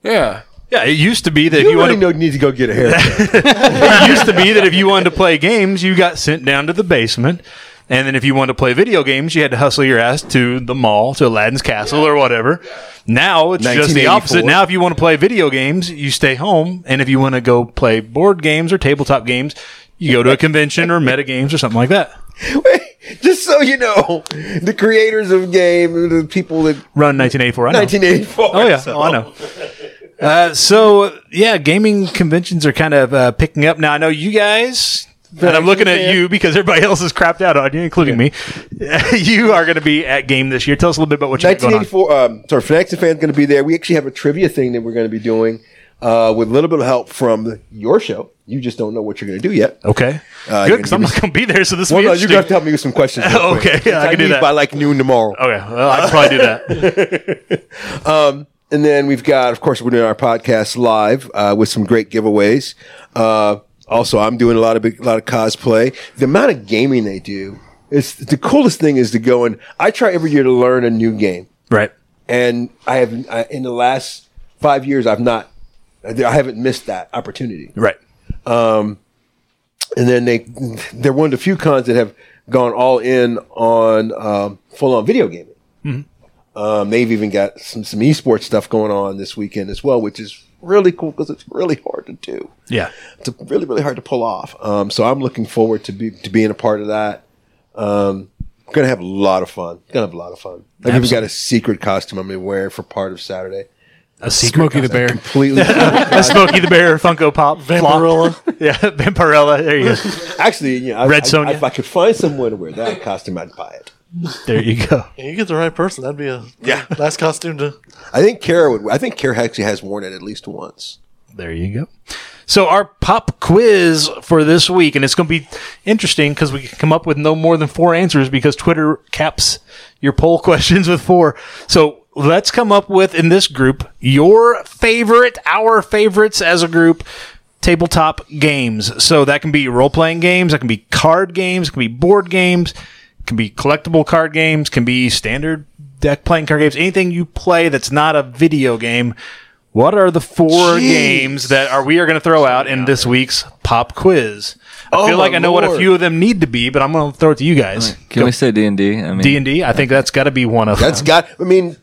[SPEAKER 2] Yeah.
[SPEAKER 1] Yeah, it used to be that you,
[SPEAKER 2] really
[SPEAKER 1] wanted
[SPEAKER 10] to need to go get a haircut.
[SPEAKER 1] <laughs> it used to be that if you wanted to play games, you got sent down to the basement. And then if you wanted to play video games, you had to hustle your ass to the mall, to Aladdin's Castle or whatever. Now it's just the opposite.
[SPEAKER 10] 1984.
[SPEAKER 1] Now if you want to play video games, you stay home. And if you want to go play board games or tabletop games, you go to a convention or metagames or something like that.
[SPEAKER 10] Just so you know, <laughs> the creators of game, the people that
[SPEAKER 1] Run 1984. I know.
[SPEAKER 10] 1984.
[SPEAKER 1] Oh yeah,
[SPEAKER 10] so-
[SPEAKER 1] oh, I know. Uh, so yeah, gaming conventions are kind of uh, picking up now. I know you guys, and I'm looking at you because everybody else is crapped out on you, including me. <laughs> you are going to be at game this year. Tell us a little bit about what you got going on.
[SPEAKER 10] 1984. Um, sorry, Fanatics and fans going to be there. We actually have a trivia thing that we're going to be doing uh, with a little bit of help from your show. You just don't know what you're going to do yet.
[SPEAKER 1] Okay,
[SPEAKER 10] Uh,
[SPEAKER 1] good
[SPEAKER 10] you're
[SPEAKER 1] because
[SPEAKER 10] gonna
[SPEAKER 1] I'm
[SPEAKER 10] be-
[SPEAKER 1] not going to be there, so this will
[SPEAKER 10] well,
[SPEAKER 1] be
[SPEAKER 10] no, you're going to
[SPEAKER 1] interesting.
[SPEAKER 10] have to help me with some questions.
[SPEAKER 1] <laughs>
[SPEAKER 10] real
[SPEAKER 1] Oh,
[SPEAKER 10] quick.
[SPEAKER 1] okay. Yeah, I can do
[SPEAKER 10] leave
[SPEAKER 1] that.
[SPEAKER 10] by
[SPEAKER 1] <laughs>
[SPEAKER 10] like noon tomorrow.
[SPEAKER 1] Okay, well, I can probably do that.
[SPEAKER 10] <laughs> Um, and then we've got, of course, we're doing our podcast live uh, with some great giveaways. Uh, also, I'm doing a lot of big, a lot of cosplay. The amount of gaming they do is the coolest thing. Is to go and I try every year to learn a new game.
[SPEAKER 1] Right.
[SPEAKER 10] And I have I, in the last five years, I've not, I haven't missed that opportunity.
[SPEAKER 1] Right.
[SPEAKER 10] Um, and then they they're one of the few cons that have gone all in on um, full on video gaming.
[SPEAKER 1] Mm-hmm.
[SPEAKER 10] Um, they've even got some some esports stuff going on this weekend as well, which is really cool because it's really hard to do.
[SPEAKER 1] Yeah.
[SPEAKER 10] It's really really hard to pull off. Um, so I'm looking forward to be to being a part of that. Um, gonna have a lot of fun. Gonna have a lot of fun. I've even got a secret costume I'm gonna wear for part of Saturday.
[SPEAKER 1] A secret Smokey the Bear. <laughs>
[SPEAKER 10] completely. <laughs>
[SPEAKER 1] a Smokey the Bear Funko Pop. Vampirella. <laughs> yeah, Vampirella. There you go.
[SPEAKER 10] <laughs> Actually, you know, I-
[SPEAKER 1] Red
[SPEAKER 10] I-
[SPEAKER 1] Sonja.
[SPEAKER 10] If I could find someone to wear that costume, I'd buy it.
[SPEAKER 1] There you go.
[SPEAKER 9] Yeah, you get the right person. That'd be a yeah. nice costume to.
[SPEAKER 10] I think Kara would. I think Kara actually has worn it at least once.
[SPEAKER 1] There you go. So our pop quiz for this week, and it's going to be interesting because we can come up with no more than four answers because Twitter caps your poll <laughs> questions with four. So let's come up with in this group your favorite, our favorites as a group tabletop games. So that can be role playing games, that can be card games, it can be board games, it can be collectible card games, can be standard deck playing card games, anything you play that's not a video game. What are the four games that are we are going to throw out in this week's pop quiz? I
[SPEAKER 6] Oh,
[SPEAKER 1] feel like
[SPEAKER 6] my
[SPEAKER 1] I know what a
[SPEAKER 6] lord.
[SPEAKER 1] few of them need to be, but I'm going to throw it to you guys.
[SPEAKER 6] Can we say D and D? I mean,
[SPEAKER 1] D and D. I think that's got to be one of
[SPEAKER 10] That's
[SPEAKER 1] them.
[SPEAKER 10] got. I mean,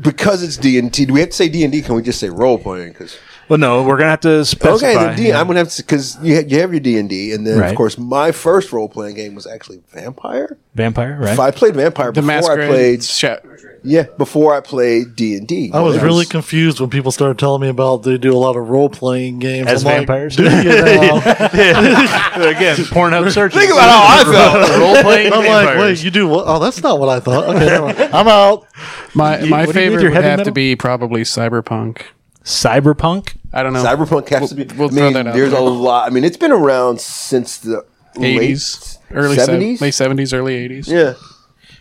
[SPEAKER 10] because it's D and T. Do we have to say D and D? Can we just say role playing? Because
[SPEAKER 1] well, no, we're going to have to specify.
[SPEAKER 10] okay, then D.
[SPEAKER 1] yeah.
[SPEAKER 10] am gonna have to because you, ha- you have your D and D, and then
[SPEAKER 1] Right.
[SPEAKER 10] of course my first role playing game was actually Vampire.
[SPEAKER 1] Vampire, right?
[SPEAKER 10] If I played Vampire
[SPEAKER 3] The
[SPEAKER 10] before I
[SPEAKER 3] Masquerade
[SPEAKER 10] played. Yeah, before I played D and D.
[SPEAKER 9] I was really confused when people started telling me about they do a lot of role playing games
[SPEAKER 1] As
[SPEAKER 9] I'm like,
[SPEAKER 1] vampires?
[SPEAKER 9] do
[SPEAKER 1] <laughs>
[SPEAKER 9] you now?
[SPEAKER 1] Yeah. Again, Pornhub searches.
[SPEAKER 9] Think
[SPEAKER 10] about how I
[SPEAKER 1] <laughs>
[SPEAKER 9] felt.
[SPEAKER 1] Role playing
[SPEAKER 9] I'm like,
[SPEAKER 1] vampires.
[SPEAKER 9] wait, you do what? Oh, that's not what I thought. Okay, never mind. I'm out.
[SPEAKER 3] My
[SPEAKER 9] You-
[SPEAKER 3] my
[SPEAKER 9] what do you need,
[SPEAKER 3] favorite
[SPEAKER 9] your
[SPEAKER 3] would
[SPEAKER 9] heavy
[SPEAKER 3] have to
[SPEAKER 9] metal?
[SPEAKER 3] be probably Cyberpunk.
[SPEAKER 1] Cyberpunk.
[SPEAKER 3] I don't know.
[SPEAKER 10] Cyberpunk has to be. I mean,
[SPEAKER 3] throw that out
[SPEAKER 10] there's
[SPEAKER 3] there.
[SPEAKER 10] a lot. I mean, it's been around since the
[SPEAKER 3] 80s,
[SPEAKER 10] late
[SPEAKER 3] early 70s,
[SPEAKER 10] 70s.
[SPEAKER 3] late 70s, early 80s.
[SPEAKER 10] Yeah.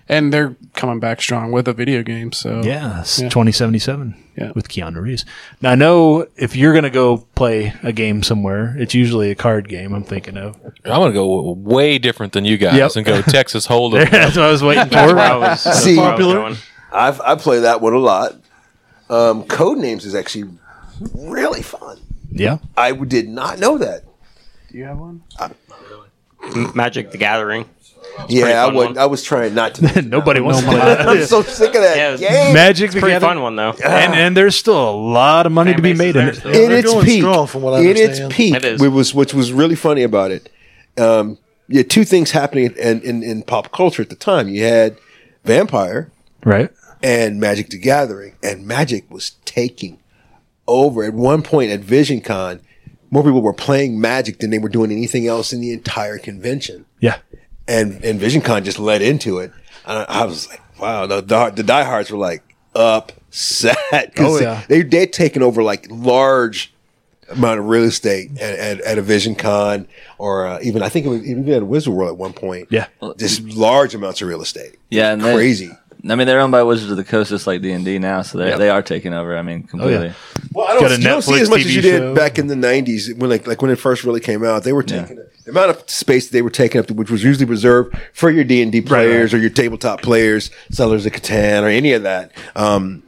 [SPEAKER 3] and they're coming back strong with a video game. So
[SPEAKER 1] Oh, Yeah, it's
[SPEAKER 3] yeah.
[SPEAKER 1] 2077 with Keanu Reeves. Now, I know if you're going to go play a game somewhere, it's usually a card game I'm thinking of.
[SPEAKER 11] I'm gonna go way different than you guys
[SPEAKER 1] Yep.
[SPEAKER 11] and go Texas Hold'em.
[SPEAKER 1] <laughs> That's what I was waiting for.
[SPEAKER 10] See, I've I play that one a lot. Um, Code Names is actually really fun.
[SPEAKER 1] Yeah.
[SPEAKER 10] I did not know that.
[SPEAKER 3] Do you have one?
[SPEAKER 5] M- Magic the Gathering. It's a pretty
[SPEAKER 10] yeah, I
[SPEAKER 5] fun
[SPEAKER 10] would.
[SPEAKER 5] one.
[SPEAKER 10] I was trying not
[SPEAKER 1] <laughs>
[SPEAKER 10] to.
[SPEAKER 1] Nobody wants to play that.
[SPEAKER 10] <laughs> I'm so sick of that
[SPEAKER 5] Yeah, it's-
[SPEAKER 10] game.
[SPEAKER 1] Magic
[SPEAKER 5] It's
[SPEAKER 1] the
[SPEAKER 5] a pretty
[SPEAKER 1] Gathering.
[SPEAKER 5] fun one though.
[SPEAKER 1] And, and there's still a lot of money to be made in it.
[SPEAKER 10] in its peak, in its peak, it is. was which was really funny about it. Um, you had two things happening in, in, in pop culture at the time. You had vampire
[SPEAKER 1] Right?
[SPEAKER 10] and Magic the Gathering, and Magic was taking over. At one point at VisionCon, more people were playing Magic than they were doing anything else in the entire convention.
[SPEAKER 1] Yeah.
[SPEAKER 10] and and VisionCon just led into it. And I, I was like, wow, the, the, the diehards were like upset. <laughs> 'Cause
[SPEAKER 1] Oh, yeah.
[SPEAKER 10] They, they'd taken over like large amount of real estate at, at, at a VisionCon or uh, even, I think it was even at Wizard World at one point.
[SPEAKER 1] Yeah.
[SPEAKER 10] Just large amounts of real estate.
[SPEAKER 6] Yeah, and they-
[SPEAKER 10] Crazy.
[SPEAKER 6] I mean, they're owned by Wizards of the Coast, just like D and D now, so they
[SPEAKER 10] Yeah.
[SPEAKER 6] they are taking over. I mean,
[SPEAKER 10] Oh,
[SPEAKER 6] completely.
[SPEAKER 10] yeah. Well,
[SPEAKER 6] Got
[SPEAKER 10] I
[SPEAKER 6] a
[SPEAKER 10] don't, you don't see
[SPEAKER 6] Netflix
[SPEAKER 10] as much as
[SPEAKER 6] TV
[SPEAKER 10] you did
[SPEAKER 6] show.
[SPEAKER 10] back in the '90s when, like, like when it first really came out. They were taking the amount of space that they were taking up, which was usually reserved for your D and D players or your tabletop players, sellers of Catan or any of that. Um,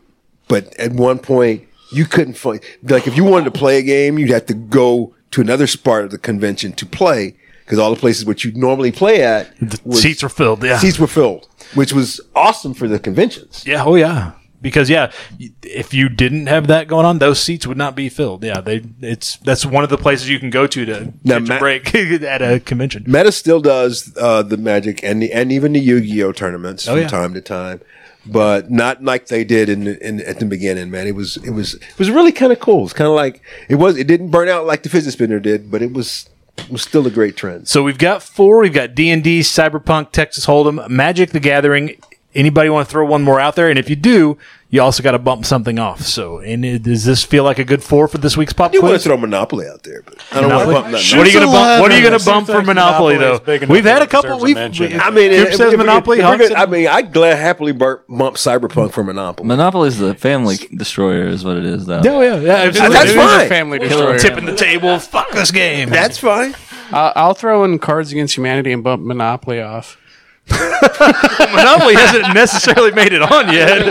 [SPEAKER 10] but at one point, you couldn't find like if you wanted to play a game, you'd have to go to another part of the convention to play because all the places which you normally play at was-
[SPEAKER 1] seats were filled, yeah.
[SPEAKER 10] seats were filled, which was awesome for the conventions.
[SPEAKER 1] Yeah. Oh, yeah. Because yeah, y- if you didn't have that going on, those seats would not be filled. Yeah, they. It's that's one of the places you can go to to
[SPEAKER 10] Now,
[SPEAKER 1] catch a
[SPEAKER 10] Ma-
[SPEAKER 1] break <laughs> at a convention.
[SPEAKER 10] Meta still does uh, the Magic and the, and even the Yu Gi Oh tournaments
[SPEAKER 1] Oh,
[SPEAKER 10] from
[SPEAKER 1] yeah.
[SPEAKER 10] time to time, but not like they did in, in at the beginning. Man, it was it was it was really kind of cool. It's kind of like it was it didn't burn out like the fidget spinner did, but it was it was still a great trend.
[SPEAKER 1] So we've got four. We've got D and D, Cyberpunk, Texas Hold'em, Magic the Gathering. Anybody want to throw one more out there? And if you do, you also got to bump something off. So, and it, does this feel like a good four for this week's pop
[SPEAKER 10] You want
[SPEAKER 1] quiz?
[SPEAKER 10] to throw Monopoly out there, but I don't want to
[SPEAKER 1] Monopoly?
[SPEAKER 10] bump that.
[SPEAKER 1] What are you going to bump? What are you going
[SPEAKER 10] Seems
[SPEAKER 1] to bump for
[SPEAKER 10] like
[SPEAKER 1] Monopoly,
[SPEAKER 10] Monopoly is big
[SPEAKER 1] though?
[SPEAKER 10] enough
[SPEAKER 1] We've
[SPEAKER 10] that
[SPEAKER 1] had a
[SPEAKER 10] it
[SPEAKER 1] couple.
[SPEAKER 10] deserves a
[SPEAKER 1] We've,
[SPEAKER 10] mention.
[SPEAKER 1] we-
[SPEAKER 10] I mean,
[SPEAKER 1] Coop
[SPEAKER 10] if- if
[SPEAKER 1] says
[SPEAKER 10] we could-
[SPEAKER 1] Monopoly.
[SPEAKER 10] if we
[SPEAKER 1] Hawk
[SPEAKER 10] could-
[SPEAKER 1] said-
[SPEAKER 10] I mean, I'd glad happily bur- bump Cyberpunk for Monopoly.
[SPEAKER 6] Monopoly is the family destroyer, is what it is, though.
[SPEAKER 1] No, yeah, yeah, absolutely.
[SPEAKER 10] That's fine.
[SPEAKER 6] destroyer.
[SPEAKER 1] Tipping the table. Fuck this game.
[SPEAKER 10] That's fine.
[SPEAKER 3] I'll, I'll throw in Cards Against Humanity and bump Monopoly off.
[SPEAKER 1] <laughs> Monopoly hasn't necessarily made it
[SPEAKER 10] <laughs>
[SPEAKER 1] on yet. <laughs>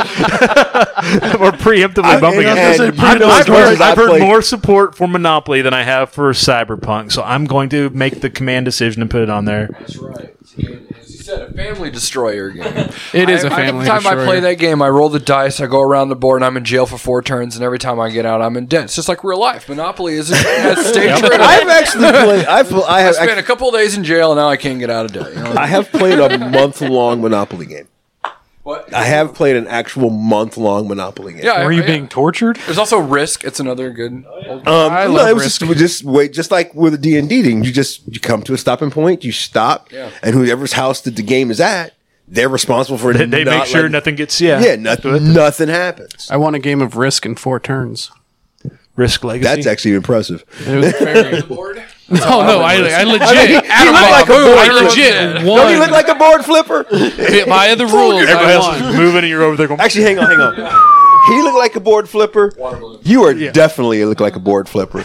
[SPEAKER 1] We're preemptively
[SPEAKER 3] I-
[SPEAKER 1] bumping it.
[SPEAKER 3] and I was gonna
[SPEAKER 1] I've,
[SPEAKER 3] say, you know, as much
[SPEAKER 1] heard,
[SPEAKER 3] as I
[SPEAKER 1] I've heard
[SPEAKER 3] played-
[SPEAKER 1] more support for Monopoly than I have for Cyberpunk, so I'm going to make the command decision and put it on there.
[SPEAKER 2] Family destroyer game.
[SPEAKER 3] <laughs> It is
[SPEAKER 2] I-
[SPEAKER 3] a
[SPEAKER 2] Every
[SPEAKER 3] family
[SPEAKER 2] time I
[SPEAKER 3] destroyer.
[SPEAKER 2] play that game, I roll the dice, I go around the board, and I'm in jail for four turns. And every time I get out, I'm in debt. It's just like real life. Monopoly is a has state credit.
[SPEAKER 10] I've actually played. I've, I
[SPEAKER 2] I
[SPEAKER 10] have.
[SPEAKER 2] spent a couple of days in jail, and now I can't get out of debt. You know?
[SPEAKER 10] <laughs> I have played a month long Monopoly game.
[SPEAKER 2] What?
[SPEAKER 10] I have played an actual month long Monopoly game.
[SPEAKER 2] Yeah, Were you yeah. being
[SPEAKER 10] tortured?
[SPEAKER 2] There's also Risk. It's another good. Old
[SPEAKER 10] Um, no, it was just, we just wait, just like with the D and D thing. You just you come to a stopping point, you stop,
[SPEAKER 2] Yeah.
[SPEAKER 10] and whoever's house that the game is at, they're responsible for it.
[SPEAKER 1] They- they
[SPEAKER 10] not
[SPEAKER 1] make sure
[SPEAKER 10] letting-
[SPEAKER 1] nothing gets- yeah.
[SPEAKER 10] yeah, nothing, nothing happens.
[SPEAKER 3] I want a game of Risk in four turns.
[SPEAKER 1] Risk Legacy.
[SPEAKER 10] That's actually impressive. <laughs>
[SPEAKER 3] no, no, I, I legit.
[SPEAKER 10] I mean, he
[SPEAKER 3] Adam
[SPEAKER 10] looked like a
[SPEAKER 3] Boone,
[SPEAKER 10] board
[SPEAKER 3] I
[SPEAKER 10] flipper.
[SPEAKER 3] legit
[SPEAKER 10] Don't he
[SPEAKER 3] won.
[SPEAKER 10] look like a board flipper?
[SPEAKER 3] By the rules, I
[SPEAKER 10] Everybody else
[SPEAKER 3] won.
[SPEAKER 10] is
[SPEAKER 1] moving and you're over there going.
[SPEAKER 10] Actually, hang on, hang on. He looked like a board flipper. You are definitely look like a board flipper.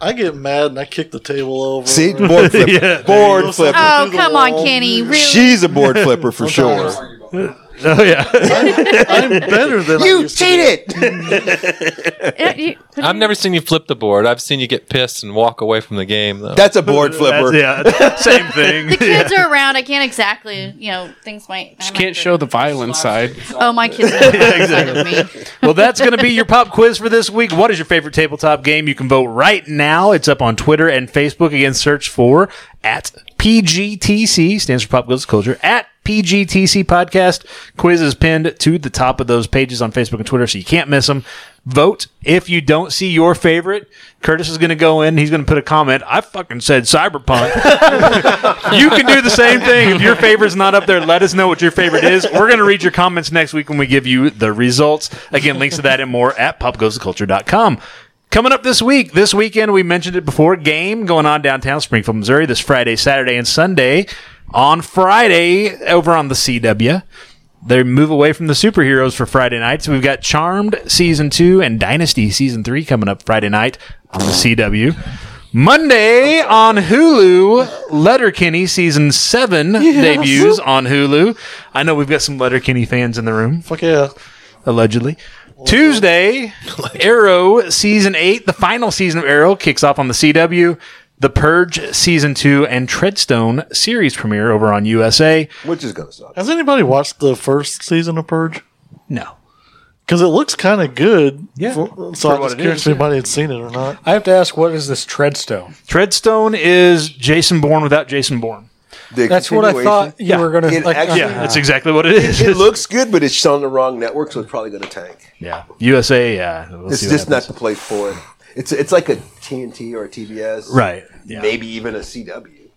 [SPEAKER 9] I get mad and I kick the table over. <laughs>
[SPEAKER 10] See, board flipper, board flipper.
[SPEAKER 7] Oh, come on, Kenny. Really?
[SPEAKER 10] She's a board flipper for sure.
[SPEAKER 1] Oh yeah,
[SPEAKER 4] <laughs>
[SPEAKER 9] I'm better than
[SPEAKER 10] you cheated.
[SPEAKER 9] <laughs>
[SPEAKER 7] Eh, you-
[SPEAKER 11] I've never seen you flip the board. I've seen you get pissed and walk away from the game. Though
[SPEAKER 10] That's a board flipper. <laughs>
[SPEAKER 1] yeah, same thing.
[SPEAKER 7] <laughs> the kids are around. I can't exactly, you know, things might. I
[SPEAKER 3] Just
[SPEAKER 7] might
[SPEAKER 3] can't show the violent side.
[SPEAKER 7] Oh, my kids.
[SPEAKER 1] <laughs>
[SPEAKER 7] Are
[SPEAKER 1] well, that's going to be your pop quiz for this week. What is your favorite tabletop game? You can vote right now. It's up on Twitter and Facebook. Again, search for at PGTC, stands for Pop Quiz Culture, at PGTC Podcast. Quiz is pinned to the top of those pages on Facebook and Twitter, so you can't miss them. Vote if you don't see your favorite. Curtis is going to go in. He's going to put a comment. I fucking said Cyberpunk. you can do the same thing. If your favorite's not up there, let us know what your favorite is. We're going to read your comments next week when we give you the results. Again, links to that and more at popgoestheculture.com. Coming up this week, this weekend, we mentioned it before, game going on downtown Springfield, Missouri this Friday, Saturday, and Sunday. On Friday, over on the CW, They move away from the superheroes for Friday night. So we've got Charmed season two and Dynasty season three coming up Friday night on the CW. Monday on Hulu, Letterkenny season seven debuts on Hulu. I know we've got some Letterkenny fans in the room. Fuck yeah. Allegedly. <laughs> Tuesday, Arrow season eight, the final season of Arrow kicks off on the CW. The Purge season two and Treadstone series premiere over on USA.
[SPEAKER 10] Which is gonna suck.
[SPEAKER 9] Has anybody watched the first season of Purge?
[SPEAKER 1] No.
[SPEAKER 9] Because it looks kind of good.
[SPEAKER 1] Yeah.
[SPEAKER 9] so
[SPEAKER 1] For
[SPEAKER 9] I
[SPEAKER 1] what
[SPEAKER 9] was
[SPEAKER 1] it
[SPEAKER 9] curious
[SPEAKER 1] is,
[SPEAKER 9] if anybody had seen it or not.
[SPEAKER 4] I have to ask, what is this treadstone?
[SPEAKER 1] Treadstone is Jason Bourne without Jason Bourne.
[SPEAKER 4] That's what I thought you were gonna.
[SPEAKER 10] It
[SPEAKER 4] like, uh,
[SPEAKER 10] actually-
[SPEAKER 1] yeah, that's exactly what it
[SPEAKER 10] <laughs>
[SPEAKER 1] is.
[SPEAKER 10] It looks good, but it's on the wrong network, so it's probably gonna tank.
[SPEAKER 1] Yeah. USA, yeah. We'll
[SPEAKER 10] it's
[SPEAKER 1] see what
[SPEAKER 10] just
[SPEAKER 1] happens.
[SPEAKER 10] not the place for it. It's it's like a TNT or a TBS,
[SPEAKER 1] Right, yeah.
[SPEAKER 10] Maybe even a CW,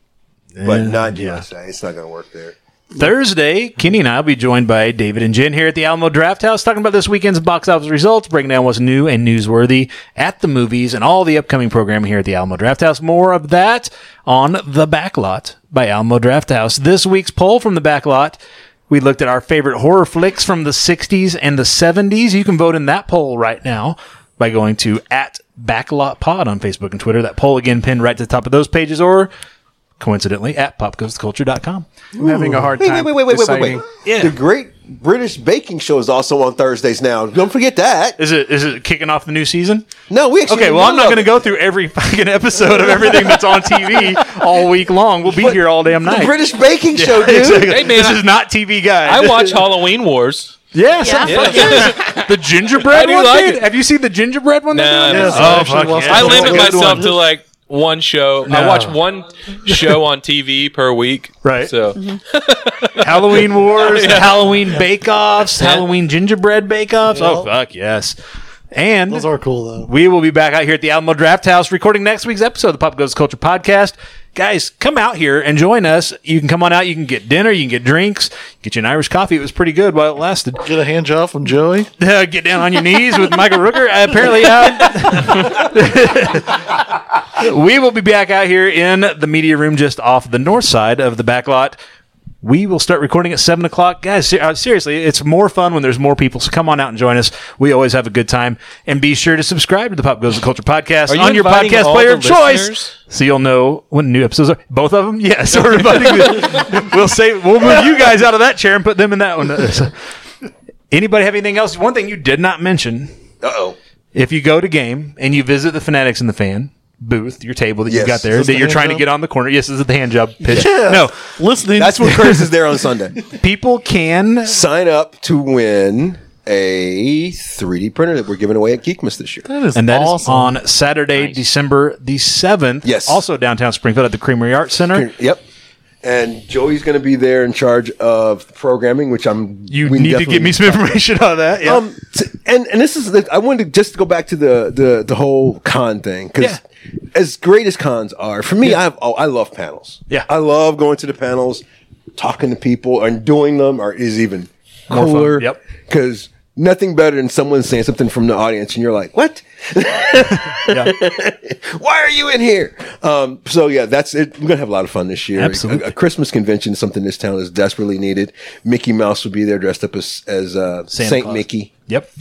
[SPEAKER 10] but
[SPEAKER 1] Yeah,
[SPEAKER 10] not
[SPEAKER 1] yeah.
[SPEAKER 10] USA. It's not gonna work there.
[SPEAKER 1] Thursday, Kenny and I will be joined by David and Jen here at the Alamo Draft House, talking about this weekend's box office results, breaking down what's new and newsworthy at the movies, and all the upcoming programming here at the Alamo Draft House. More of that on the Backlot by Alamo Draft House. This week's poll from the Backlot. We looked at our favorite horror flicks from the 60s and the 70s. You can vote in that poll right now by going to at Backlot Pod on Facebook and Twitter. That poll again pinned right to the top of those pages or coincidentally at popcoastculture.com.
[SPEAKER 3] I'm having a hard
[SPEAKER 10] Wait,
[SPEAKER 3] time.
[SPEAKER 10] wait, wait, wait, wait, wait, wait.
[SPEAKER 3] deciding.
[SPEAKER 10] The Great British Baking Show is also on Thursdays now. Don't forget that.
[SPEAKER 1] Is it is it kicking off the new season?
[SPEAKER 10] No, we actually
[SPEAKER 1] Okay, well, I'm not going to
[SPEAKER 10] to
[SPEAKER 1] go through every <laughs> fucking episode of everything that's on TV all week long. We'll be here all damn night.
[SPEAKER 10] British Baking
[SPEAKER 1] Yeah,
[SPEAKER 10] Show, dude.
[SPEAKER 1] exactly.
[SPEAKER 11] Hey, man,
[SPEAKER 1] this
[SPEAKER 11] I-
[SPEAKER 1] is not TV guy. <laughs>
[SPEAKER 11] I watch Halloween Wars.
[SPEAKER 1] Yes,
[SPEAKER 11] Yeah.
[SPEAKER 1] I fucking- the gingerbread
[SPEAKER 11] I do
[SPEAKER 1] one.
[SPEAKER 11] like
[SPEAKER 1] dude?
[SPEAKER 11] it.
[SPEAKER 1] Have you seen the gingerbread one?
[SPEAKER 11] Nah,
[SPEAKER 1] they're doing?
[SPEAKER 11] I haven't seen it.
[SPEAKER 1] Oh,
[SPEAKER 11] Actually
[SPEAKER 1] fuck
[SPEAKER 11] I
[SPEAKER 1] yeah.
[SPEAKER 11] limit
[SPEAKER 1] Good
[SPEAKER 11] myself
[SPEAKER 1] one.
[SPEAKER 11] to like one show. I
[SPEAKER 1] No.
[SPEAKER 11] watch one show on TV per week.
[SPEAKER 1] Right. Mm-hmm.
[SPEAKER 11] So
[SPEAKER 1] <laughs> Halloween Wars,
[SPEAKER 11] Yeah.
[SPEAKER 1] Halloween Bake Offs, Halloween Gingerbread Bake Offs. Oh fuck yes! And those
[SPEAKER 9] are cool though.
[SPEAKER 1] We will be back out here at the Alamo Draft House recording next week's episode of the Pop Goes the Culture podcast. Guys, come out here and join us. You can come on out. You can get dinner. You can get drinks. Get you an Irish coffee. It was pretty good while it lasted.
[SPEAKER 9] Get a hand job from Joey.
[SPEAKER 1] <laughs> <laughs> get down on your knees with Michael Rooker. Uh, apparently, uh, we will be back out here in the media room just off the north side of the back lot. We will start recording at 7 o'clock. Guys, ser- uh, seriously, it's more fun when there's more people. So come on out and join us. We always have a good time. And be sure to subscribe to the Pop Goes the Culture podcast
[SPEAKER 11] Are you
[SPEAKER 1] on your
[SPEAKER 11] inviting
[SPEAKER 1] podcast
[SPEAKER 11] all
[SPEAKER 1] player
[SPEAKER 11] the
[SPEAKER 1] of choice.
[SPEAKER 11] listeners?
[SPEAKER 1] So you'll know when new episodes are. Both of them? <laughs> Yes. <laughs> we're inviting the- we'll, save, we'll move you guys out of that chair and put them in that one. Anybody have anything else? One thing you did not mention
[SPEAKER 10] Uh oh.
[SPEAKER 1] if you go to game and you visit the Fanatics and the Fan booth, your table that
[SPEAKER 10] Yes.
[SPEAKER 1] you've got there
[SPEAKER 10] Is this
[SPEAKER 1] that
[SPEAKER 10] the
[SPEAKER 1] you're
[SPEAKER 10] hand
[SPEAKER 1] trying
[SPEAKER 10] job?
[SPEAKER 1] to get on the corner. Yes, this is the hand job pitch.
[SPEAKER 10] Yeah.
[SPEAKER 1] No,
[SPEAKER 9] listening.
[SPEAKER 10] That's when Curtis is there on <laughs> Sunday.
[SPEAKER 1] People can
[SPEAKER 10] sign up to win a 3D printer that we're giving away at Geekmas this year.
[SPEAKER 1] and that is on Saturday, December the seventh. Yes, also downtown Springfield at the Creamery Arts Center.
[SPEAKER 10] Yep. And Joey's going to be there in charge of programming, which I'm.
[SPEAKER 1] You
[SPEAKER 10] we
[SPEAKER 1] need to
[SPEAKER 10] definitely
[SPEAKER 1] give me some
[SPEAKER 10] talk about.
[SPEAKER 1] information on that. Yeah.
[SPEAKER 10] Um, t- and and this is the, I wanted to just go back to the the the whole con thing because as great as cons are for me, I've oh, I love panels.
[SPEAKER 1] Yeah,
[SPEAKER 10] I love going to the panels, talking to people, and doing them are is even
[SPEAKER 1] More fun.
[SPEAKER 10] cooler.
[SPEAKER 1] Yep.
[SPEAKER 10] because nothing better than someone saying something from the audience, and you're like, what? Why are you in here? Um, so yeah, that's it. We're gonna have a lot of fun this year.
[SPEAKER 1] Absolutely.
[SPEAKER 10] A, a Christmas convention is something this town is desperately needed. Mickey Mouse will be there dressed up as as uh,
[SPEAKER 1] Santa
[SPEAKER 10] Saint
[SPEAKER 1] Claus.
[SPEAKER 10] Mickey.
[SPEAKER 1] Yep.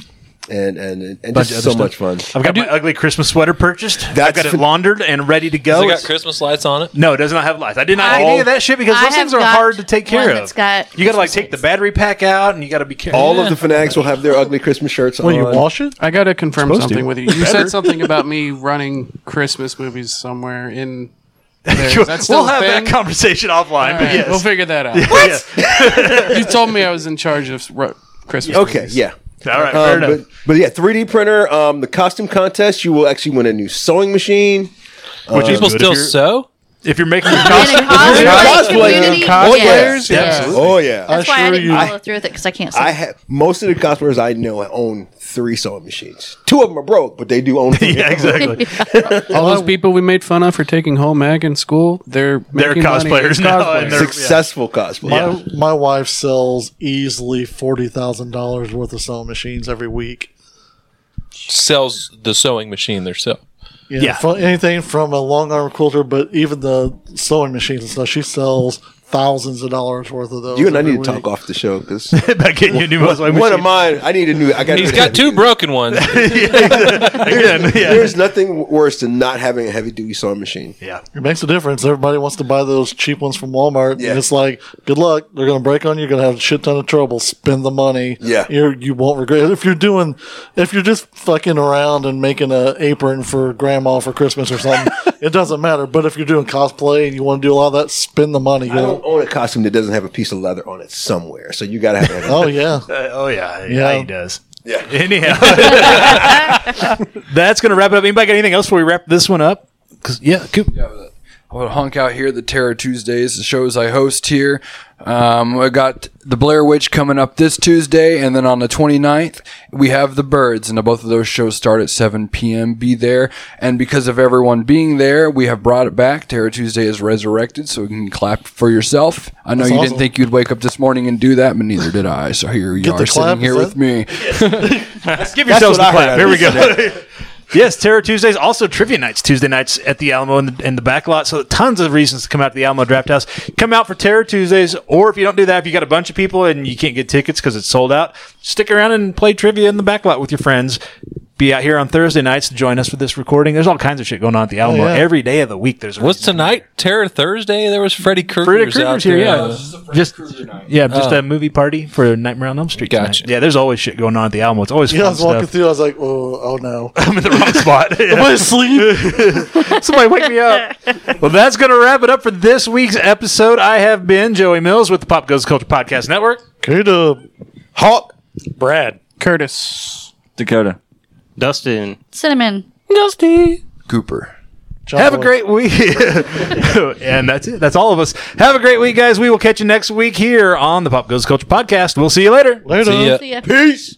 [SPEAKER 10] And and, and
[SPEAKER 1] Bunch
[SPEAKER 10] just so
[SPEAKER 1] of other stuff.
[SPEAKER 10] much fun.
[SPEAKER 1] I've got my ugly Christmas sweater purchased. I've
[SPEAKER 10] That's
[SPEAKER 1] got it
[SPEAKER 10] phen-
[SPEAKER 1] laundered and ready to
[SPEAKER 11] Has
[SPEAKER 1] go.
[SPEAKER 11] it got
[SPEAKER 1] It's-
[SPEAKER 11] Christmas lights on it?
[SPEAKER 1] no, it does not have lights. I did not have
[SPEAKER 7] I-
[SPEAKER 1] any of that shit because
[SPEAKER 7] I
[SPEAKER 1] those things
[SPEAKER 7] have
[SPEAKER 1] are
[SPEAKER 7] got
[SPEAKER 1] hard to take care
[SPEAKER 7] one
[SPEAKER 1] of.
[SPEAKER 7] that's got
[SPEAKER 1] you got to like take the battery pack out, and you got to be careful.
[SPEAKER 10] All of the fanatics will have their ugly Christmas shirts on.
[SPEAKER 9] it?
[SPEAKER 3] I got to confirm
[SPEAKER 10] Supposed
[SPEAKER 3] something
[SPEAKER 10] to. <laughs>
[SPEAKER 3] with you. You
[SPEAKER 10] Better.
[SPEAKER 3] said something about
[SPEAKER 1] <laughs>
[SPEAKER 3] me running Christmas movies somewhere in.
[SPEAKER 1] <laughs>
[SPEAKER 3] There. Is that still
[SPEAKER 1] we'll
[SPEAKER 3] a
[SPEAKER 1] have
[SPEAKER 3] thing?
[SPEAKER 1] that conversation offline.
[SPEAKER 3] All
[SPEAKER 1] but
[SPEAKER 3] right,
[SPEAKER 1] yes.
[SPEAKER 3] We'll figure that
[SPEAKER 1] <laughs>
[SPEAKER 3] out.
[SPEAKER 1] Yeah,
[SPEAKER 3] <laughs> you told me I was in charge of ru- Christmas.
[SPEAKER 10] Okay,
[SPEAKER 3] movies.
[SPEAKER 10] yeah.
[SPEAKER 1] All right,
[SPEAKER 10] Um,
[SPEAKER 1] fair enough.
[SPEAKER 10] But, but yeah, 3D printer, um, the costume contest, you will actually win a new sewing machine. Um,
[SPEAKER 11] Would people still sew?
[SPEAKER 1] If
[SPEAKER 3] <laughs>
[SPEAKER 1] you're making
[SPEAKER 7] In a cosplay community, yes.
[SPEAKER 10] Oh yeah.
[SPEAKER 7] That's why I didn't
[SPEAKER 10] I-
[SPEAKER 7] follow through with it because I can't see.
[SPEAKER 10] I have most of the cosplayers I know own three sewing machines. Two of them are broke, but they do
[SPEAKER 1] <laughs>
[SPEAKER 10] own. Three yeah,
[SPEAKER 1] exactly.
[SPEAKER 3] All those people we made fun of for taking home egg in school, they're
[SPEAKER 1] They're
[SPEAKER 3] making money.
[SPEAKER 1] cosplayers now, and they're-
[SPEAKER 10] Successful cosplay.
[SPEAKER 9] My, my wife sells easily forty thousand dollars worth of sewing machines every week.
[SPEAKER 11] Sells the sewing machine themselves.
[SPEAKER 9] yeah. From anything from a long arm quilter, but even the sewing machines and stuff, she sells thousands of dollars worth of those.
[SPEAKER 10] <laughs> You and I
[SPEAKER 9] every
[SPEAKER 10] need to
[SPEAKER 9] week.
[SPEAKER 10] talk off the show because
[SPEAKER 1] <laughs> about getting you a new
[SPEAKER 9] Muslim
[SPEAKER 10] One of
[SPEAKER 9] machine.
[SPEAKER 10] mine, I need a new. I got.
[SPEAKER 11] He's got two broken
[SPEAKER 10] <laughs>
[SPEAKER 1] <laughs>
[SPEAKER 11] ones.
[SPEAKER 10] Again,
[SPEAKER 11] yeah.
[SPEAKER 10] There's nothing worse than not having a heavy duty sewing machine.
[SPEAKER 1] Yeah.
[SPEAKER 9] It makes a difference. Everybody wants to buy those cheap ones from Walmart,
[SPEAKER 10] Yeah.
[SPEAKER 9] and it's like, good luck. They're going to break on you. You're going to have a shit ton of trouble. Spend the money.
[SPEAKER 10] Yeah.
[SPEAKER 9] You're, you won't regret it. If you're doing, if you're just fucking around and making an apron for grandma for Christmas or
[SPEAKER 10] <laughs>
[SPEAKER 9] something, it doesn't matter. But if you're doing cosplay and you want to do a lot of that, spend the money.
[SPEAKER 10] I don't own a costume that doesn't have a piece of leather on it somewhere, so you got to have. a heavy-
[SPEAKER 9] oh yeah.
[SPEAKER 1] <laughs> Uh, oh yeah,
[SPEAKER 9] Yeah.
[SPEAKER 1] yeah, he does. Yeah. <laughs>
[SPEAKER 7] <laughs>
[SPEAKER 1] Anyhow, that's gonna wrap it up. Anybody got anything else before we wrap this one up? 'Cause- yeah, Coop.
[SPEAKER 2] I would honk out here the Terror Tuesdays, the shows I host here. Um, I got the Blair Witch coming up this Tuesday, and then on the 29th, we have the Birds, and both of those shows start at 7 p.m. Be there. And because of everyone being there, we have brought it back. Terror Tuesday is resurrected, so you can clap for yourself. I know
[SPEAKER 9] That's
[SPEAKER 2] you
[SPEAKER 9] awesome.
[SPEAKER 2] didn't think you'd wake up this morning and do that, but neither did I. So here you
[SPEAKER 9] Get the
[SPEAKER 2] are sitting
[SPEAKER 9] clap,
[SPEAKER 2] here
[SPEAKER 9] is
[SPEAKER 2] with
[SPEAKER 9] that-
[SPEAKER 2] me.
[SPEAKER 1] <laughs>
[SPEAKER 11] <laughs>
[SPEAKER 1] Let's
[SPEAKER 2] <laughs>
[SPEAKER 1] give
[SPEAKER 2] That's
[SPEAKER 1] yourselves
[SPEAKER 2] what
[SPEAKER 1] the
[SPEAKER 2] I
[SPEAKER 1] clap.
[SPEAKER 2] heard.
[SPEAKER 1] Here we
[SPEAKER 2] <laughs>
[SPEAKER 1] go. <laughs> yes, Terror Tuesdays, also trivia nights, Tuesday nights at the Alamo in the, in the back lot. So tons of reasons to come out to the Alamo Draft House. Come out for Terror Tuesdays, or if you don't do that, if you got a bunch of people and you can't get tickets because it's sold out, stick around and play trivia in the back lot with your friends. Be out here on Thursday nights to join us for this recording. There's all kinds of shit going on at the Alamo
[SPEAKER 11] Oh, yeah.
[SPEAKER 1] every day of the week. There's a
[SPEAKER 11] What's tonight? Terror Thursday? There was Freddy Krueger.
[SPEAKER 1] Freddy Krueger's here, yeah. just yeah, just
[SPEAKER 11] Oh.
[SPEAKER 1] a movie party for Nightmare on Elm Street. tonight.
[SPEAKER 11] Gotcha.
[SPEAKER 1] Yeah, there's always shit going on at the Alamo. It's always
[SPEAKER 9] Yeah, I
[SPEAKER 1] fun
[SPEAKER 9] was walking
[SPEAKER 1] stuff.
[SPEAKER 9] through. I was like, oh, oh no.
[SPEAKER 1] <laughs> I'm in the wrong <laughs>
[SPEAKER 9] <laughs>
[SPEAKER 1] spot.
[SPEAKER 9] Am I asleep?
[SPEAKER 1] <laughs> Somebody wake me up. well, that's going to wrap it up for this week's episode. I have been Joey Mills with the Pop Goes the Culture Podcast Network.
[SPEAKER 9] K-Dub.
[SPEAKER 1] Hawk.
[SPEAKER 4] Brad.
[SPEAKER 1] Curtis.
[SPEAKER 6] Dakota.
[SPEAKER 5] Dustin.
[SPEAKER 7] Cinnamon.
[SPEAKER 1] Dusty.
[SPEAKER 2] Cooper.
[SPEAKER 1] Have a great week. <laughs> and that's it. That's all of us. Have a great week, guys. We will catch you next week here on the Pop Goes the Culture Podcast. We'll see you later.
[SPEAKER 9] Later.
[SPEAKER 7] See ya. See ya.
[SPEAKER 1] Peace.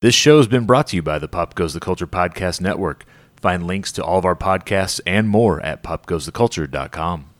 [SPEAKER 1] This show has been brought to you by the Pop Goes the Culture Podcast Network. Find links to all of our podcasts and more at popgoestheculture.com.